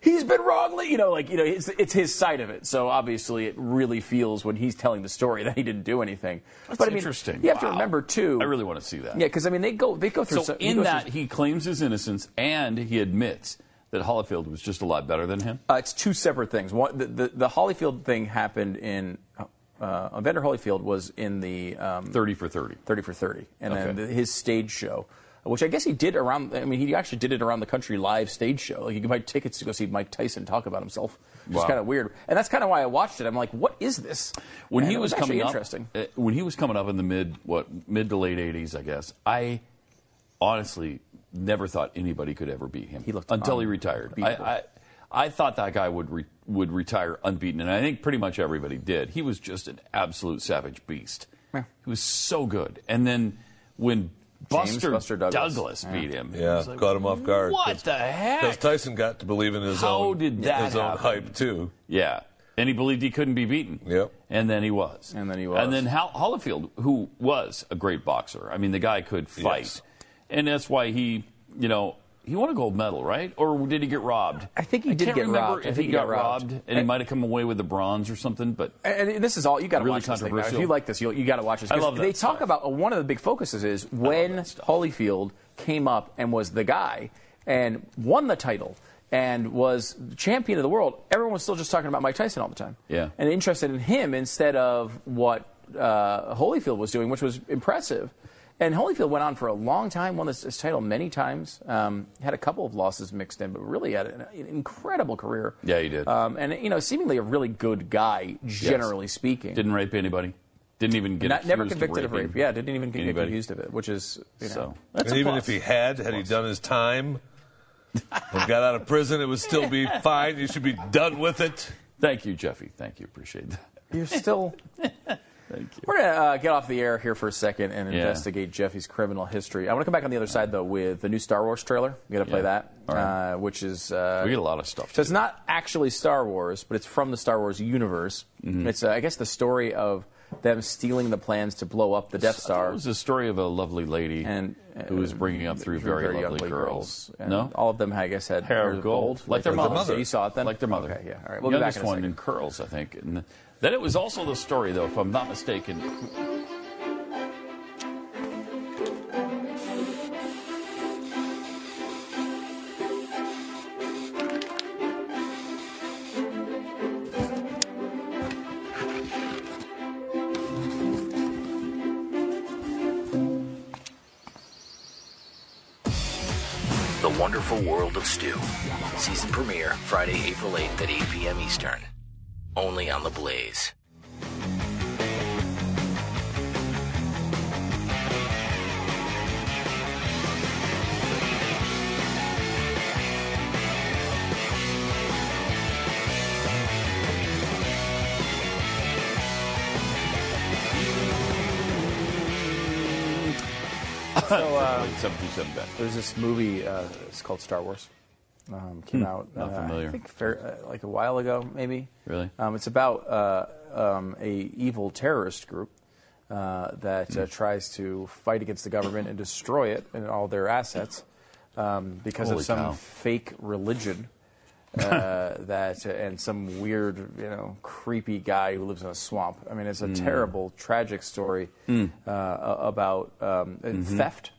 Speaker 2: he's been wrongly, you know, like you know, it's, it's his side of it. So obviously, it really feels when he's telling the story that he didn't do anything.
Speaker 1: That's
Speaker 2: but I mean,
Speaker 1: interesting.
Speaker 2: You have to
Speaker 1: Wow.
Speaker 2: remember too.
Speaker 1: I really want to see that.
Speaker 2: Yeah, because I mean, they go they go through.
Speaker 1: So,
Speaker 2: some- he
Speaker 1: in
Speaker 2: goes
Speaker 1: that,
Speaker 2: through-
Speaker 1: he claims his innocence and he admits that Holyfield was just a lot better than him.
Speaker 2: Uh, it's two separate things. One, the, the, the Holyfield thing happened in. Uh, Evander Holyfield was in the um,
Speaker 1: 30 for 30.
Speaker 2: 30 for 30. And then
Speaker 1: Okay.
Speaker 2: the, his stage show, which I guess he did around, I mean, he actually did it around the country live stage show. Like, you could buy tickets to go see Mike Tyson talk about himself. It's
Speaker 1: Wow.
Speaker 2: kind of weird. And that's kind of why I watched it. I'm like, what is this?
Speaker 1: when
Speaker 2: And
Speaker 1: he
Speaker 2: it
Speaker 1: was,
Speaker 2: actually
Speaker 1: coming up,
Speaker 2: interesting.
Speaker 1: uh, when he was coming up in the mid what mid to late '80s, I guess. I honestly never thought anybody could ever beat him. He looked until he retired. I, I, I thought that guy would re, would retire unbeaten, and I think pretty much everybody did. He was just an absolute savage beast.
Speaker 2: Yeah.
Speaker 1: He was so good, and then when
Speaker 2: James
Speaker 1: Buster,
Speaker 2: Buster Douglas. Yeah.
Speaker 1: beat him, it
Speaker 3: Yeah,
Speaker 1: was like,
Speaker 3: caught him off guard.
Speaker 1: What the heck?
Speaker 3: Because Tyson got to believe in his
Speaker 1: How
Speaker 3: own
Speaker 1: did that
Speaker 3: his own
Speaker 1: happen?
Speaker 3: hype too.
Speaker 1: Yeah. And he believed he couldn't be beaten.
Speaker 3: Yep.
Speaker 1: And then he was.
Speaker 2: And then he was.
Speaker 1: And then Hol- Holyfield, who was a great boxer, I mean, the guy could fight.
Speaker 3: Yes.
Speaker 1: And that's why he, you know, he won a gold medal, right? Or did he get robbed?
Speaker 2: I think he did
Speaker 1: can't
Speaker 2: get
Speaker 1: remember
Speaker 2: robbed. I
Speaker 1: If
Speaker 2: think
Speaker 1: he, got, robbed, and he
Speaker 2: I-
Speaker 1: might have come away with the bronze or something, but
Speaker 2: And and this is all you got to
Speaker 1: Really
Speaker 2: watch. This thing. Now, If
Speaker 1: controversial.
Speaker 2: you like this, you'll, you got to watch this.
Speaker 1: I
Speaker 2: 'Cause
Speaker 1: love that
Speaker 2: They
Speaker 1: stuff.
Speaker 2: talk about uh, one of the big focuses is when Holyfield came up and was the guy and won the title and was champion of the world. Everyone was still just talking about Mike Tyson all the time.
Speaker 1: Yeah.
Speaker 2: and interested in him instead of what uh, Holyfield was doing, which was impressive. And Holyfield went on for a long time, won this, this title many times, um, had a couple of losses mixed in, but really had an, an incredible career.
Speaker 1: Yeah, he did.
Speaker 2: Um, and you know, seemingly a really good guy, generally speaking.
Speaker 1: didn't rape anybody. Didn't even get
Speaker 2: Not- never
Speaker 1: accused
Speaker 2: convicted
Speaker 1: of
Speaker 2: of
Speaker 1: raping.
Speaker 2: rape. Yeah, didn't even get
Speaker 1: Anybody.
Speaker 2: accused of it, which is you know.
Speaker 1: So,
Speaker 3: and even if he had, had he done his time and got out of prison, it would still be fine. You should be done with it.
Speaker 1: Thank you, Jeffy. Thank you. Appreciate that.
Speaker 2: You're still. We're going to uh, get off the air here for a second and
Speaker 1: Yeah.
Speaker 2: investigate Jeffy's criminal history. I want to come back on the other side, though, with the new Star Wars trailer. we got to play
Speaker 1: Yeah.
Speaker 2: that,
Speaker 1: All right.
Speaker 2: uh, which is. Uh,
Speaker 1: We get a lot of stuff.
Speaker 2: So it's not actually Star Wars, but it's from the Star Wars universe.
Speaker 1: Mm-hmm.
Speaker 2: It's, uh, I guess, the story of them stealing the plans to blow up the Death Star.
Speaker 1: It was the story of a lovely lady
Speaker 2: and uh,
Speaker 1: who was bringing up three very, lovely girls.
Speaker 2: And
Speaker 1: No?
Speaker 2: all of them, I guess, had
Speaker 1: hair
Speaker 2: hair
Speaker 1: of gold,
Speaker 2: like their mother.
Speaker 1: mother.
Speaker 2: So you saw it then,
Speaker 1: like their mother.
Speaker 2: Okay, yeah, all right. We'll be back
Speaker 1: Youngest
Speaker 2: in a
Speaker 1: one
Speaker 2: second.
Speaker 1: in curls, I think. And then it was also the story, though, if I'm not mistaken.
Speaker 14: The Wonderful World of Stew. Season premiere Friday, April 8th at 8 p.m. Eastern. Only on The Blaze.
Speaker 2: So, uh,
Speaker 1: 727 back.
Speaker 2: There's this movie. Uh, it's called Star Wars. Um, came out.
Speaker 1: Hmm. not
Speaker 2: uh,
Speaker 1: familiar.
Speaker 2: I think fair, uh, like a while ago, maybe.
Speaker 1: Really?
Speaker 2: Um, it's about uh, um, a evil terrorist group uh, that
Speaker 1: Hmm.
Speaker 2: uh, tries to fight against the government and destroy it and all their assets um, because
Speaker 1: Holy
Speaker 2: of some
Speaker 1: cow.
Speaker 2: fake religion. uh, that and some weird, you know, creepy guy who lives in a swamp. I mean, it's a
Speaker 1: Hmm.
Speaker 2: terrible, tragic story uh, a- about um, theft.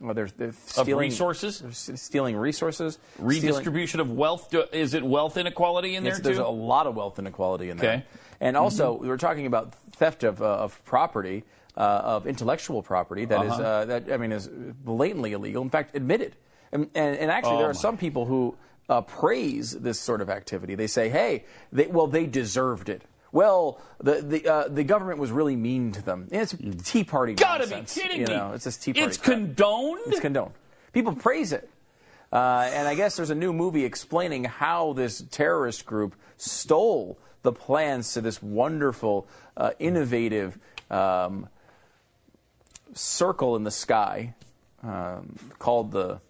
Speaker 2: Well, they're, they're stealing
Speaker 1: Mm-hmm. resources?
Speaker 2: they're s- stealing resources, stealing-
Speaker 1: Redistribution of wealth. Do- Is it wealth inequality in there,
Speaker 2: Yes, there's
Speaker 1: too?
Speaker 2: a lot of wealth inequality in there.
Speaker 1: Okay. Mm-hmm.
Speaker 2: And also, we were talking about theft of, uh, of property, uh, of intellectual property that is
Speaker 1: Uh-huh.
Speaker 2: uh, that I mean is blatantly illegal. In fact, admitted. And, and, and actually,
Speaker 1: Oh,
Speaker 2: there are
Speaker 1: my.
Speaker 2: some people who uh, praise this sort of activity. They say, "Hey, they, well, they deserved it." Well, the the, uh, the government was really mean to them. It's Tea Party.
Speaker 1: Mm. Gotta be
Speaker 2: nonsense,
Speaker 1: kidding
Speaker 2: you
Speaker 1: me.
Speaker 2: know, it's just Tea Party.
Speaker 1: It's
Speaker 2: crap.
Speaker 1: condoned?
Speaker 2: It's condoned. People praise it. Uh, and I guess there's a new movie explaining how this terrorist group stole the plans to this wonderful, uh, innovative um, circle in the sky um, called the.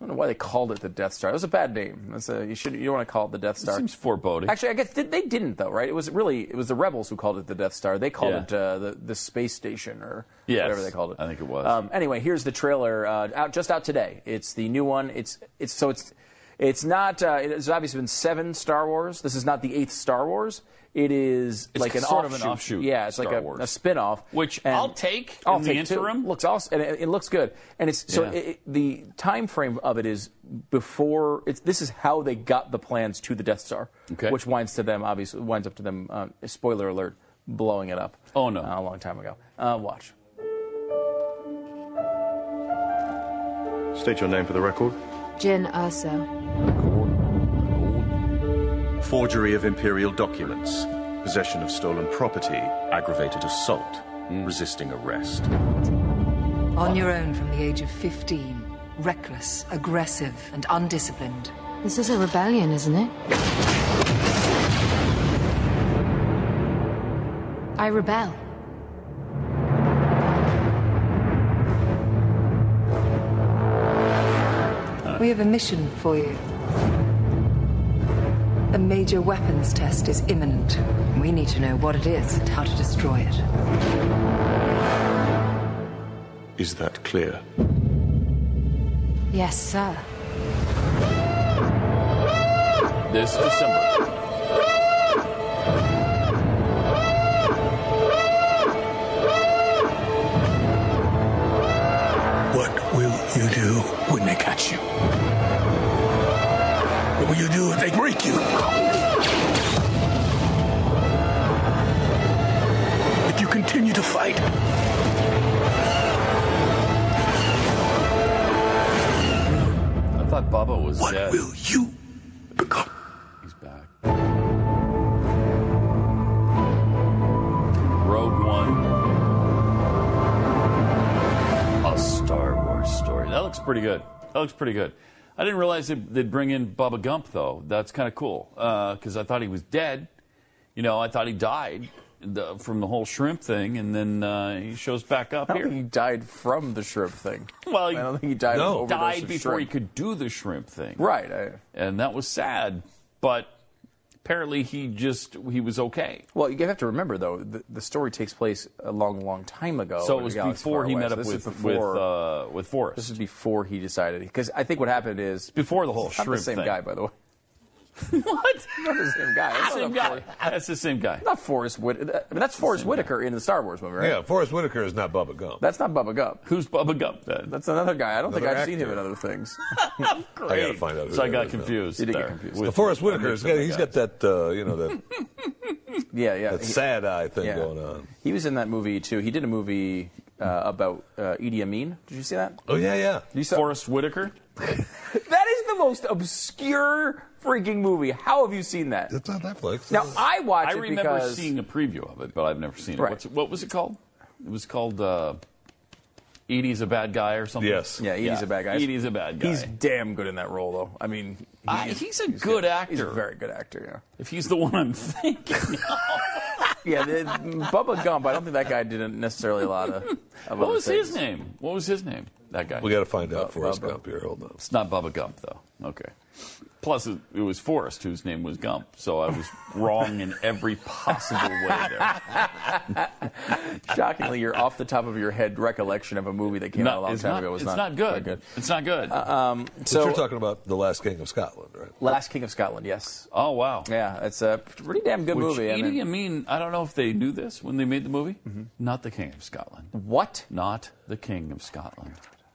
Speaker 2: I don't know why they called it the Death Star. It was a bad name. That's a, you should you don't want to call it the Death Star.
Speaker 1: seems foreboding.
Speaker 2: Actually, I guess did, they didn't though, right? It was really it was the rebels who called it the Death Star. They called
Speaker 1: Yeah.
Speaker 2: it uh, the the space station or
Speaker 1: Yes,
Speaker 2: whatever they called it.
Speaker 1: I think it was.
Speaker 2: Um, anyway, here's the trailer uh, out just out today. It's the new one. It's it's so it's It's not. Uh, it has obviously been seven Star Wars. This is not the eighth Star Wars. It is
Speaker 1: It's
Speaker 2: like an
Speaker 1: sort of an
Speaker 2: offshoot.
Speaker 1: offshoot
Speaker 2: Yeah, it's like
Speaker 1: Star
Speaker 2: a,
Speaker 1: Wars.
Speaker 2: a spin-off.
Speaker 1: Which
Speaker 2: And
Speaker 1: I'll take
Speaker 2: I'll
Speaker 1: in the
Speaker 2: take two.
Speaker 1: interim.
Speaker 2: Looks awesome, and it, it looks good. And it's so
Speaker 1: Yeah.
Speaker 2: it, it- the time frame of it is before. It's, this is how they got the plans to the Death Star,
Speaker 1: Okay.
Speaker 2: which winds to them obviously winds up to them. Um, spoiler alert: blowing it up. Oh no! a long time ago. Uh, watch.
Speaker 15: State your name for the record.
Speaker 16: Jin Urso.
Speaker 15: Forgery of imperial documents, possession of stolen property, aggravated assault, resisting arrest.
Speaker 17: On your own from the age of 15. Reckless, aggressive, and undisciplined.
Speaker 16: This is a rebellion, isn't it? I rebel.
Speaker 17: We have a mission for you. A major weapons test is imminent. We need to know what it is and how to destroy it.
Speaker 15: Is that clear?
Speaker 16: Yes, sir.
Speaker 1: This December.
Speaker 18: What will you do when they catch you? What will you do if they break you? If you continue to fight,
Speaker 1: I thought Bubba was what dead. will
Speaker 18: you become?
Speaker 1: He's back. Rogue One. A Star Wars story. That looks pretty good. That looks pretty good. I didn't realize they'd, they'd bring in Bubba Gump, though. That's kind of cool because I thought he was dead. You know, I thought he died the, from the whole shrimp thing, and then uh, he shows back up
Speaker 2: I don't
Speaker 1: here.
Speaker 2: think he died from the shrimp thing.
Speaker 1: Well,
Speaker 2: I don't think he died. of
Speaker 1: no.
Speaker 2: an overdose
Speaker 1: died
Speaker 2: of
Speaker 1: before
Speaker 2: shrimp.
Speaker 1: he could do the shrimp thing.
Speaker 2: Right. I,
Speaker 1: and that was sad. But apparently, he just he was okay.
Speaker 2: well, you have to remember though, the, the story takes place a long, long time ago.
Speaker 1: so
Speaker 2: in
Speaker 1: it
Speaker 2: a
Speaker 1: was
Speaker 2: galaxy
Speaker 1: before
Speaker 2: far
Speaker 1: he
Speaker 2: away.
Speaker 1: met
Speaker 2: So
Speaker 1: up
Speaker 2: this
Speaker 1: with
Speaker 2: is
Speaker 1: with
Speaker 2: before,
Speaker 1: uh, with Forrest.
Speaker 2: This is before he decided because I think what happened is
Speaker 1: before the whole
Speaker 2: not the
Speaker 1: shrimp
Speaker 2: same
Speaker 1: thing.
Speaker 2: guy, by the way.
Speaker 1: What?
Speaker 2: Not the same guy.
Speaker 1: Same guy. That's the same guy.
Speaker 2: Not Forrest Whitaker. I mean, that's Forrest Whitaker in the Star Wars movie, right?
Speaker 3: Yeah, Forrest Whitaker is not Bubba Gump.
Speaker 2: That's not Bubba Gump.
Speaker 1: Who's Bubba Gump then?
Speaker 2: That's another guy. I don't think I've
Speaker 3: Another
Speaker 2: seen him in
Speaker 3: actor.
Speaker 2: other things.
Speaker 3: I gotta find out. Who
Speaker 1: So I
Speaker 3: that
Speaker 1: got
Speaker 3: is now.
Speaker 1: confused You did get there confused. with-
Speaker 3: But Forrest Whitaker,
Speaker 1: I
Speaker 3: he's got,
Speaker 1: mixed up
Speaker 3: he's
Speaker 1: the
Speaker 3: got that uh, you know that
Speaker 2: Yeah, yeah.
Speaker 3: that sad eye thing going on.
Speaker 2: He was in that movie too. He did a movie uh, about uh, Idi Amin. Did you see that?
Speaker 3: Oh yeah, yeah.
Speaker 2: You saw-
Speaker 1: Forrest Whitaker.
Speaker 2: That is the most obscure freaking movie. How have you seen that?
Speaker 3: It's on Netflix.
Speaker 2: Now I watch
Speaker 1: I
Speaker 2: it
Speaker 1: remember
Speaker 2: because
Speaker 1: seeing a preview of it, but I've never seen it.
Speaker 2: Right.
Speaker 1: What's, what was it called? It was called uh, Edie's a bad guy or something.
Speaker 2: Yes. Yeah, Edie's a bad guy.
Speaker 1: Edie's a bad guy.
Speaker 2: He's damn good in that role, though. I mean, he
Speaker 1: I-
Speaker 2: is-
Speaker 1: he's a good actor.
Speaker 2: He's a very good actor.
Speaker 1: if he's the one I'm thinking.
Speaker 2: Yeah. yeah. The, Bubba Gump. I don't think that guy did necessarily a lot of. of
Speaker 1: What
Speaker 2: other
Speaker 1: was
Speaker 2: things.
Speaker 1: his name? What was his name? That guy.
Speaker 3: We got to find out Forrest
Speaker 1: Bubba.
Speaker 3: Gump here. Hold on.
Speaker 1: It's not Bubba Gump, though. Okay. Plus, it, it was Forrest whose name was Gump, so I was wrong in every possible way there.
Speaker 2: Shockingly, your off the top of your head recollection of a movie that came out a long
Speaker 1: it's
Speaker 2: time
Speaker 1: not,
Speaker 2: ago was
Speaker 1: it's
Speaker 2: not,
Speaker 1: not,
Speaker 2: very
Speaker 1: good. It's not good.
Speaker 2: Um,
Speaker 3: But
Speaker 2: so
Speaker 3: you're talking about the Last King of Scotland, right?
Speaker 2: Last King of Scotland. Yes.
Speaker 1: Oh wow.
Speaker 2: Yeah, it's a pretty damn good
Speaker 1: Which
Speaker 2: movie. and
Speaker 1: Idi
Speaker 2: it-
Speaker 1: Amin, I don't know if they knew this when they made the movie. Not the King of Scotland.
Speaker 2: What?
Speaker 1: Not the King of Scotland.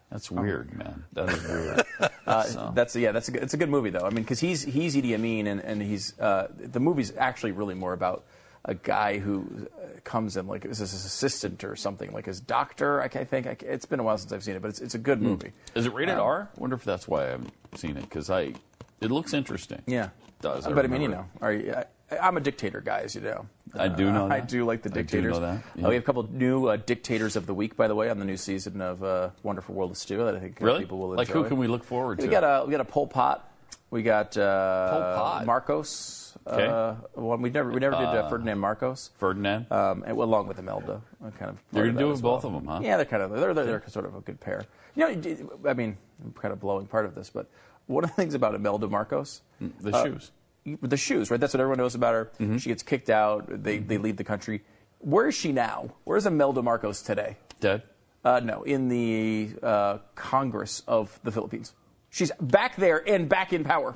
Speaker 1: That's weird, man. That is weird.
Speaker 2: Oh. Uh,
Speaker 1: So.
Speaker 2: That's yeah, that's a good, it's a good movie though. I mean, because he's he's Idi Amin, and and he's uh, the movie's actually really more about a guy who uh, comes in like as his assistant or something, like his doctor. I, ca- I think I, ca- it's been a while since I've seen it, but it's it's a good
Speaker 1: Hmm.
Speaker 2: movie.
Speaker 1: Is it rated
Speaker 2: Um,
Speaker 1: R? I wonder if that's why I haven't seen it because I. It looks interesting.
Speaker 2: Yeah,
Speaker 1: It does.
Speaker 2: but I mean, you
Speaker 1: remember
Speaker 2: know, are you, I, I'm a dictator guy, as you know.
Speaker 1: I do know
Speaker 2: I
Speaker 1: that.
Speaker 2: do like the
Speaker 1: I do know
Speaker 2: dictators.
Speaker 1: that,
Speaker 2: Uh, we
Speaker 1: yeah.
Speaker 2: have a couple new uh, dictators of the week, by the way, on the new season of uh, Wonderful World of Stew that I think uh,
Speaker 1: Really?
Speaker 2: people will enjoy.
Speaker 1: Like, who can we look forward
Speaker 2: We
Speaker 1: to?
Speaker 2: got a we got a Pol Pot. We got uh,
Speaker 1: Pol Pot?
Speaker 2: Marcos.
Speaker 1: Okay.
Speaker 2: Uh, one we never we never did uh,
Speaker 1: Uh,
Speaker 2: Ferdinand Marcos.
Speaker 1: Ferdinand.
Speaker 2: Um, and, well, along with Imelda, uh, kind of. part
Speaker 1: You're gonna
Speaker 2: of that
Speaker 1: do
Speaker 2: as
Speaker 1: both
Speaker 2: well.
Speaker 1: of 'em, huh?
Speaker 2: Yeah, they're kind of they're, they're, they're sort of a good pair. You know, you did- I mean, I'm kind of blowing part of this, but one of the things about Imelda Marcos,
Speaker 1: the shoes.
Speaker 2: Uh,
Speaker 1: Mm-hmm.
Speaker 2: the shoes, right? That's what everyone knows about her. She gets kicked out. They they leave the country. Where is she now? Where's Imelda Marcos today?
Speaker 1: Dead.
Speaker 2: Uh, no, in the uh, Congress of the Philippines. She's back there and back in power.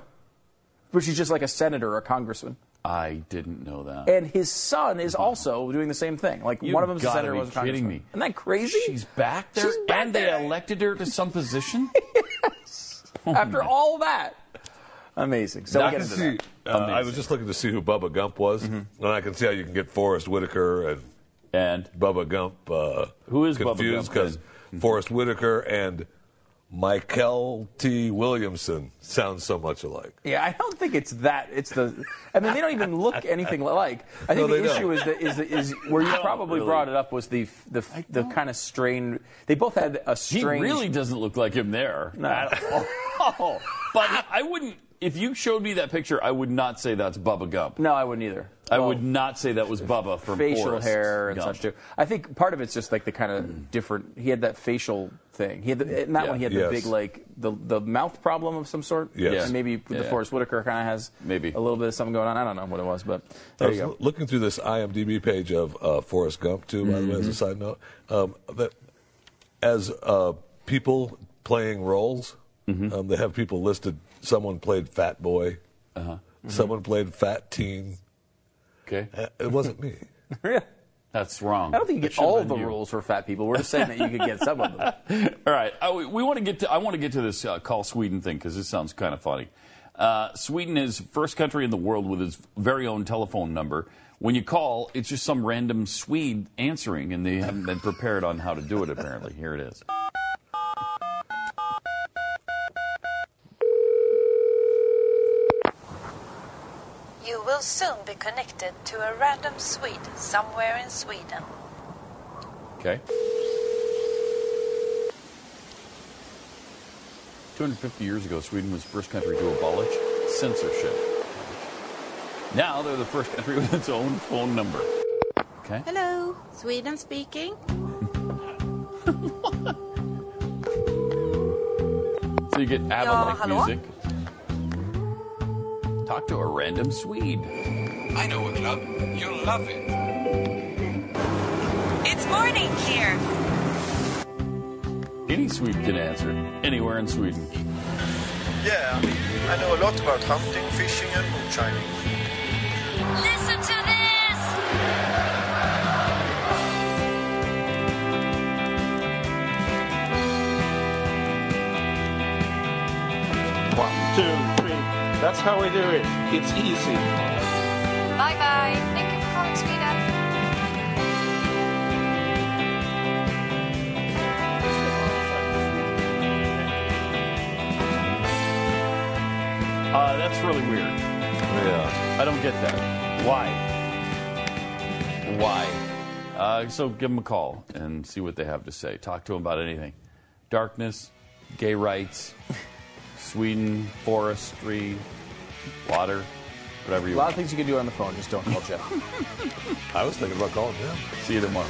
Speaker 2: But she's just like a senator or a congressman.
Speaker 1: I didn't know that. Mm-hmm.
Speaker 2: And his son is also doing the same thing. Like
Speaker 1: You
Speaker 2: one of them's a
Speaker 1: gotta
Speaker 2: senator,
Speaker 1: be
Speaker 2: one's a
Speaker 1: kidding
Speaker 2: congressman.
Speaker 1: me.
Speaker 2: Isn't that crazy?
Speaker 1: She's back there,
Speaker 2: She's back
Speaker 1: and
Speaker 2: there.
Speaker 1: they elected her to some position. Oh
Speaker 2: After all that, amazing. So
Speaker 3: I
Speaker 2: we
Speaker 3: can
Speaker 2: get into
Speaker 3: see.
Speaker 2: that.
Speaker 3: uh, I was just looking to see who Bubba Gump was, and I can see how you can get Forrest Whitaker and
Speaker 1: and
Speaker 3: Bubba Gump. Uh,
Speaker 1: who is Bubba
Speaker 3: confused
Speaker 1: Gump, Mm-hmm.
Speaker 3: because Forrest Whitaker and Michael T. Williamson sound so much alike.
Speaker 2: Yeah, I don't think it's that. It's the. I mean, they don't even look anything like. I
Speaker 3: No,
Speaker 2: think the
Speaker 3: they
Speaker 2: issue
Speaker 3: don't.
Speaker 2: is the, is the, is where you
Speaker 3: I don't
Speaker 2: probably
Speaker 3: really-
Speaker 2: brought it up was the the the kind of strain. They both had a
Speaker 1: He
Speaker 2: strange.
Speaker 1: really doesn't look like him there.
Speaker 2: No.
Speaker 1: At all. but I wouldn't. If you showed me that picture, I would not say that's Bubba Gump.
Speaker 2: No, I wouldn't either.
Speaker 1: I would not say that was Bubba from
Speaker 2: facial
Speaker 1: Forrest
Speaker 2: hair and
Speaker 1: Gump.
Speaker 2: such too. I think part of it's just like the kind of different. He had that facial thing. He had the, in that
Speaker 1: Yeah.
Speaker 2: one. He had
Speaker 1: Yes.
Speaker 2: the big like the the mouth problem of some sort.
Speaker 3: Yes.
Speaker 2: And maybe
Speaker 3: Yeah.
Speaker 2: the Forrest Whitaker kind of has maybe a little bit of something going on. I don't know what it was, but
Speaker 3: I
Speaker 2: there
Speaker 3: was
Speaker 2: you go.
Speaker 3: l- looking through this IMDb page of uh, Forrest Gump, too, by the way, as a
Speaker 2: Mhm.
Speaker 3: side note. Um, that as uh, people playing roles,
Speaker 2: Mm-hmm.
Speaker 3: um, they have people listed. Someone played Fat Boy.
Speaker 2: Uh-huh. Mm-hmm.
Speaker 3: Someone played Fat Teen. Uh,
Speaker 1: Okay.
Speaker 3: It wasn't me.
Speaker 1: That's wrong.
Speaker 2: I don't think you
Speaker 1: It
Speaker 2: get
Speaker 1: should've
Speaker 2: all
Speaker 1: been
Speaker 2: the
Speaker 1: you.
Speaker 2: rules for fat people. We're just saying that you could get some of them.
Speaker 1: All right, I, we, want to get to. I want to get to this uh, call Sweden thing because this sounds kind of funny. Uh, Sweden is first country in the world with its very own telephone number. When you call, it's just some random Swede answering, and they haven't been prepared on how to do it. Apparently, here it is.
Speaker 19: You will soon be connected to a random Swede somewhere in Sweden.
Speaker 1: Okay. Two hundred fifty years ago, Sweden was the first country to abolish censorship. Now they're the first country with its own phone number. Okay.
Speaker 20: Hello, Sweden speaking.
Speaker 1: So you get ABBA-like
Speaker 20: Yeah, hello?
Speaker 1: music. Talk to a random Swede. I know a club. You'll love it.
Speaker 19: It's morning here.
Speaker 1: Any Swede can answer. Anywhere in Sweden.
Speaker 21: Yeah, I know a lot about hunting, fishing, and moonshining.
Speaker 19: Listen to this!
Speaker 10: One, two, three. That's how we do it. It's easy.
Speaker 19: Bye bye. Thank you for calling Sweden.
Speaker 1: Uh, that's really weird.
Speaker 3: Yeah.
Speaker 1: I don't get that. Why? Why? Uh, so give them a call and see what they have to say. Talk to them about anything. Darkness, gay rights, Sweden, forestry, water, whatever
Speaker 2: A
Speaker 1: you
Speaker 2: lot
Speaker 1: want.
Speaker 2: of things you can do on the phone. Just don't call Jeff.
Speaker 3: I was thinking about calling him.
Speaker 1: See you tomorrow.